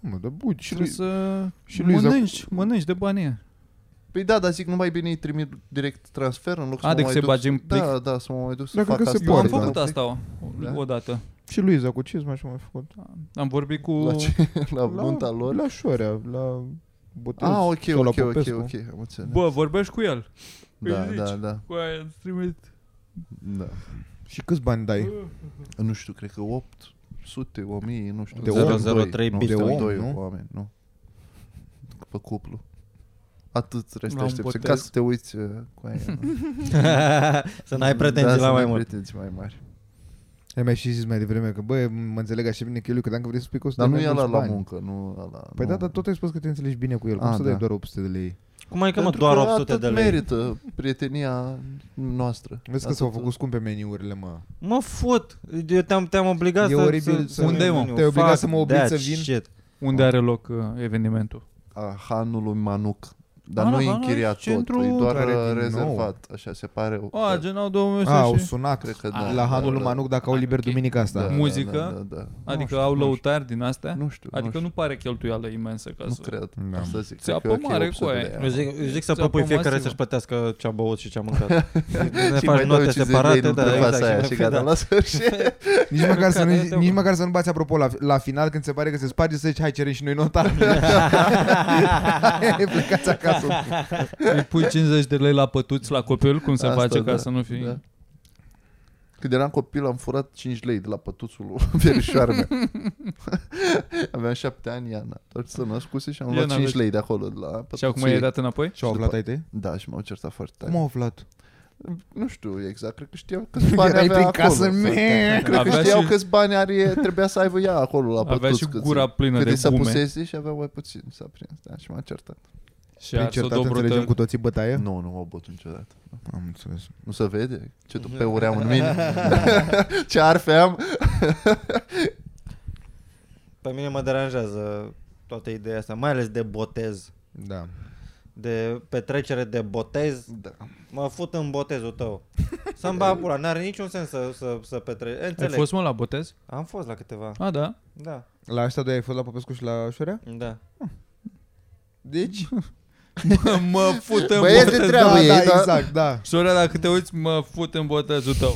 [SPEAKER 2] Mă, da, bun, și
[SPEAKER 1] Trebuie
[SPEAKER 2] lui...
[SPEAKER 1] să
[SPEAKER 2] și
[SPEAKER 1] și
[SPEAKER 2] lui Zac-
[SPEAKER 1] mănânci, mănânci de bani aia.
[SPEAKER 3] Păi da, dar zic, nu mai bine îi trimit direct transfer în loc să
[SPEAKER 1] A,
[SPEAKER 3] mă
[SPEAKER 1] decât
[SPEAKER 3] mai
[SPEAKER 1] să
[SPEAKER 3] duc.
[SPEAKER 1] bagi în plic.
[SPEAKER 3] Da, da, să mă mai duc să
[SPEAKER 2] Dacă
[SPEAKER 3] fac
[SPEAKER 2] că se
[SPEAKER 3] asta.
[SPEAKER 1] Eu am
[SPEAKER 2] poate,
[SPEAKER 3] da.
[SPEAKER 1] făcut asta o,
[SPEAKER 3] Da?
[SPEAKER 1] o dată.
[SPEAKER 2] Și Luiza, cu ce mai și mai făcut?
[SPEAKER 1] Am vorbit cu...
[SPEAKER 3] La, ce? la Da, nunta lor?
[SPEAKER 2] La șoarea, la botez.
[SPEAKER 3] Ah, ok,
[SPEAKER 2] sau la
[SPEAKER 3] ok, ok,
[SPEAKER 2] Popescu.
[SPEAKER 3] ok, am înțeles.
[SPEAKER 1] Bă, vorbești cu el.
[SPEAKER 3] da,
[SPEAKER 1] îi
[SPEAKER 3] da,
[SPEAKER 1] zici.
[SPEAKER 3] da,
[SPEAKER 1] Cu aia îți trimit.
[SPEAKER 3] da.
[SPEAKER 2] Și câți bani dai?
[SPEAKER 3] Nu știu, cred că 800, 1000, nu știu.
[SPEAKER 2] De
[SPEAKER 3] Zero,
[SPEAKER 2] om,
[SPEAKER 3] zero,
[SPEAKER 5] doi.
[SPEAKER 3] nu,
[SPEAKER 5] De
[SPEAKER 3] zero,
[SPEAKER 2] om,
[SPEAKER 3] doi
[SPEAKER 2] nu?
[SPEAKER 3] oameni, nu. Pe cuplu. Atât restul
[SPEAKER 1] La un
[SPEAKER 3] aștepți. În
[SPEAKER 1] botez.
[SPEAKER 3] caz să te uiți uh, cu aia. nu?
[SPEAKER 5] să n-ai
[SPEAKER 3] da,
[SPEAKER 5] pretenții la
[SPEAKER 3] să
[SPEAKER 5] mai
[SPEAKER 3] n-ai
[SPEAKER 5] mult.
[SPEAKER 3] pretenții mai mari.
[SPEAKER 2] Ai mai și zis mai devreme că, bă, mă înțeleg așa bine că e lui, că dacă vrei să spui că 100
[SPEAKER 3] Dar nu
[SPEAKER 2] de
[SPEAKER 3] e
[SPEAKER 2] mai
[SPEAKER 3] ăla
[SPEAKER 2] mulți
[SPEAKER 3] la
[SPEAKER 2] bani.
[SPEAKER 3] muncă, nu ăla.
[SPEAKER 2] Păi
[SPEAKER 3] nu.
[SPEAKER 2] da, dar tot ai spus că te înțelegi bine cu el. Cum
[SPEAKER 3] Ah,
[SPEAKER 2] să dai
[SPEAKER 3] da.
[SPEAKER 2] doar 800 de lei?
[SPEAKER 5] Cum adică, mă,
[SPEAKER 3] Pentru
[SPEAKER 5] doar
[SPEAKER 3] că
[SPEAKER 5] 800 de
[SPEAKER 3] atât
[SPEAKER 5] lei?
[SPEAKER 3] merită prietenia noastră.
[SPEAKER 2] Vezi că
[SPEAKER 3] Atât.
[SPEAKER 2] s-au făcut scumpe meniurile, mă.
[SPEAKER 5] Mă fut! Eu te-am, te-am obligat
[SPEAKER 2] E
[SPEAKER 5] să...
[SPEAKER 2] oribil
[SPEAKER 5] să,
[SPEAKER 2] să-
[SPEAKER 1] Unde, mă?
[SPEAKER 5] nu,
[SPEAKER 2] Te-ai obligat
[SPEAKER 5] fuck
[SPEAKER 2] să mă oblig
[SPEAKER 5] that
[SPEAKER 2] să vin?
[SPEAKER 5] Shit.
[SPEAKER 1] Unde are loc uh, evenimentul?
[SPEAKER 3] A hanul lui Manuc. Dar
[SPEAKER 1] Ah,
[SPEAKER 3] nu e
[SPEAKER 1] da,
[SPEAKER 3] închiriat
[SPEAKER 1] da, e
[SPEAKER 3] tot,
[SPEAKER 1] centru
[SPEAKER 3] e doar
[SPEAKER 2] care
[SPEAKER 3] uh,
[SPEAKER 2] din nou.
[SPEAKER 3] rezervat, așa se pare. o-
[SPEAKER 1] A, gen au 2100
[SPEAKER 2] A, au
[SPEAKER 1] și...
[SPEAKER 2] sunat
[SPEAKER 3] Cred că da.
[SPEAKER 2] la
[SPEAKER 3] da,
[SPEAKER 2] Hanul lui
[SPEAKER 3] da.
[SPEAKER 2] Manuc dacă au liber
[SPEAKER 1] ok.
[SPEAKER 2] duminica asta.
[SPEAKER 3] Da, da,
[SPEAKER 1] Muzică?
[SPEAKER 3] da, da, da.
[SPEAKER 1] Adică
[SPEAKER 2] știu,
[SPEAKER 1] au
[SPEAKER 2] nu știu.
[SPEAKER 1] lăutari din astea?
[SPEAKER 3] Nu știu,
[SPEAKER 1] adică
[SPEAKER 3] nu,
[SPEAKER 1] nu pare cheltuială imensă ca
[SPEAKER 3] știu. nu
[SPEAKER 1] să...
[SPEAKER 3] cred.
[SPEAKER 2] Da.
[SPEAKER 3] Asta zic.
[SPEAKER 1] Ți-a
[SPEAKER 3] cred că e ok,
[SPEAKER 1] pămare cu
[SPEAKER 3] 800 de
[SPEAKER 1] aia.
[SPEAKER 3] lei.
[SPEAKER 5] Eu zic, eu zic să
[SPEAKER 1] Ți-a
[SPEAKER 5] propui fiecare
[SPEAKER 1] masivă.
[SPEAKER 5] să-și plătească ce a băut și ce a mâncat.
[SPEAKER 3] Și
[SPEAKER 5] ne
[SPEAKER 3] mai
[SPEAKER 5] faci
[SPEAKER 3] dau
[SPEAKER 5] note
[SPEAKER 3] 50 lei,
[SPEAKER 5] separate,
[SPEAKER 3] nu
[SPEAKER 5] da,
[SPEAKER 3] trebuie
[SPEAKER 5] exact.
[SPEAKER 3] să aia
[SPEAKER 5] mai
[SPEAKER 3] și
[SPEAKER 5] fie,
[SPEAKER 3] gata,
[SPEAKER 5] da.
[SPEAKER 3] la sfârșit.
[SPEAKER 2] Nici măcar, să
[SPEAKER 5] Care te-
[SPEAKER 2] nu, nici măcar să nu bați apropo la, la final când se pare că se sparge să zici hai cerem și noi nota Plecați acasă
[SPEAKER 1] Îi pui 50 de lei la pătuți la copil, cum se
[SPEAKER 3] Asta,
[SPEAKER 1] face ca
[SPEAKER 3] da,
[SPEAKER 1] să nu fii...
[SPEAKER 3] da. Când eram copil am furat 5 lei de la pătuțul lui verișoară mea. Aveam 7 ani, Iana. Doar să născuse și am luat
[SPEAKER 1] Iana,
[SPEAKER 3] 5
[SPEAKER 1] vezi.
[SPEAKER 3] lei de acolo. De la pătuțul
[SPEAKER 1] Și acum e
[SPEAKER 3] ei.
[SPEAKER 1] dat înapoi?
[SPEAKER 2] Și-au aflat ai tăi?
[SPEAKER 3] Da, și m-au certat foarte tare.
[SPEAKER 2] Cum au aflat?
[SPEAKER 3] Nu știu exact, cred că știau câți bani
[SPEAKER 2] Erai
[SPEAKER 3] avea
[SPEAKER 2] prin
[SPEAKER 3] acolo.
[SPEAKER 2] casă,
[SPEAKER 5] exact.
[SPEAKER 2] meh.
[SPEAKER 3] Cred că
[SPEAKER 1] Avea
[SPEAKER 3] știau
[SPEAKER 1] și-
[SPEAKER 3] câți bani are, trebuia să aibă ea acolo la pătuț.
[SPEAKER 1] Avea și
[SPEAKER 3] câți-
[SPEAKER 1] gura plină
[SPEAKER 3] cât îi
[SPEAKER 1] de
[SPEAKER 3] s-a
[SPEAKER 1] gume.
[SPEAKER 3] pusese și avea mai puțin, s-a prins, da, și m-a certat.
[SPEAKER 1] Și
[SPEAKER 2] Prin
[SPEAKER 1] a s-o
[SPEAKER 2] certat înțelegem
[SPEAKER 1] dobrută.
[SPEAKER 2] cu toții bătaie?
[SPEAKER 3] Nu, nu m-au bătut niciodată.
[SPEAKER 2] Am înțeles.
[SPEAKER 3] Nu se vede? Ce tu pe uream în mine? Ce arfe am?
[SPEAKER 5] Pe mine mă deranjează toată ideea asta, mai ales de botez.
[SPEAKER 2] Da.
[SPEAKER 5] De petrecere de botez.
[SPEAKER 3] Da.
[SPEAKER 5] Mă fut în botezul tău. Să-mi bag pula, n-are niciun sens să, să, să petreci.
[SPEAKER 1] Ai
[SPEAKER 5] Înțeleg.
[SPEAKER 1] fost mă la botez?
[SPEAKER 5] Am fost la câteva.
[SPEAKER 1] A, da.
[SPEAKER 5] Da,
[SPEAKER 2] La ăștia doi ai fost la Popescu și la Șorea?
[SPEAKER 5] da.
[SPEAKER 2] Deci?
[SPEAKER 1] Mă, mă fut în
[SPEAKER 3] Băieți de
[SPEAKER 1] botez.
[SPEAKER 3] treabă
[SPEAKER 2] da,
[SPEAKER 3] ei,
[SPEAKER 2] da,
[SPEAKER 3] da.
[SPEAKER 2] exact, da.
[SPEAKER 1] Șorea, dacă te uiți, mă fut în botezul tău.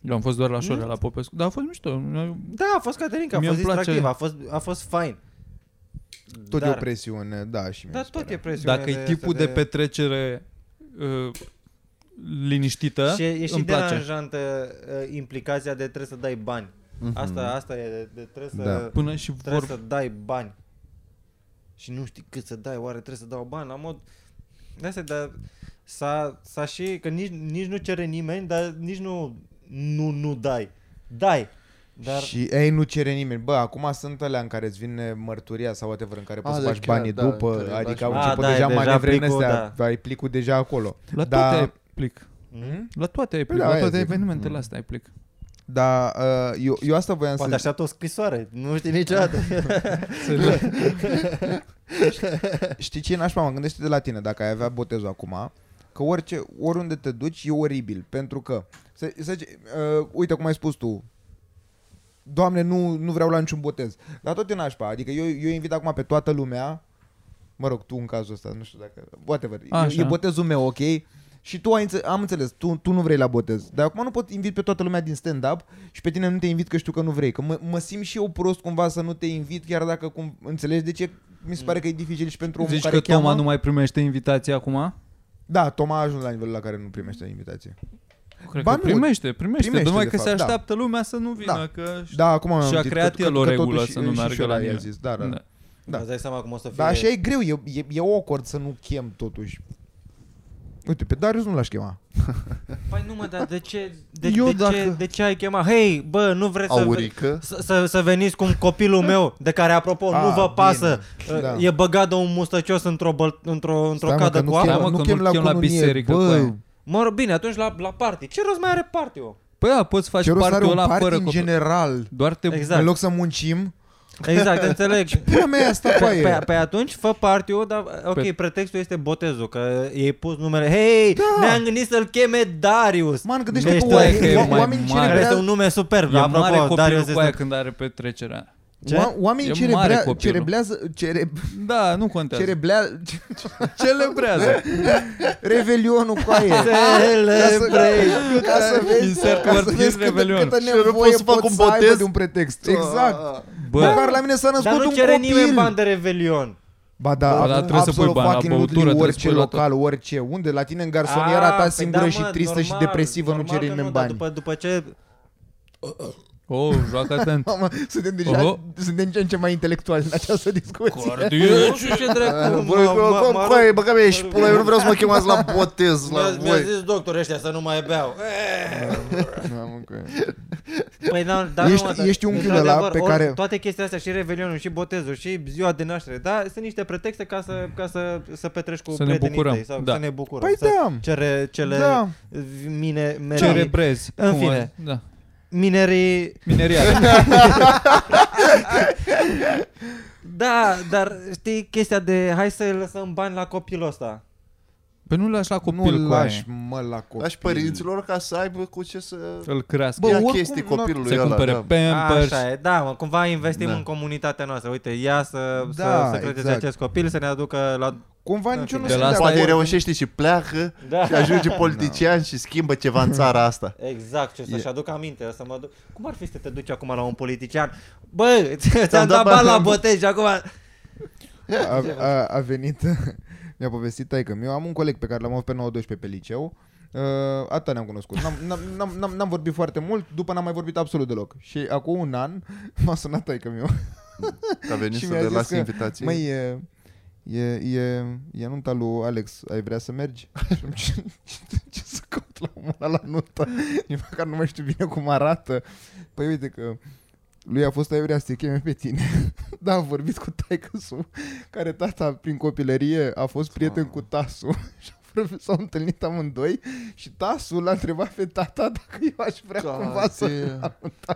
[SPEAKER 1] Eu am fost doar la Șorea, la Popescu. Dar a fost mișto.
[SPEAKER 5] Da, a fost Caterinca, a
[SPEAKER 1] Mie
[SPEAKER 5] fost
[SPEAKER 1] îmi place-
[SPEAKER 5] distractiv, a fost, a fost fain.
[SPEAKER 2] Tot e
[SPEAKER 5] Dar-
[SPEAKER 2] o presiune, da, și mi
[SPEAKER 5] Da,
[SPEAKER 2] se
[SPEAKER 5] tot
[SPEAKER 2] pare.
[SPEAKER 5] e presiune.
[SPEAKER 1] Dacă e
[SPEAKER 5] asta
[SPEAKER 1] tipul de petrecere uh, liniștită,
[SPEAKER 5] Și e e și
[SPEAKER 1] îmi place.
[SPEAKER 5] deranjantă uh, implicația de trebuie să dai bani. Asta, asta e, de, de trebuie să...
[SPEAKER 2] Mhm. Da.
[SPEAKER 1] Până și
[SPEAKER 5] Trebuie
[SPEAKER 1] vor...
[SPEAKER 5] să dai bani. Și nu știi cât să dai, oare trebuie să dau bani, la mod... De asta, dar s-a, s-a și, că nici, nici nu cere nimeni, dar nici nu, nu, nu dai. Dai! Dar
[SPEAKER 2] Și ei nu cere nimeni. Bă, acum sunt alea în care îți vine mărturia sau whatever, în care poți
[SPEAKER 3] Ah,
[SPEAKER 2] să
[SPEAKER 3] deci
[SPEAKER 2] faci
[SPEAKER 3] chiar,
[SPEAKER 2] banii
[SPEAKER 3] da,
[SPEAKER 2] după,
[SPEAKER 3] înțeleg,
[SPEAKER 2] adică
[SPEAKER 3] da,
[SPEAKER 2] au
[SPEAKER 5] și-
[SPEAKER 2] început
[SPEAKER 5] Ah, da,
[SPEAKER 2] deja
[SPEAKER 5] e deja
[SPEAKER 2] manevrele
[SPEAKER 5] plicul, da.
[SPEAKER 2] astea, ai plicul deja acolo.
[SPEAKER 1] La
[SPEAKER 2] Dar-
[SPEAKER 1] toate ai plic.
[SPEAKER 5] mm?
[SPEAKER 1] La toate ai
[SPEAKER 2] Da. Păi
[SPEAKER 1] plic.
[SPEAKER 2] da,
[SPEAKER 1] La
[SPEAKER 2] aia
[SPEAKER 1] toate
[SPEAKER 2] zic.
[SPEAKER 1] evenimentele astea ai plic.
[SPEAKER 2] Dar uh, eu, eu asta voiam
[SPEAKER 5] poate
[SPEAKER 2] să
[SPEAKER 5] așteaptă o scrisoare, nu știi niciodată.
[SPEAKER 2] Știi ce e nașpa? Mă gândește de la tine, dacă ai avea botezul acum, că orice, oriunde te duci e oribil, pentru că, să, să, zice, uh, uite cum ai spus tu, Doamne, nu, nu vreau la niciun botez. Dar tot e nașpa, adică eu, eu invit acum pe toată lumea, mă rog, tu în cazul ăsta, nu știu dacă, whatever,
[SPEAKER 1] Așa.
[SPEAKER 2] e, e botezul meu, ok? Și tu ai înțe- am înțeles, tu, tu nu vrei la botez, dar acum nu pot invit pe toată lumea din stand-up și pe tine nu te invit că știu că nu vrei, că mă, mă simt și eu prost cumva să nu te invit, chiar dacă cum, înțelegi de ce, mi se pare că e dificil și pentru omul
[SPEAKER 1] Zici
[SPEAKER 2] care
[SPEAKER 1] că
[SPEAKER 2] cheamă.
[SPEAKER 1] Toma nu mai primește invitații acum?
[SPEAKER 2] Da, Toma a ajuns la nivelul la care nu primește invitație.
[SPEAKER 1] Cred
[SPEAKER 2] Ba
[SPEAKER 1] că
[SPEAKER 2] nu,
[SPEAKER 1] primește, primește,
[SPEAKER 2] primește,
[SPEAKER 1] numai
[SPEAKER 2] de
[SPEAKER 1] că se
[SPEAKER 2] fapt, da.
[SPEAKER 1] așteaptă lumea să nu vină,
[SPEAKER 2] Da.
[SPEAKER 1] că... știi.
[SPEAKER 2] Da, acum am
[SPEAKER 1] Și a
[SPEAKER 2] auzit
[SPEAKER 1] creat el o regulă
[SPEAKER 2] totuși,
[SPEAKER 1] să nu
[SPEAKER 2] și
[SPEAKER 1] meargă
[SPEAKER 2] Șura
[SPEAKER 1] la
[SPEAKER 2] i-a
[SPEAKER 1] nimeni.
[SPEAKER 2] Zis, da, da. da.
[SPEAKER 1] Da.
[SPEAKER 2] Da.
[SPEAKER 5] Îți dai seama cum o să fie...
[SPEAKER 2] Dar așa e greu, e, e, e awkward să nu chem totuși. Uite, pe Darius nu l-aș chema.
[SPEAKER 5] Păi nu mă, dar de ce, de,
[SPEAKER 1] Eu
[SPEAKER 5] de,
[SPEAKER 1] dacă-
[SPEAKER 5] ce, de ce ai chemat? Hei, bă, nu vreți să... ve-
[SPEAKER 3] Aurică.
[SPEAKER 5] Să, să, să veniți cum copilul meu, de care, apropo,
[SPEAKER 2] Ah,
[SPEAKER 5] nu vă
[SPEAKER 2] bine.
[SPEAKER 5] pasă.
[SPEAKER 2] Da.
[SPEAKER 5] Da. E băgat de un mustăcios într-o, băl- într-o, într-o
[SPEAKER 2] Stai, mă,
[SPEAKER 5] cadă
[SPEAKER 2] că nu
[SPEAKER 5] cu apă.
[SPEAKER 1] Da,
[SPEAKER 2] Mă,
[SPEAKER 1] mă,
[SPEAKER 2] nu
[SPEAKER 1] că
[SPEAKER 2] chem
[SPEAKER 1] nu
[SPEAKER 2] la
[SPEAKER 1] chem la
[SPEAKER 2] cununie,
[SPEAKER 1] biserică
[SPEAKER 2] bă.
[SPEAKER 1] cu aia.
[SPEAKER 5] Mă rog, bine, atunci la, la party. Ce rost mai are party-ul?
[SPEAKER 1] Păi da, poți face
[SPEAKER 2] Ce rost are
[SPEAKER 1] partea
[SPEAKER 2] un
[SPEAKER 1] ăla
[SPEAKER 2] party
[SPEAKER 1] fără
[SPEAKER 2] în
[SPEAKER 1] copii.
[SPEAKER 2] general?
[SPEAKER 1] Doar te...
[SPEAKER 5] Exact.
[SPEAKER 2] În loc să muncim?
[SPEAKER 5] Exact, înțeleg.
[SPEAKER 2] Pula mea asta,
[SPEAKER 5] Pe,
[SPEAKER 2] paie.
[SPEAKER 5] pe, pe atunci fă party-ul, dar ok,
[SPEAKER 1] Pe-
[SPEAKER 5] pe... pretextul este botezul, că ei pus numele. Hei, da. ne-am gândit să-l cheme Darius.
[SPEAKER 2] Man,
[SPEAKER 5] Nu
[SPEAKER 2] gândește că
[SPEAKER 5] știu dacă e
[SPEAKER 2] oamenii,
[SPEAKER 1] adică mai
[SPEAKER 2] oamenii ce
[SPEAKER 1] mare.
[SPEAKER 2] le
[SPEAKER 5] care este
[SPEAKER 2] vrea
[SPEAKER 5] un nume superb,
[SPEAKER 1] E mare
[SPEAKER 5] apropo,
[SPEAKER 1] copilul
[SPEAKER 5] Darius
[SPEAKER 1] cu aia
[SPEAKER 5] este...
[SPEAKER 1] când are petrecerea.
[SPEAKER 5] Ce?
[SPEAKER 2] Oa- Oamenii
[SPEAKER 1] E
[SPEAKER 2] cere
[SPEAKER 1] mare
[SPEAKER 2] brea-
[SPEAKER 1] copilul.
[SPEAKER 2] cereblează, cere,
[SPEAKER 1] Da, nu contează.
[SPEAKER 2] cereblea,
[SPEAKER 1] Celebrează.
[SPEAKER 2] Revelionul cu aia.
[SPEAKER 5] Celebrate.
[SPEAKER 2] ca să vezi,
[SPEAKER 1] Insert
[SPEAKER 2] ca să
[SPEAKER 1] Martin
[SPEAKER 2] vezi câtă,
[SPEAKER 1] Rebelion.
[SPEAKER 2] câtă
[SPEAKER 3] Și eu nu pot
[SPEAKER 2] nevoie
[SPEAKER 3] să fac
[SPEAKER 2] pot
[SPEAKER 3] un
[SPEAKER 2] să aibă
[SPEAKER 3] botez? Ah.
[SPEAKER 2] de un pretext. Exact.
[SPEAKER 1] Bă,
[SPEAKER 2] Măcar la mine s-a
[SPEAKER 5] Dar
[SPEAKER 2] născut
[SPEAKER 5] nu
[SPEAKER 2] un
[SPEAKER 5] cere
[SPEAKER 2] copil.
[SPEAKER 5] nimeni bani de revelion.
[SPEAKER 2] Ba
[SPEAKER 1] Ba
[SPEAKER 2] da,
[SPEAKER 1] da,
[SPEAKER 2] absolut-
[SPEAKER 1] trebuie să pui
[SPEAKER 2] absolut
[SPEAKER 1] bani la
[SPEAKER 2] fucking
[SPEAKER 1] băutură, trebuie
[SPEAKER 2] ludului,
[SPEAKER 1] să
[SPEAKER 2] orice
[SPEAKER 1] pui la tot.
[SPEAKER 2] local, orice. Unde? La tine în garsoniera
[SPEAKER 5] Ah,
[SPEAKER 2] ta
[SPEAKER 5] păi
[SPEAKER 2] singură
[SPEAKER 5] da,
[SPEAKER 2] și
[SPEAKER 5] mă,
[SPEAKER 2] tristă și
[SPEAKER 5] normal,
[SPEAKER 2] depresivă nu
[SPEAKER 5] normal
[SPEAKER 2] cere
[SPEAKER 5] că
[SPEAKER 2] nimeni
[SPEAKER 5] dar
[SPEAKER 2] bani.
[SPEAKER 5] După, după ce...
[SPEAKER 1] oh, joacă atent.
[SPEAKER 2] Mamă, suntem deja,
[SPEAKER 1] Oho.
[SPEAKER 2] suntem din ce în ce mai intelectuali în această discuție.
[SPEAKER 5] Nu știu ce dracu...
[SPEAKER 3] Voi,
[SPEAKER 5] mă- mă-
[SPEAKER 3] cum
[SPEAKER 5] mă-
[SPEAKER 3] coaie, băga mea, și pula, eu nu vreau să mă chemați la botez la
[SPEAKER 5] Mi-a- Mi-a
[SPEAKER 3] voi.
[SPEAKER 5] zis doctor ăștia să nu mai beau.
[SPEAKER 2] Mamă, că-
[SPEAKER 5] Păi da, da,
[SPEAKER 2] Ești-
[SPEAKER 5] mă,
[SPEAKER 2] ești unchiul ăla
[SPEAKER 5] într-adevăr,
[SPEAKER 2] pe
[SPEAKER 5] ori-
[SPEAKER 2] care-
[SPEAKER 5] Toate chestiile astea, și revelionul, și botezul, și ziua de naștere, da, sunt niște pretexte ca să, ca să, să petreci cu
[SPEAKER 1] Să ne
[SPEAKER 5] prietenii
[SPEAKER 1] bucurăm,
[SPEAKER 5] tăi sau
[SPEAKER 1] da.
[SPEAKER 5] să ne bucurăm.
[SPEAKER 2] Păi
[SPEAKER 5] să
[SPEAKER 2] da.
[SPEAKER 5] Cere, cele
[SPEAKER 2] Da.
[SPEAKER 5] mine, minerii,
[SPEAKER 1] Cerebrezi.
[SPEAKER 5] În
[SPEAKER 1] Cum
[SPEAKER 5] fine.
[SPEAKER 1] ar- Da.
[SPEAKER 5] minerii,
[SPEAKER 1] Mineria.
[SPEAKER 5] da, dar știi chestia de hai să lăsăm bani la copilul ăsta.
[SPEAKER 1] Păi nu-l lași la
[SPEAKER 2] Nu
[SPEAKER 1] copil cu
[SPEAKER 2] lași,
[SPEAKER 1] aia.
[SPEAKER 2] mă, la copil.
[SPEAKER 3] Aș părinților ca să aibă cu ce să
[SPEAKER 1] Îl crească.
[SPEAKER 2] Bă,
[SPEAKER 3] ia
[SPEAKER 2] oricum,
[SPEAKER 3] chestii
[SPEAKER 2] nu-
[SPEAKER 3] copilului
[SPEAKER 1] Se
[SPEAKER 3] ăla.
[SPEAKER 1] cumpere
[SPEAKER 3] da.
[SPEAKER 1] Pampers.
[SPEAKER 5] Așa e, da, mă, cumva investim
[SPEAKER 3] Da.
[SPEAKER 5] în comunitatea noastră. Uite, ia să,
[SPEAKER 2] Da,
[SPEAKER 5] să, să credeți
[SPEAKER 2] exact.
[SPEAKER 5] acest copil, să ne aducă la...
[SPEAKER 2] Cumva
[SPEAKER 5] Da,
[SPEAKER 2] nici eu nu
[SPEAKER 1] de la
[SPEAKER 2] sunt de
[SPEAKER 1] asta e-
[SPEAKER 2] acord.
[SPEAKER 3] Poate reușește și pleacă
[SPEAKER 5] Da.
[SPEAKER 3] și ajunge politician și schimbă ceva în țara asta.
[SPEAKER 5] Exact, ce să-și
[SPEAKER 3] E-
[SPEAKER 5] aduc aminte, să mă duc. Cum ar fi să te duci acum la un politician? Bă, ți-am
[SPEAKER 3] dat
[SPEAKER 5] dat bani la
[SPEAKER 3] bani.
[SPEAKER 5] botez și acum...
[SPEAKER 2] a, a, a venit, mi-a povestit taică meu, am un coleg pe care l-am avut pe 9-12 pe liceu Uh, atâta ne-am cunoscut. N-am, n-am, n-am, n-am, n-am vorbit foarte mult, după n-am mai vorbit absolut deloc. Și acum un an m-a sunat taică meu.
[SPEAKER 3] Că a venit
[SPEAKER 2] Și
[SPEAKER 3] să
[SPEAKER 2] mi-a
[SPEAKER 3] le
[SPEAKER 2] zis
[SPEAKER 3] lasi
[SPEAKER 2] că,
[SPEAKER 3] invitații.
[SPEAKER 2] Măi, e, e, e, e anunta lui Alex, ai vrea să mergi? Și am zis, ce, ce, ce să caut la omul ăla la nuntă? Nici măcar nu mai știu bine cum arată. Păi uite că lui a fost ai vrea să te cheme pe tine. da, am vorbit cu taică care tata prin copilărie a fost prieten cu Tasu. Și au vorbit- S-au întâlnit amândoi și Tasu l-a întrebat pe tata dacă eu aș vrea
[SPEAKER 3] Ca
[SPEAKER 2] cumva să...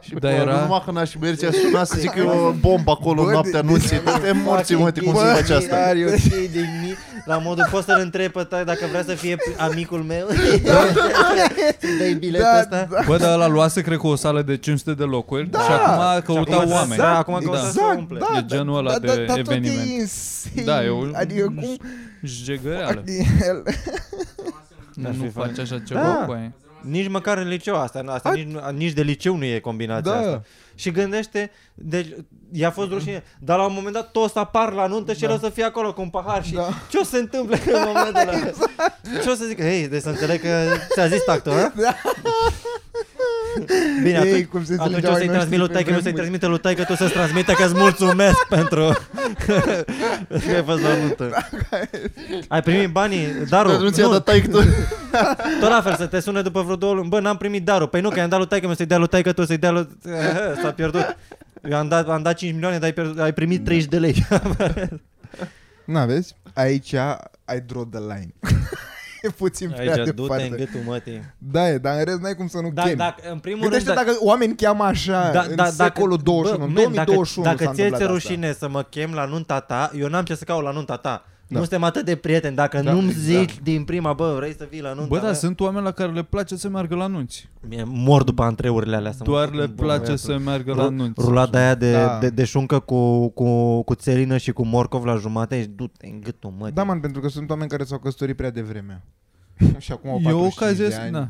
[SPEAKER 3] Și
[SPEAKER 1] Dar
[SPEAKER 3] da
[SPEAKER 1] era-
[SPEAKER 3] era... numai că n-aș merge, aș suna să zic că e o bombă acolo
[SPEAKER 2] Bă,
[SPEAKER 3] în noaptea
[SPEAKER 2] de- da.
[SPEAKER 3] anunții. Te morți, mă, cum se face asta?
[SPEAKER 5] Are ok de mine. La modul poți să-l întrebi pe tare dacă vrea să fie amicul meu. Să-i dai biletul
[SPEAKER 2] Da,
[SPEAKER 5] ăsta.
[SPEAKER 1] Bă, dar ăla luase, cred că, o sală de 500 de locuri
[SPEAKER 2] Da!
[SPEAKER 1] și acum căutau
[SPEAKER 5] acum-
[SPEAKER 1] oameni.
[SPEAKER 5] da, acum căuta să
[SPEAKER 2] Exact,
[SPEAKER 5] umple.
[SPEAKER 2] da,
[SPEAKER 1] E genul ăla de
[SPEAKER 2] tot
[SPEAKER 1] eveniment.
[SPEAKER 2] E insane.
[SPEAKER 1] Da, e o-
[SPEAKER 2] Adică cum...
[SPEAKER 1] Jegăreală. Nu
[SPEAKER 5] Ar fi fain.
[SPEAKER 1] faci așa ceva
[SPEAKER 5] Da.
[SPEAKER 1] cu aia.
[SPEAKER 5] Nici măcar în liceu asta, asta nici, nu- nici de liceu nu e combinația
[SPEAKER 2] Da.
[SPEAKER 5] asta. Și gândește, deci i-a fost rușine, dar la un moment dat toți apar la nuntă și da. el o să fie acolo cu un pahar și da.
[SPEAKER 2] Da.
[SPEAKER 5] ce o să se întâmple în momentul ăla? Ce o să zic? Hei, deci să înțeleg că ți-a zis tactul, ha?
[SPEAKER 2] Da.
[SPEAKER 5] Bine,
[SPEAKER 2] Ei,
[SPEAKER 5] atunci,
[SPEAKER 2] cum se
[SPEAKER 5] atunci
[SPEAKER 2] înțelegeau
[SPEAKER 5] o
[SPEAKER 2] ai noștri
[SPEAKER 5] să-i transmit lui
[SPEAKER 2] pe
[SPEAKER 5] taică, o
[SPEAKER 2] vremuri.
[SPEAKER 5] să-i transmită lui taică, tu o să-ți transmită că îți mulțumesc pentru că ai fost la nuntă. Ai primit banii, darul?
[SPEAKER 3] Dar nu ți-a
[SPEAKER 5] Nu,
[SPEAKER 3] dat taic tu.
[SPEAKER 5] tot la fel, să te sună după vreo două luni. Bă, n-am primit darul. Păi nu, că i-am dat lui taică, mi să-i dea lui taică, tu să-i dea lui... S-a pierdut. Eu am dat, am dat 5 milioane, dar ai, pierdut, ai primit 30 de lei.
[SPEAKER 2] Na, vezi? Aici ai draw the line. e puțin prea
[SPEAKER 5] Aici, du-te
[SPEAKER 2] departe.
[SPEAKER 5] în gâtul mătii.
[SPEAKER 2] da, e, dar în rest n-ai cum să nu da,
[SPEAKER 5] Da,
[SPEAKER 2] chemi.
[SPEAKER 5] dacă, în da. primul
[SPEAKER 2] Gândește
[SPEAKER 5] rând,
[SPEAKER 2] dacă oameni cheamă așa da, în da, secolul 21,
[SPEAKER 5] bă,
[SPEAKER 2] în
[SPEAKER 5] men,
[SPEAKER 2] 2021
[SPEAKER 5] dacă,
[SPEAKER 2] s-a
[SPEAKER 5] dacă ție ți-e
[SPEAKER 2] întâmplat
[SPEAKER 5] rușine să mă chem la nunta ta, eu n-am ce să caut la nunta ta. Da.
[SPEAKER 2] Da.
[SPEAKER 5] Nu suntem atât de prieteni. Dacă da,
[SPEAKER 2] Da,
[SPEAKER 5] nu-mi
[SPEAKER 2] exact.
[SPEAKER 5] zici din prima, bă, da, vrei să vii la nunta
[SPEAKER 2] da,
[SPEAKER 1] Bă, dar
[SPEAKER 5] mea?
[SPEAKER 1] sunt oameni la care le place să meargă la nunți.
[SPEAKER 5] Mie mor după antreurile alea. Să mă
[SPEAKER 1] Doar
[SPEAKER 5] duc
[SPEAKER 1] le
[SPEAKER 5] în bună
[SPEAKER 1] place
[SPEAKER 5] viață.
[SPEAKER 1] să meargă
[SPEAKER 5] Ru-
[SPEAKER 1] la nunți.
[SPEAKER 5] Rulada aia de, da.
[SPEAKER 2] Da.
[SPEAKER 5] de, de șuncă cu, cu, cu țelină și cu morcov la jumate și du-te în gâtul mă.
[SPEAKER 2] Da, man, pentru că sunt oameni care s-au căsătorit prea devreme. și acum au
[SPEAKER 1] E o
[SPEAKER 2] 45
[SPEAKER 1] ocazie,
[SPEAKER 2] de ani.
[SPEAKER 1] să- na.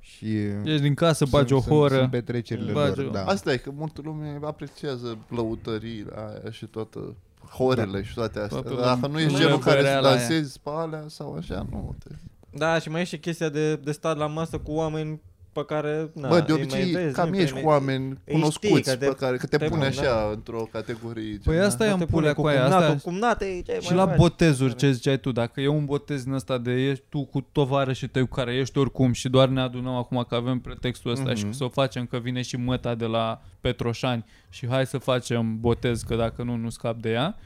[SPEAKER 2] Și
[SPEAKER 1] Ești din casă,
[SPEAKER 2] sunt-
[SPEAKER 1] bagi o
[SPEAKER 2] sunt-
[SPEAKER 1] horă.
[SPEAKER 2] Sunt petrecerile
[SPEAKER 1] Bagi
[SPEAKER 2] lor,
[SPEAKER 1] o-
[SPEAKER 2] da.
[SPEAKER 3] Asta e, că multă lume apreciază lăutării aia și toată horele și toate astea.
[SPEAKER 1] Bă, pe
[SPEAKER 3] Dacă
[SPEAKER 1] un-
[SPEAKER 3] nu ești
[SPEAKER 1] nu
[SPEAKER 3] genul
[SPEAKER 1] e
[SPEAKER 3] care să
[SPEAKER 1] părerea la aia.
[SPEAKER 3] dansezi pe alea sau așa, nu te...
[SPEAKER 5] da, și mai e și chestia de, de stat la masă cu oameni pe care... Na,
[SPEAKER 3] Bă, de
[SPEAKER 5] Da, îi mai
[SPEAKER 3] obicei,
[SPEAKER 5] vezi,
[SPEAKER 3] cam
[SPEAKER 5] nu-i
[SPEAKER 3] ești
[SPEAKER 5] mai-
[SPEAKER 3] cu oameni
[SPEAKER 5] știi
[SPEAKER 3] cunoscuți
[SPEAKER 5] că te-
[SPEAKER 3] pe care că te
[SPEAKER 5] te
[SPEAKER 3] pune
[SPEAKER 5] pun,
[SPEAKER 3] așa într-o categorie.
[SPEAKER 1] Păi
[SPEAKER 3] gen,
[SPEAKER 1] asta
[SPEAKER 5] Da,
[SPEAKER 1] e
[SPEAKER 5] te
[SPEAKER 1] în
[SPEAKER 5] pune
[SPEAKER 1] pulea
[SPEAKER 5] cu
[SPEAKER 1] cu aia.
[SPEAKER 5] cumnatul,
[SPEAKER 1] Asta
[SPEAKER 5] Cu cumnate, ce
[SPEAKER 1] și
[SPEAKER 5] mai
[SPEAKER 1] la
[SPEAKER 5] faci?
[SPEAKER 1] botezuri ce ziceai tu, dacă e un botez din ăsta de ești tu cu tovară și tăi cu care ești oricum și doar ne adunăm acum că avem pretextul ăsta
[SPEAKER 2] Mhm.
[SPEAKER 1] și să o facem că vine și măta de la Petroșani și hai să facem botez că dacă nu, nu scap de ea.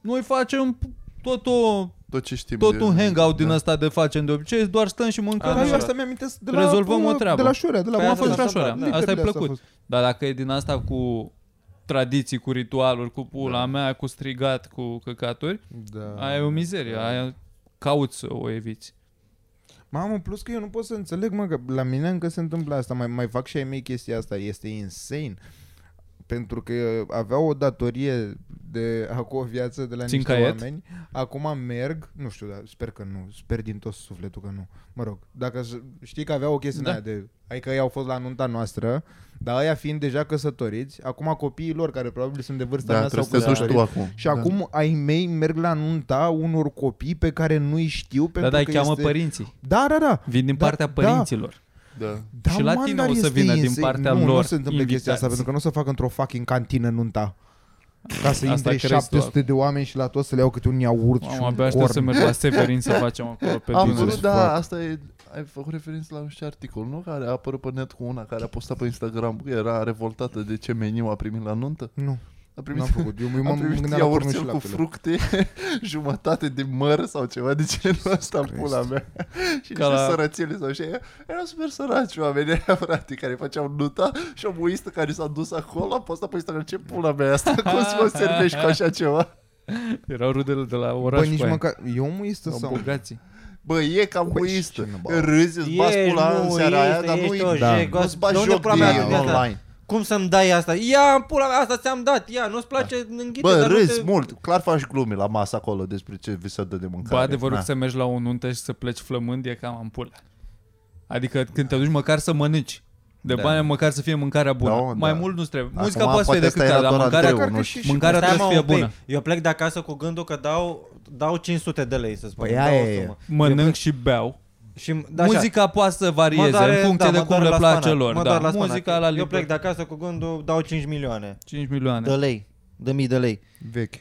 [SPEAKER 1] Noi facem tot, o,
[SPEAKER 3] Tot ce știm.
[SPEAKER 1] tot
[SPEAKER 3] de-
[SPEAKER 1] un hangout din
[SPEAKER 3] da.
[SPEAKER 1] ăsta de facem de obicei, doar stăm și mâncăm.
[SPEAKER 5] Da,
[SPEAKER 2] Dar
[SPEAKER 1] și
[SPEAKER 2] eu asta mi-amintesc de la,
[SPEAKER 1] Rezolvăm o
[SPEAKER 2] de
[SPEAKER 1] treabă.
[SPEAKER 2] la Șurea, de la
[SPEAKER 5] Păi
[SPEAKER 1] Cum a
[SPEAKER 5] asta
[SPEAKER 1] fost
[SPEAKER 5] s-a
[SPEAKER 1] Brașoara.
[SPEAKER 5] întâmplat,
[SPEAKER 1] Da.
[SPEAKER 5] da.
[SPEAKER 1] Asta e
[SPEAKER 2] Literally asta a
[SPEAKER 1] plăcut. Dar dacă e din asta cu tradiții, cu ritualuri, cu pula mea, cu strigat, cu căcaturi,
[SPEAKER 2] Da.
[SPEAKER 1] aia e o mizerie, aia cauți să o eviți.
[SPEAKER 2] Mamă, plus că eu nu pot să înțeleg, mă, că la mine încă se întâmplă asta. Mai, mai fac și ai mei chestia asta. Este insane. Pentru că aveau o datorie de acum o viață de la
[SPEAKER 1] Țin
[SPEAKER 2] niște
[SPEAKER 1] caiet?
[SPEAKER 2] oameni. Acum merg, nu știu, dar sper că nu. Sper din tot sufletul că nu. Mă rog, dacă s- știi că aveau o chestie
[SPEAKER 1] Da.
[SPEAKER 2] da. aia de... Adică ei au fost la nunta noastră, dar aia fiind deja căsătoriți, acum copiii lor, care probabil sunt de vârsta
[SPEAKER 3] Da,
[SPEAKER 2] mea sau
[SPEAKER 3] trebuie să te duci
[SPEAKER 2] căsătoriți,
[SPEAKER 3] tu acum. Da.
[SPEAKER 2] și acum ai mei merg la nunta unor copii pe care nu-i știu
[SPEAKER 1] Dar
[SPEAKER 2] pentru
[SPEAKER 1] da,
[SPEAKER 2] că
[SPEAKER 1] cheamă
[SPEAKER 2] este...
[SPEAKER 1] părinții.
[SPEAKER 2] Da, da, da.
[SPEAKER 1] Vin din
[SPEAKER 2] Da,
[SPEAKER 1] partea
[SPEAKER 2] da.
[SPEAKER 1] părinților.
[SPEAKER 3] Da.
[SPEAKER 2] da
[SPEAKER 1] Și la
[SPEAKER 2] man,
[SPEAKER 1] tine
[SPEAKER 2] dar
[SPEAKER 1] o să
[SPEAKER 2] este
[SPEAKER 1] vină din
[SPEAKER 2] insane.
[SPEAKER 1] partea
[SPEAKER 2] nu, Nu
[SPEAKER 1] lor
[SPEAKER 2] se întâmplă chestia
[SPEAKER 1] invitați.
[SPEAKER 2] asta, pentru că nu o să fac într-o fucking cantină nunta. Ca
[SPEAKER 1] Asta
[SPEAKER 2] să intre
[SPEAKER 1] crezi tu
[SPEAKER 2] 700 de oameni și la toți să le iau câte un iaurt și
[SPEAKER 1] Mamă,
[SPEAKER 2] un
[SPEAKER 1] abia aștept să
[SPEAKER 2] corn.
[SPEAKER 1] merg la Severin să facem acolo pe
[SPEAKER 3] A
[SPEAKER 1] dinele.
[SPEAKER 3] apărut, da,
[SPEAKER 2] Fuck.
[SPEAKER 3] asta e, ai făcut referință la nu știu ce articol, nu? Care a apărut pe net cu una care a postat pe Instagram că era revoltată de ce meniu a primit la nuntă.
[SPEAKER 2] Nu,
[SPEAKER 3] A primit,
[SPEAKER 2] n-am făcut. Eu
[SPEAKER 3] a
[SPEAKER 2] m-am
[SPEAKER 3] primit
[SPEAKER 2] gândeam la porno și
[SPEAKER 3] iaurțel
[SPEAKER 2] la
[SPEAKER 3] cu
[SPEAKER 2] pele.
[SPEAKER 3] fructe, jumătate de măr sau ceva de genul ăsta,
[SPEAKER 2] Christ.
[SPEAKER 3] pula mea. și
[SPEAKER 1] Ca
[SPEAKER 3] niște
[SPEAKER 1] la-
[SPEAKER 3] sărățele sau așa. Erau super săraci oameni, aia, frate, care făceau nuta și o muistă care s-a dus acolo, a postat pe Instagram, ce pula mea e asta, cum să mă servești cu așa ceva? da.
[SPEAKER 1] Erau rudele de la
[SPEAKER 2] Bă,
[SPEAKER 1] oraș
[SPEAKER 2] nici
[SPEAKER 1] cu aia.
[SPEAKER 2] măcar... E o muistă
[SPEAKER 1] Erau
[SPEAKER 2] sau...
[SPEAKER 1] bogații.
[SPEAKER 3] Bă, e cam
[SPEAKER 2] Question
[SPEAKER 3] muistă.
[SPEAKER 2] about-
[SPEAKER 3] Râzi, îți bați
[SPEAKER 5] Ești,
[SPEAKER 3] pula în
[SPEAKER 5] nu,
[SPEAKER 3] seara aia,
[SPEAKER 5] ești,
[SPEAKER 3] dar
[SPEAKER 5] ești
[SPEAKER 3] nu-i
[SPEAKER 5] o
[SPEAKER 2] Da.
[SPEAKER 5] jegos-
[SPEAKER 3] Nu-ți bagi
[SPEAKER 5] de unde
[SPEAKER 3] joc
[SPEAKER 5] pula
[SPEAKER 3] de
[SPEAKER 5] mea
[SPEAKER 3] ea
[SPEAKER 5] din asta?
[SPEAKER 3] online.
[SPEAKER 5] Cum să-mi dai asta? Ia, în pula mea, asta ți-am dat. Ia, nu-ți place da. înghite,
[SPEAKER 3] Bă,
[SPEAKER 5] dar nu
[SPEAKER 3] râzi
[SPEAKER 5] te...
[SPEAKER 3] mult. Clar faci glume la masă acolo despre ce vi se dă de mâncare.
[SPEAKER 1] Bă, adevărul
[SPEAKER 3] Na.
[SPEAKER 1] că să mergi la o nuntă și să pleci flămând e cam ampulă. Adică când te duci măcar să mănânci. De
[SPEAKER 3] Da.
[SPEAKER 1] bani măcar să fie mâncarea bună.
[SPEAKER 3] Da, mă,
[SPEAKER 1] Mai
[SPEAKER 3] da.
[SPEAKER 1] mult nu trebuie.
[SPEAKER 3] Acum,
[SPEAKER 1] Muzica poate să fie
[SPEAKER 3] poate
[SPEAKER 1] decât
[SPEAKER 3] ăsta era
[SPEAKER 1] aia, dar
[SPEAKER 3] doar
[SPEAKER 1] mâncarea,
[SPEAKER 3] Andreu, nu știu.
[SPEAKER 1] mâncarea
[SPEAKER 5] Stai,
[SPEAKER 1] trebuie să
[SPEAKER 5] mă,
[SPEAKER 1] fie
[SPEAKER 5] un pic.
[SPEAKER 1] bună.
[SPEAKER 5] Eu plec de acasă cu gândul că dau, dau 500 de lei, să spun.
[SPEAKER 2] Păi
[SPEAKER 5] dau o
[SPEAKER 2] aia e.
[SPEAKER 5] sumă.
[SPEAKER 1] Mănânc și beau.
[SPEAKER 5] Și, da,
[SPEAKER 1] Da,
[SPEAKER 5] așa.
[SPEAKER 1] Muzica poate să varieze
[SPEAKER 5] Mă doare-
[SPEAKER 1] în funcție
[SPEAKER 5] da,
[SPEAKER 1] de
[SPEAKER 5] mă
[SPEAKER 1] cum
[SPEAKER 5] doare
[SPEAKER 1] le
[SPEAKER 5] la
[SPEAKER 1] place
[SPEAKER 5] spanac.
[SPEAKER 1] lor.
[SPEAKER 5] Mă
[SPEAKER 1] da.
[SPEAKER 5] doar la spanac.
[SPEAKER 1] Muzica la
[SPEAKER 5] Eu
[SPEAKER 1] liber.
[SPEAKER 5] plec de acasă cu gândul, dau 5 milioane.
[SPEAKER 1] 5 milioane.
[SPEAKER 5] De lei. De mii de lei.
[SPEAKER 2] Vechi.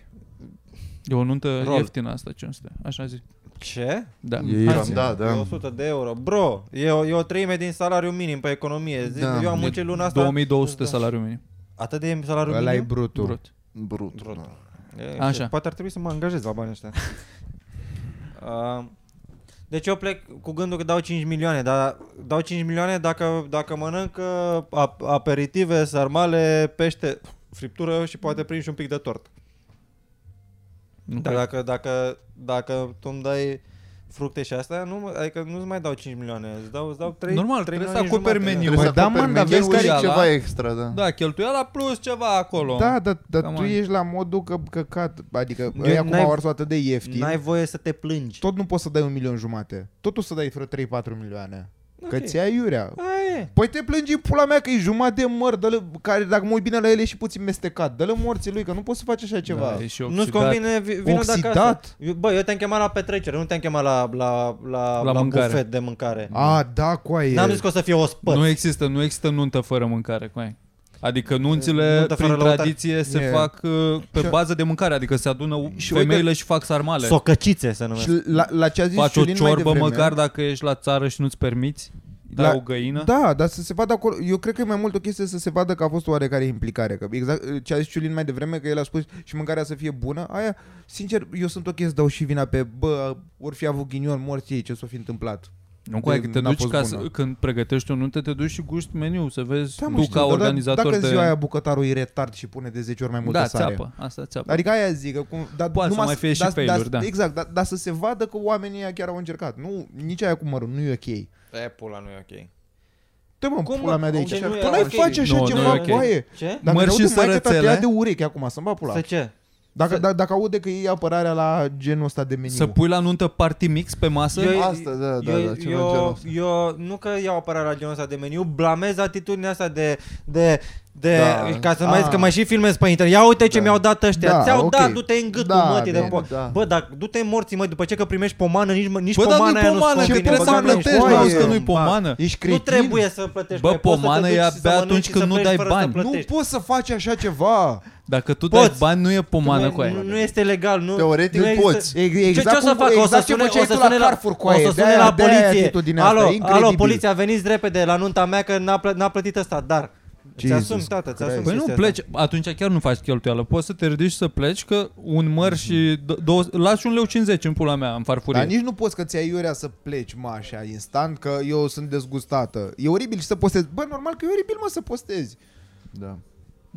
[SPEAKER 1] E o nuntă
[SPEAKER 5] Rol.
[SPEAKER 1] ieftină asta, 500. Așa zic.
[SPEAKER 5] Ce?
[SPEAKER 1] Da.
[SPEAKER 2] E
[SPEAKER 1] Hai
[SPEAKER 2] ieftin.
[SPEAKER 1] să-
[SPEAKER 3] Da,
[SPEAKER 5] Da.
[SPEAKER 3] da.
[SPEAKER 5] 100 de euro. Bro, e o, e o treime din salariu minim pe economie. Zic,
[SPEAKER 3] Da.
[SPEAKER 5] da. Eu am
[SPEAKER 1] E
[SPEAKER 5] muncit luna asta.
[SPEAKER 1] 2200
[SPEAKER 5] Da.
[SPEAKER 1] salariul minim.
[SPEAKER 5] Atât de e salariu
[SPEAKER 2] Ăla e
[SPEAKER 5] minim?
[SPEAKER 2] brutul.
[SPEAKER 1] Brut.
[SPEAKER 3] Brut.
[SPEAKER 5] Brut.
[SPEAKER 3] da.
[SPEAKER 5] E,
[SPEAKER 1] Așa.
[SPEAKER 5] Poate ar trebui să mă angajez la banii ăștia. uh, deci eu plec cu gândul că dau 5 milioane, dar dau 5 milioane dacă, dacă mănânc uh, ap- aperitive, sarmale, pește, friptură și poate prind și un pic de tort.
[SPEAKER 1] Nu
[SPEAKER 5] Dar
[SPEAKER 1] cred.
[SPEAKER 5] dacă, dacă, dacă tu îmi dai fructe și astea, nu, mă- adică nu-ți mai dau 5 milioane, îți dau, îți dau 3,
[SPEAKER 1] Normal,
[SPEAKER 5] 3
[SPEAKER 1] trebuie să
[SPEAKER 5] milioane
[SPEAKER 1] acoperi
[SPEAKER 5] jumate,
[SPEAKER 1] meniul.
[SPEAKER 3] Trebuie
[SPEAKER 2] Mă,
[SPEAKER 3] să
[SPEAKER 2] da,
[SPEAKER 3] acoperi
[SPEAKER 2] mă, dar vezi
[SPEAKER 3] meniul
[SPEAKER 1] care
[SPEAKER 3] și
[SPEAKER 1] e
[SPEAKER 3] ceva
[SPEAKER 1] ala?
[SPEAKER 3] extra, da.
[SPEAKER 1] Da, cheltuiala plus ceva acolo.
[SPEAKER 2] Da, dar dar
[SPEAKER 1] Come
[SPEAKER 2] tu
[SPEAKER 1] on.
[SPEAKER 2] ești la modul că căcat, adică
[SPEAKER 5] Eu-
[SPEAKER 2] ei acum
[SPEAKER 5] n-ai-
[SPEAKER 2] au ars atât de ieftin.
[SPEAKER 5] N-ai voie să te plângi.
[SPEAKER 2] Tot nu poți să dai un milion jumate. Tot o să dai vreo 3-4 milioane. Că
[SPEAKER 5] Ok.
[SPEAKER 2] ți ai iurea.
[SPEAKER 5] Aia e.
[SPEAKER 2] Păi te plângi în pula mea că e jumătate de măr, dă care dacă mă uit bine la ele e și puțin mestecat. Dă-le morții lui că nu poți să faci așa ceva.
[SPEAKER 1] Da, e și
[SPEAKER 5] Nu-ți
[SPEAKER 1] oxidat.
[SPEAKER 5] convine vi- vină de acasă.
[SPEAKER 2] Oxidat?
[SPEAKER 5] Eu- Bă, eu te-am chemat la petrecere, nu te-am chemat la, la, la,
[SPEAKER 1] La
[SPEAKER 5] la, la
[SPEAKER 1] mâncare.
[SPEAKER 5] bufet de mâncare.
[SPEAKER 2] A, da, coaie.
[SPEAKER 5] N-am zis că o să fie
[SPEAKER 2] Păi.
[SPEAKER 5] ospăț.
[SPEAKER 1] Nu există, nu există nuntă fără mâncare, cu aia. Adică nunțile,
[SPEAKER 5] Păi, Nuntă fără
[SPEAKER 1] prin
[SPEAKER 5] lăutari.
[SPEAKER 1] tradiție, se
[SPEAKER 2] E.
[SPEAKER 1] fac uh, pe
[SPEAKER 2] Și-
[SPEAKER 1] bază de mâncare, adică se adună
[SPEAKER 2] Și
[SPEAKER 1] și femeile
[SPEAKER 2] uite-
[SPEAKER 1] și fac sarmale.
[SPEAKER 5] Socăcițe se numesc.
[SPEAKER 2] Și la, la ce a zis
[SPEAKER 1] faci o
[SPEAKER 2] Ciulin mai
[SPEAKER 1] ciorbă
[SPEAKER 2] devreme-
[SPEAKER 1] măcar dacă ești la țară și nu-ți permiți, dai
[SPEAKER 2] La-
[SPEAKER 1] o găină.
[SPEAKER 2] Da, dar să se vadă acolo. Eu cred că e mai mult o chestie să se vadă că a fost oarecare implicare. Că exact ce a zis Ciulin mai devreme, că el a spus și mâncarea să fie bună, aia, sincer, eu sunt ok să dau și vina pe, bă, ori fi avut ghinion, morți ei, ce s-a fi întâmplat.
[SPEAKER 1] Nu cu aia, că te
[SPEAKER 2] N-a
[SPEAKER 1] duci
[SPEAKER 2] fost
[SPEAKER 1] ca
[SPEAKER 2] bună.
[SPEAKER 1] să, când pregătești o nuntă, te duci și guști meniu, să vezi
[SPEAKER 2] Da, mă,
[SPEAKER 1] tu
[SPEAKER 2] știu,
[SPEAKER 1] ca
[SPEAKER 2] dar da-
[SPEAKER 1] organizator
[SPEAKER 2] Dacă
[SPEAKER 1] de...
[SPEAKER 2] în ziua aia bucătarul e retard și pune de 10 ori mai multă
[SPEAKER 1] da,
[SPEAKER 2] sare.
[SPEAKER 1] țeapă, asta țeapă.
[SPEAKER 2] Adică aia zic că cum, dar
[SPEAKER 1] Poate să mai fie și
[SPEAKER 2] dar-
[SPEAKER 1] failuri,
[SPEAKER 2] dar,
[SPEAKER 1] da.
[SPEAKER 2] Exact, dar, dar, să se vadă că oamenii ăia chiar au încercat. Nu, nici aia cu mărul, nu e ok.
[SPEAKER 5] E, pula nu e ok.
[SPEAKER 2] Te mă,
[SPEAKER 5] Cum,
[SPEAKER 2] pula
[SPEAKER 5] mă,
[SPEAKER 2] mea de aici. Păi
[SPEAKER 5] ce nu e
[SPEAKER 2] Tu n-ai
[SPEAKER 5] ok?
[SPEAKER 2] face așa
[SPEAKER 1] Nu, nu
[SPEAKER 2] ceva,
[SPEAKER 1] e ok.
[SPEAKER 2] boaie.
[SPEAKER 5] Ce?
[SPEAKER 2] Dacă
[SPEAKER 1] Măr
[SPEAKER 2] Măr
[SPEAKER 1] și
[SPEAKER 2] și maică,
[SPEAKER 1] sărățele?
[SPEAKER 2] te ia de urechi acum, să-mi va pula.
[SPEAKER 5] Să ce?
[SPEAKER 2] Dacă,
[SPEAKER 5] să-
[SPEAKER 2] da, dacă aude că e apărarea la genul ăsta de meniu.
[SPEAKER 1] Să pui la nuntă party mix pe masă?
[SPEAKER 3] Eu- Asta, da, da, da,
[SPEAKER 5] eu,
[SPEAKER 3] ceva genul
[SPEAKER 5] eu,
[SPEAKER 3] ăsta.
[SPEAKER 5] eu, nu că iau apărarea la genul ăsta de meniu, blamez atitudinea asta de, de, de
[SPEAKER 3] Da.
[SPEAKER 5] da. ca să
[SPEAKER 2] Ah.
[SPEAKER 5] mai zic că mai și filmez pe internet. Ia uite ce
[SPEAKER 3] Da.
[SPEAKER 5] mi-au dat ăștia.
[SPEAKER 2] Da,
[SPEAKER 5] Ți-au
[SPEAKER 2] ok.
[SPEAKER 5] dat, du-te în gâtul,
[SPEAKER 2] Da,
[SPEAKER 5] mătii de
[SPEAKER 2] bine,
[SPEAKER 5] po-
[SPEAKER 3] da.
[SPEAKER 5] Bă, dacă du-te în morții, mă, după ce că primești pomană, nici, mă- nici
[SPEAKER 1] Bă, dar
[SPEAKER 5] pomana
[SPEAKER 1] nu-i
[SPEAKER 5] aia nu-ți
[SPEAKER 1] Deci pomană, că
[SPEAKER 5] convine,
[SPEAKER 1] trebuie
[SPEAKER 5] bă,
[SPEAKER 1] să
[SPEAKER 5] doamne,
[SPEAKER 1] plătești,
[SPEAKER 5] ești
[SPEAKER 2] bă,
[SPEAKER 1] nu
[SPEAKER 5] prost.
[SPEAKER 1] că nu-i
[SPEAKER 2] bă,
[SPEAKER 1] pomană.
[SPEAKER 2] Ești
[SPEAKER 5] Nu
[SPEAKER 2] cretin?
[SPEAKER 5] trebuie să plătești.
[SPEAKER 1] Bă,
[SPEAKER 5] că poți să te
[SPEAKER 1] pomană e
[SPEAKER 5] duci
[SPEAKER 1] abia
[SPEAKER 5] și să mănânci
[SPEAKER 1] atunci
[SPEAKER 5] și
[SPEAKER 1] când
[SPEAKER 5] să
[SPEAKER 1] nu
[SPEAKER 5] pleci
[SPEAKER 1] dai
[SPEAKER 5] fără să
[SPEAKER 1] bani.
[SPEAKER 2] Nu
[SPEAKER 5] plătești.
[SPEAKER 2] poți să faci așa ceva.
[SPEAKER 1] Dacă tu
[SPEAKER 5] Poți.
[SPEAKER 1] dai bani, nu e pomană
[SPEAKER 5] Nu-
[SPEAKER 1] cu aia.
[SPEAKER 5] Nu, nu este legal, nu.
[SPEAKER 3] Teoretic
[SPEAKER 5] nu există-
[SPEAKER 3] poți.
[SPEAKER 2] E-
[SPEAKER 5] Ce,
[SPEAKER 2] Exact
[SPEAKER 5] ce o să
[SPEAKER 2] cum-
[SPEAKER 5] fac? o să
[SPEAKER 2] exact ce
[SPEAKER 5] sune,
[SPEAKER 2] făceai
[SPEAKER 5] o să
[SPEAKER 2] tu
[SPEAKER 5] sune
[SPEAKER 2] la Carrefour cu
[SPEAKER 5] o
[SPEAKER 2] aia.
[SPEAKER 5] să sune
[SPEAKER 2] De-aia-
[SPEAKER 5] la
[SPEAKER 2] de-aia e
[SPEAKER 5] poliție.
[SPEAKER 2] atitudinea asta,
[SPEAKER 5] alo,
[SPEAKER 2] e incredibil.
[SPEAKER 5] alo, poliția, veniți repede la nunta mea că n-a, plă- n-a plătit ăsta, dar... Ți
[SPEAKER 2] Jesus
[SPEAKER 5] asumi, tată, ți asumi
[SPEAKER 1] Păi nu
[SPEAKER 5] chestia
[SPEAKER 1] pleci, atunci chiar nu faci cheltuială. Poți să te ridici și să pleci că un măr și d- două, lași un leu 50 în pula mea în farfurie.
[SPEAKER 2] Dar nici nu poți că ți-ai iurea să pleci, mă, așa, instant, că eu sunt dezgustată. E oribil și să postezi. Bă, normal că e oribil, mă, să postezi.
[SPEAKER 3] Da.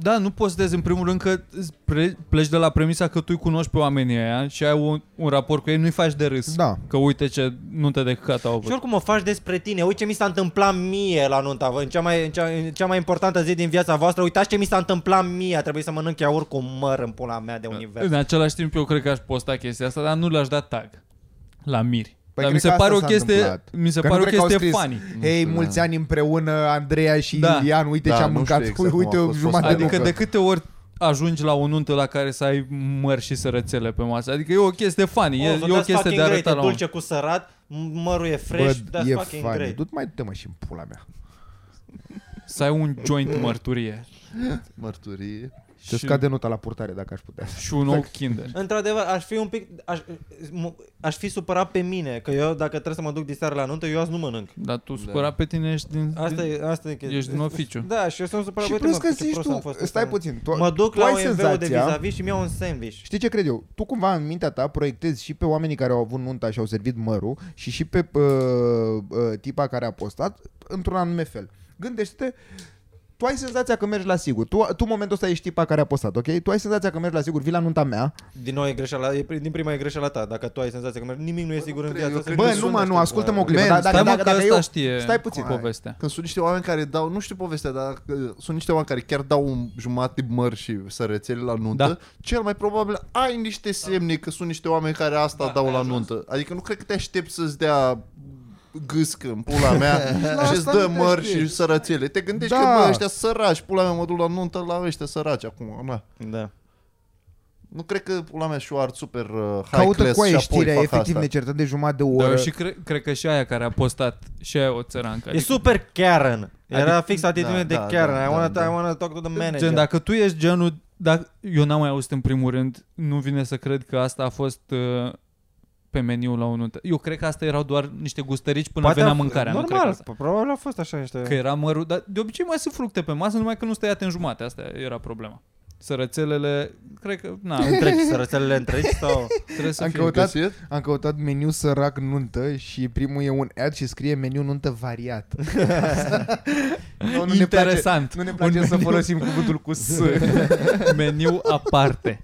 [SPEAKER 1] Da, nu postezi în primul rând că îți pre- pleci de la premisa că tu îi cunoști pe oamenii aia și ai un, un raport cu ei, nu-i faci de râs.
[SPEAKER 2] Da.
[SPEAKER 1] Că uite ce nuntă de căcat au
[SPEAKER 5] asta.
[SPEAKER 1] avut.
[SPEAKER 5] Și oricum o faci despre tine. Uite ce mi s-a întâmplat mie la nunta, vă, în cea mai, în cea, în cea mai importantă zi din viața voastră. Uitați ce mi s-a întâmplat mie. A trebuit să mănânc iaurt cu măr în pula mea
[SPEAKER 1] Da.
[SPEAKER 5] de univers.
[SPEAKER 1] În același timp eu cred că aș posta chestia asta, dar nu le-aș da tag la miri.
[SPEAKER 2] Păi
[SPEAKER 1] dar
[SPEAKER 2] cred
[SPEAKER 1] mi se
[SPEAKER 2] că asta
[SPEAKER 1] pare o
[SPEAKER 2] s-a
[SPEAKER 1] chestie,
[SPEAKER 2] întâmplat.
[SPEAKER 1] mi se
[SPEAKER 2] Că nu
[SPEAKER 1] pare o
[SPEAKER 2] cred că au
[SPEAKER 1] chestie
[SPEAKER 2] scris,
[SPEAKER 1] funny.
[SPEAKER 2] Hei,
[SPEAKER 3] știu,
[SPEAKER 2] mulți
[SPEAKER 3] da.
[SPEAKER 2] ani împreună, Andreea și
[SPEAKER 1] Da.
[SPEAKER 2] Ilian, uite
[SPEAKER 3] Da,
[SPEAKER 2] ce am
[SPEAKER 3] nu
[SPEAKER 2] mâncat,
[SPEAKER 3] știu exact
[SPEAKER 2] uite
[SPEAKER 3] cum a
[SPEAKER 2] o
[SPEAKER 3] fost
[SPEAKER 2] jumătate
[SPEAKER 3] postat.
[SPEAKER 2] de
[SPEAKER 1] Adică
[SPEAKER 2] nucă.
[SPEAKER 1] de câte ori ajungi la o nuntă la care să ai măr și sărățele pe masă. Adică e o chestie funny, e,
[SPEAKER 5] Oh,
[SPEAKER 1] e o
[SPEAKER 5] that's
[SPEAKER 1] chestie
[SPEAKER 5] fucking
[SPEAKER 1] de arătat
[SPEAKER 5] great,
[SPEAKER 1] la
[SPEAKER 5] e
[SPEAKER 1] un...
[SPEAKER 5] dulce cu sărat, mărul e fresh,
[SPEAKER 2] Bă,
[SPEAKER 5] that's
[SPEAKER 2] e
[SPEAKER 5] fucking
[SPEAKER 2] funny.
[SPEAKER 5] great.
[SPEAKER 2] Du-te mai dă mă și în pula mea.
[SPEAKER 1] Să ai un joint mărturie
[SPEAKER 3] Mărturie.
[SPEAKER 2] Te
[SPEAKER 1] și,
[SPEAKER 2] scade nota la purtare dacă aș putea.
[SPEAKER 1] și un ou kinder.
[SPEAKER 5] Într-adevăr, aș fi un pic... Aș, m- aș fi supărat pe mine, că eu dacă trebuie să mă duc diseară la nuntă, eu azi nu mănânc.
[SPEAKER 1] Dar tu supăra pe tine ești din...
[SPEAKER 5] Da. Asta e, asta e chestia.
[SPEAKER 1] Ești din oficiu.
[SPEAKER 5] Da, și eu sunt supărat
[SPEAKER 2] Și
[SPEAKER 5] Uite,
[SPEAKER 2] plus
[SPEAKER 5] mă,
[SPEAKER 2] că
[SPEAKER 5] ce
[SPEAKER 2] zici
[SPEAKER 5] prost am fost
[SPEAKER 2] tu, stai
[SPEAKER 5] ăsta.
[SPEAKER 2] puțin, tu,
[SPEAKER 5] Mă duc
[SPEAKER 2] tu
[SPEAKER 5] la
[SPEAKER 2] ai
[SPEAKER 5] OMV-ul de
[SPEAKER 2] senzația-
[SPEAKER 5] vis-a-vis și mi-au un sandwich.
[SPEAKER 2] Știi ce cred eu? Tu cumva în mintea ta proiectezi și pe oamenii care au avut nunta și au servit mărul și și pe uh, uh, tipa care a postat într-un anume fel. Gândește-te, tu ai senzația că mergi la sigur. Tu, tu în momentul ăsta ești tipa care a postat, ok? Tu ai senzația că mergi la sigur, vii la nunta mea.
[SPEAKER 5] Din nou e greșeala, e, din prima e greșeala ta, dacă tu ai senzația că mergi- nimic nu e sigur în
[SPEAKER 3] trebuie, eu
[SPEAKER 5] viață.
[SPEAKER 3] cred
[SPEAKER 5] să fii
[SPEAKER 2] Bă,
[SPEAKER 3] că
[SPEAKER 5] sigur
[SPEAKER 2] nu
[SPEAKER 5] în
[SPEAKER 2] mă, nu,
[SPEAKER 5] asta.
[SPEAKER 2] ascultă-mă o clipă.
[SPEAKER 3] Man,
[SPEAKER 2] Dar-
[SPEAKER 1] Stai
[SPEAKER 2] Dacă,
[SPEAKER 1] mă
[SPEAKER 2] dacă,
[SPEAKER 1] că
[SPEAKER 2] dacă
[SPEAKER 1] ăsta
[SPEAKER 2] eu...
[SPEAKER 1] știe
[SPEAKER 2] stai puțin.
[SPEAKER 1] povestea.
[SPEAKER 3] Când sunt niște oameni care dau, nu știu povestea, dar uh, sunt niște oameni care chiar dau un jumătate măr și sărățele la nuntă,
[SPEAKER 1] Da.
[SPEAKER 3] da. cel mai probabil ai niște semne că sunt niște oameni care asta
[SPEAKER 5] Da,
[SPEAKER 3] da, dau
[SPEAKER 5] ai
[SPEAKER 3] la
[SPEAKER 5] ajuns.
[SPEAKER 3] nuntă. Adică nu cred că te aștepți să-ți dea gâscă în pula mea și îți
[SPEAKER 2] asta
[SPEAKER 3] dă
[SPEAKER 2] nu te
[SPEAKER 3] măr
[SPEAKER 2] aștepți.
[SPEAKER 3] și sărățele. Te gândești
[SPEAKER 2] Da.
[SPEAKER 3] că bă, ăștia săraci, pula mea mă duc la nuntă la ăștia săraci acum. Na.
[SPEAKER 5] Da.
[SPEAKER 3] Nu cred că pula mea șoar super uh, high
[SPEAKER 2] Caută
[SPEAKER 3] class
[SPEAKER 2] cu aia
[SPEAKER 3] și apoi
[SPEAKER 2] știrea,
[SPEAKER 3] fac
[SPEAKER 2] efectiv
[SPEAKER 3] asta.
[SPEAKER 2] ne certăm de jumătate de oră.
[SPEAKER 1] Dar eu și cre- cred că și aia care a postat și aia e o țărancă.
[SPEAKER 5] E super Karen. Era
[SPEAKER 1] Adică-
[SPEAKER 5] fix atitudine
[SPEAKER 3] da,
[SPEAKER 5] de
[SPEAKER 3] da,
[SPEAKER 5] Karen.
[SPEAKER 3] da,
[SPEAKER 5] I, wanna,
[SPEAKER 3] da, da.
[SPEAKER 5] I wanna talk to the manager.
[SPEAKER 1] Gen, dacă tu ești genul... Dacă, eu n-am mai auzit în primul rând, nu vine să cred că asta a fost uh, pe meniu la o nuntă. Eu cred că asta erau doar niște gustărici până
[SPEAKER 5] Poate
[SPEAKER 1] venea
[SPEAKER 5] a f-
[SPEAKER 1] mâncarea. nu cred că,
[SPEAKER 5] Normal,
[SPEAKER 1] asta.
[SPEAKER 5] probabil a fost așa niște...
[SPEAKER 1] că era mărul, dar de obicei mai sunt fructe pe masă, numai că nu stăiate în jumate. Asta era problema. Sărățelele, cred că, na,
[SPEAKER 5] Întregi, sărățelele întregi sau...
[SPEAKER 1] trebuie să
[SPEAKER 2] Am
[SPEAKER 1] fie...
[SPEAKER 2] căutat-
[SPEAKER 3] Găsit?
[SPEAKER 2] Am căutat meniu sărac nuntă și primul e un ad și scrie meniu nuntă variat. nu, nu ne place,
[SPEAKER 1] Interesant.
[SPEAKER 2] nu ne place
[SPEAKER 1] Un
[SPEAKER 2] să
[SPEAKER 1] meniu-
[SPEAKER 2] folosim cuvântul cu S.
[SPEAKER 1] meniu aparte.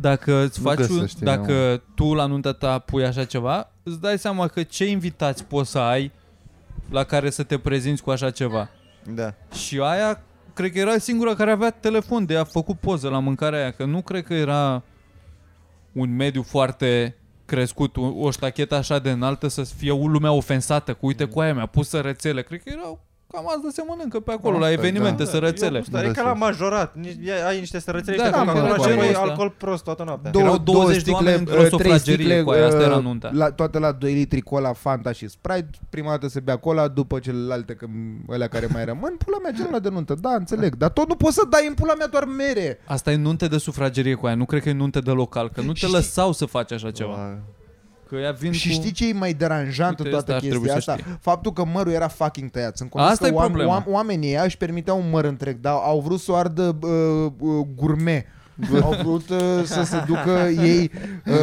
[SPEAKER 1] Dacă îți
[SPEAKER 3] Nu
[SPEAKER 1] faci un,
[SPEAKER 3] găsește,
[SPEAKER 1] dacă tu la nunta ta pui așa ceva, îți dai seama că ce invitați poți să ai la care să te prezinți cu așa ceva.
[SPEAKER 5] Da.
[SPEAKER 1] Și aia, cred că era singura care avea telefon de a făcut poză la mâncarea aia, că nu cred că era un mediu foarte crescut, o o ștachetă așa de înaltă să fie o lumea ofensată, cu
[SPEAKER 3] Mm.
[SPEAKER 1] uite cu aia mi-a pus sărățele. Cred că erau cam asta se mănâncă pe acolo, la
[SPEAKER 3] Asta e, da.
[SPEAKER 1] evenimente, sărățele.
[SPEAKER 5] Dar e ca la majorat. Nici, ai- ai niște sărățele
[SPEAKER 1] Da,
[SPEAKER 5] da,
[SPEAKER 2] da,
[SPEAKER 5] da,
[SPEAKER 2] mă,
[SPEAKER 5] acolo
[SPEAKER 2] cu aia
[SPEAKER 5] și
[SPEAKER 1] ăsta.
[SPEAKER 5] alcool prost toată noaptea.
[SPEAKER 1] Erau 20 de oameni într-o
[SPEAKER 2] uh, trei uh,
[SPEAKER 1] sufragerie, cu aia, asta era nunta.
[SPEAKER 2] La, toate la 2 litri cola, Fanta și Sprite. Prima dată se bea cola, după celelalte, că, alea care mai rămân, pula mea celălalt de nuntă. Da, înțeleg. Dar tot nu poți să dai în pula mea doar mere.
[SPEAKER 1] Asta e nunte de sufragerie cu aia, nu cred că e nunte de local, că nu te
[SPEAKER 2] Știi-
[SPEAKER 1] lăsau să faci așa ceva. Că ea vin
[SPEAKER 2] Și
[SPEAKER 1] cu...
[SPEAKER 2] știi ce e mai deranjant
[SPEAKER 1] Uite,
[SPEAKER 2] în
[SPEAKER 1] asta
[SPEAKER 2] toată
[SPEAKER 1] ar trebui
[SPEAKER 2] chestia
[SPEAKER 1] să
[SPEAKER 2] asta?
[SPEAKER 1] știe.
[SPEAKER 2] Faptul că mărul era fucking tăiat. Sunt convins
[SPEAKER 1] Asta
[SPEAKER 2] că
[SPEAKER 1] e
[SPEAKER 2] oam-
[SPEAKER 1] problema.
[SPEAKER 2] oam- oamenii ăia își permiteau un măr întreg, dar au vrut să o ardă uh, uh, gurme. au vrut uh, să se ducă ei uh,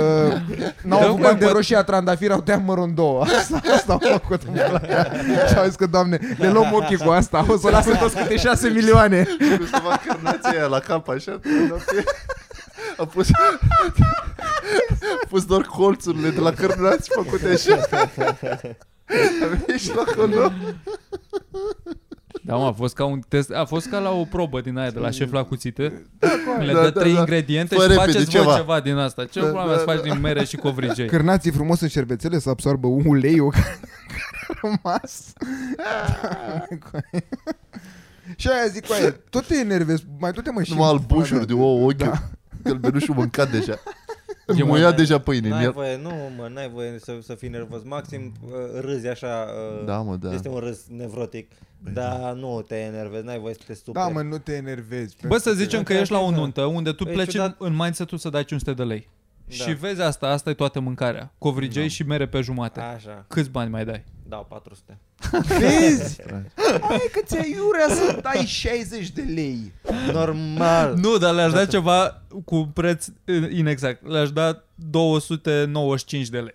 [SPEAKER 2] N-au
[SPEAKER 1] Rău
[SPEAKER 2] avut
[SPEAKER 1] că
[SPEAKER 2] bani de
[SPEAKER 1] mă-
[SPEAKER 2] roșia trandafir Au tăiat mărul în două Asta, asta au făcut în pula mea. Și au zis că doamne Le luăm ochii cu asta O să lasă toți câte șase milioane
[SPEAKER 3] Cum să fac carnația aia la cap așa dar pe- A pus A pus doar colțurile de la cărnați făcute așa A venit și la acolo
[SPEAKER 1] Da, mă, a fost ca un test, a fost ca la o probă din aia de la șef la cuțite. Le
[SPEAKER 3] Da,
[SPEAKER 1] dă
[SPEAKER 3] da,
[SPEAKER 1] trei
[SPEAKER 3] da.
[SPEAKER 1] ingrediente
[SPEAKER 3] Fă
[SPEAKER 1] și
[SPEAKER 3] repede
[SPEAKER 1] faceți voi
[SPEAKER 3] ceva.
[SPEAKER 1] ceva din asta. Ce
[SPEAKER 3] Da,
[SPEAKER 1] problemă
[SPEAKER 3] da,
[SPEAKER 1] să faci din mere și covrigei?
[SPEAKER 2] Cârnații frumos în șervețele Să absorbă uleiul Care a rămas Și aia zic, aia, tot te enervezi, mai tot te mă și...
[SPEAKER 3] Numai albușuri de ouă,
[SPEAKER 1] Da.
[SPEAKER 3] ochiul Călbenușul mâncat deja
[SPEAKER 1] E
[SPEAKER 3] Îmi ia
[SPEAKER 1] mai-
[SPEAKER 3] deja pâine în
[SPEAKER 5] N-ai
[SPEAKER 3] el
[SPEAKER 5] voie, nu mă, n-ai voie să, să fii nervos. Maxim uh, râzi așa, uh,
[SPEAKER 3] Da, mă, da.
[SPEAKER 5] este un râs nevrotic, dar nu te enervezi, n-ai voie să te superi.
[SPEAKER 2] Da, mă, nu te enervezi.
[SPEAKER 1] Bă, să zicem că
[SPEAKER 5] Da,
[SPEAKER 1] ești la o
[SPEAKER 5] da.
[SPEAKER 1] nuntă unde tu
[SPEAKER 5] E
[SPEAKER 1] pleci în,
[SPEAKER 5] ciudat.
[SPEAKER 1] în mindset-ul să dai 500 de lei. Și
[SPEAKER 5] Da.
[SPEAKER 1] vezi asta, asta e toată mâncarea. Covrigei și mere pe jumate.
[SPEAKER 5] Așa,
[SPEAKER 1] Câți bani mai dai?
[SPEAKER 5] dau 400.
[SPEAKER 2] Vezi? Hai că ți-ai iurea să dai 60 de lei.
[SPEAKER 5] Normal.
[SPEAKER 1] Nu, dar le-aș da ceva cu preț eh, inexact. Le-aș da 295 de lei.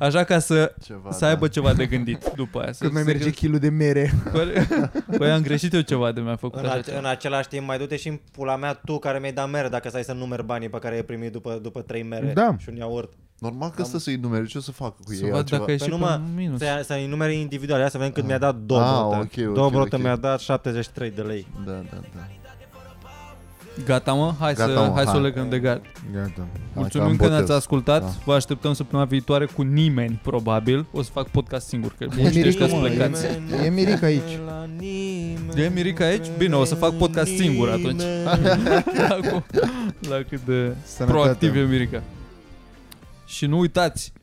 [SPEAKER 1] Așa ca să,
[SPEAKER 3] Ah. Ceva, da.
[SPEAKER 1] să aibă ceva de gândit după aia. să-
[SPEAKER 2] Cât mai
[SPEAKER 1] să-
[SPEAKER 2] merge kilul de mere.
[SPEAKER 1] Bă, Băi, Păi- am greșit eu ceva de mi-a făcut
[SPEAKER 5] În,
[SPEAKER 1] așa
[SPEAKER 5] ace-
[SPEAKER 1] ceva.
[SPEAKER 5] în același timp mai du-te și în pula mea tu care mi-ai dat mere dacă stai să numeri banii pe care ai primit după, după 3 mere
[SPEAKER 2] Da.
[SPEAKER 5] și un iaurt.
[SPEAKER 3] Normal că stă să-i numere, ce o să facă cu
[SPEAKER 1] Să
[SPEAKER 3] ei
[SPEAKER 1] văd
[SPEAKER 3] altceva?
[SPEAKER 1] dacă e și
[SPEAKER 5] Păi
[SPEAKER 1] pe
[SPEAKER 5] numai
[SPEAKER 1] minus.
[SPEAKER 5] să, să numere individuale, ia să vedem cât mi-a dat
[SPEAKER 3] Ah,
[SPEAKER 5] Dobrotă.
[SPEAKER 3] ok, ok,
[SPEAKER 5] Dobrotă
[SPEAKER 3] ok.
[SPEAKER 5] mi-a dat 73 de lei.
[SPEAKER 3] Da, da, da
[SPEAKER 1] Gata, mă? Hai,
[SPEAKER 3] Gata,
[SPEAKER 1] să,
[SPEAKER 3] mă,
[SPEAKER 1] hai să o
[SPEAKER 3] hai.
[SPEAKER 1] legăm de gard.
[SPEAKER 2] Gata.
[SPEAKER 1] Mulțumim că ne-ați ascultat. Vă așteptăm săptămâna viitoare cu nimeni, probabil. O să fac podcast singur, că mulți
[SPEAKER 2] Mirica,
[SPEAKER 1] ăștia
[SPEAKER 2] mă,
[SPEAKER 1] sunt plecați.
[SPEAKER 5] Nimeni nu
[SPEAKER 2] E Mirica aici.
[SPEAKER 5] crede la nimeni,
[SPEAKER 1] E Mirica
[SPEAKER 5] nu
[SPEAKER 1] aici? Bine, o să fac
[SPEAKER 5] crede
[SPEAKER 1] podcast singur atunci.
[SPEAKER 5] nimeni.
[SPEAKER 1] la, cu- la cât de
[SPEAKER 2] Sănătate.
[SPEAKER 1] proactiv e Mirica. Și nu uitați,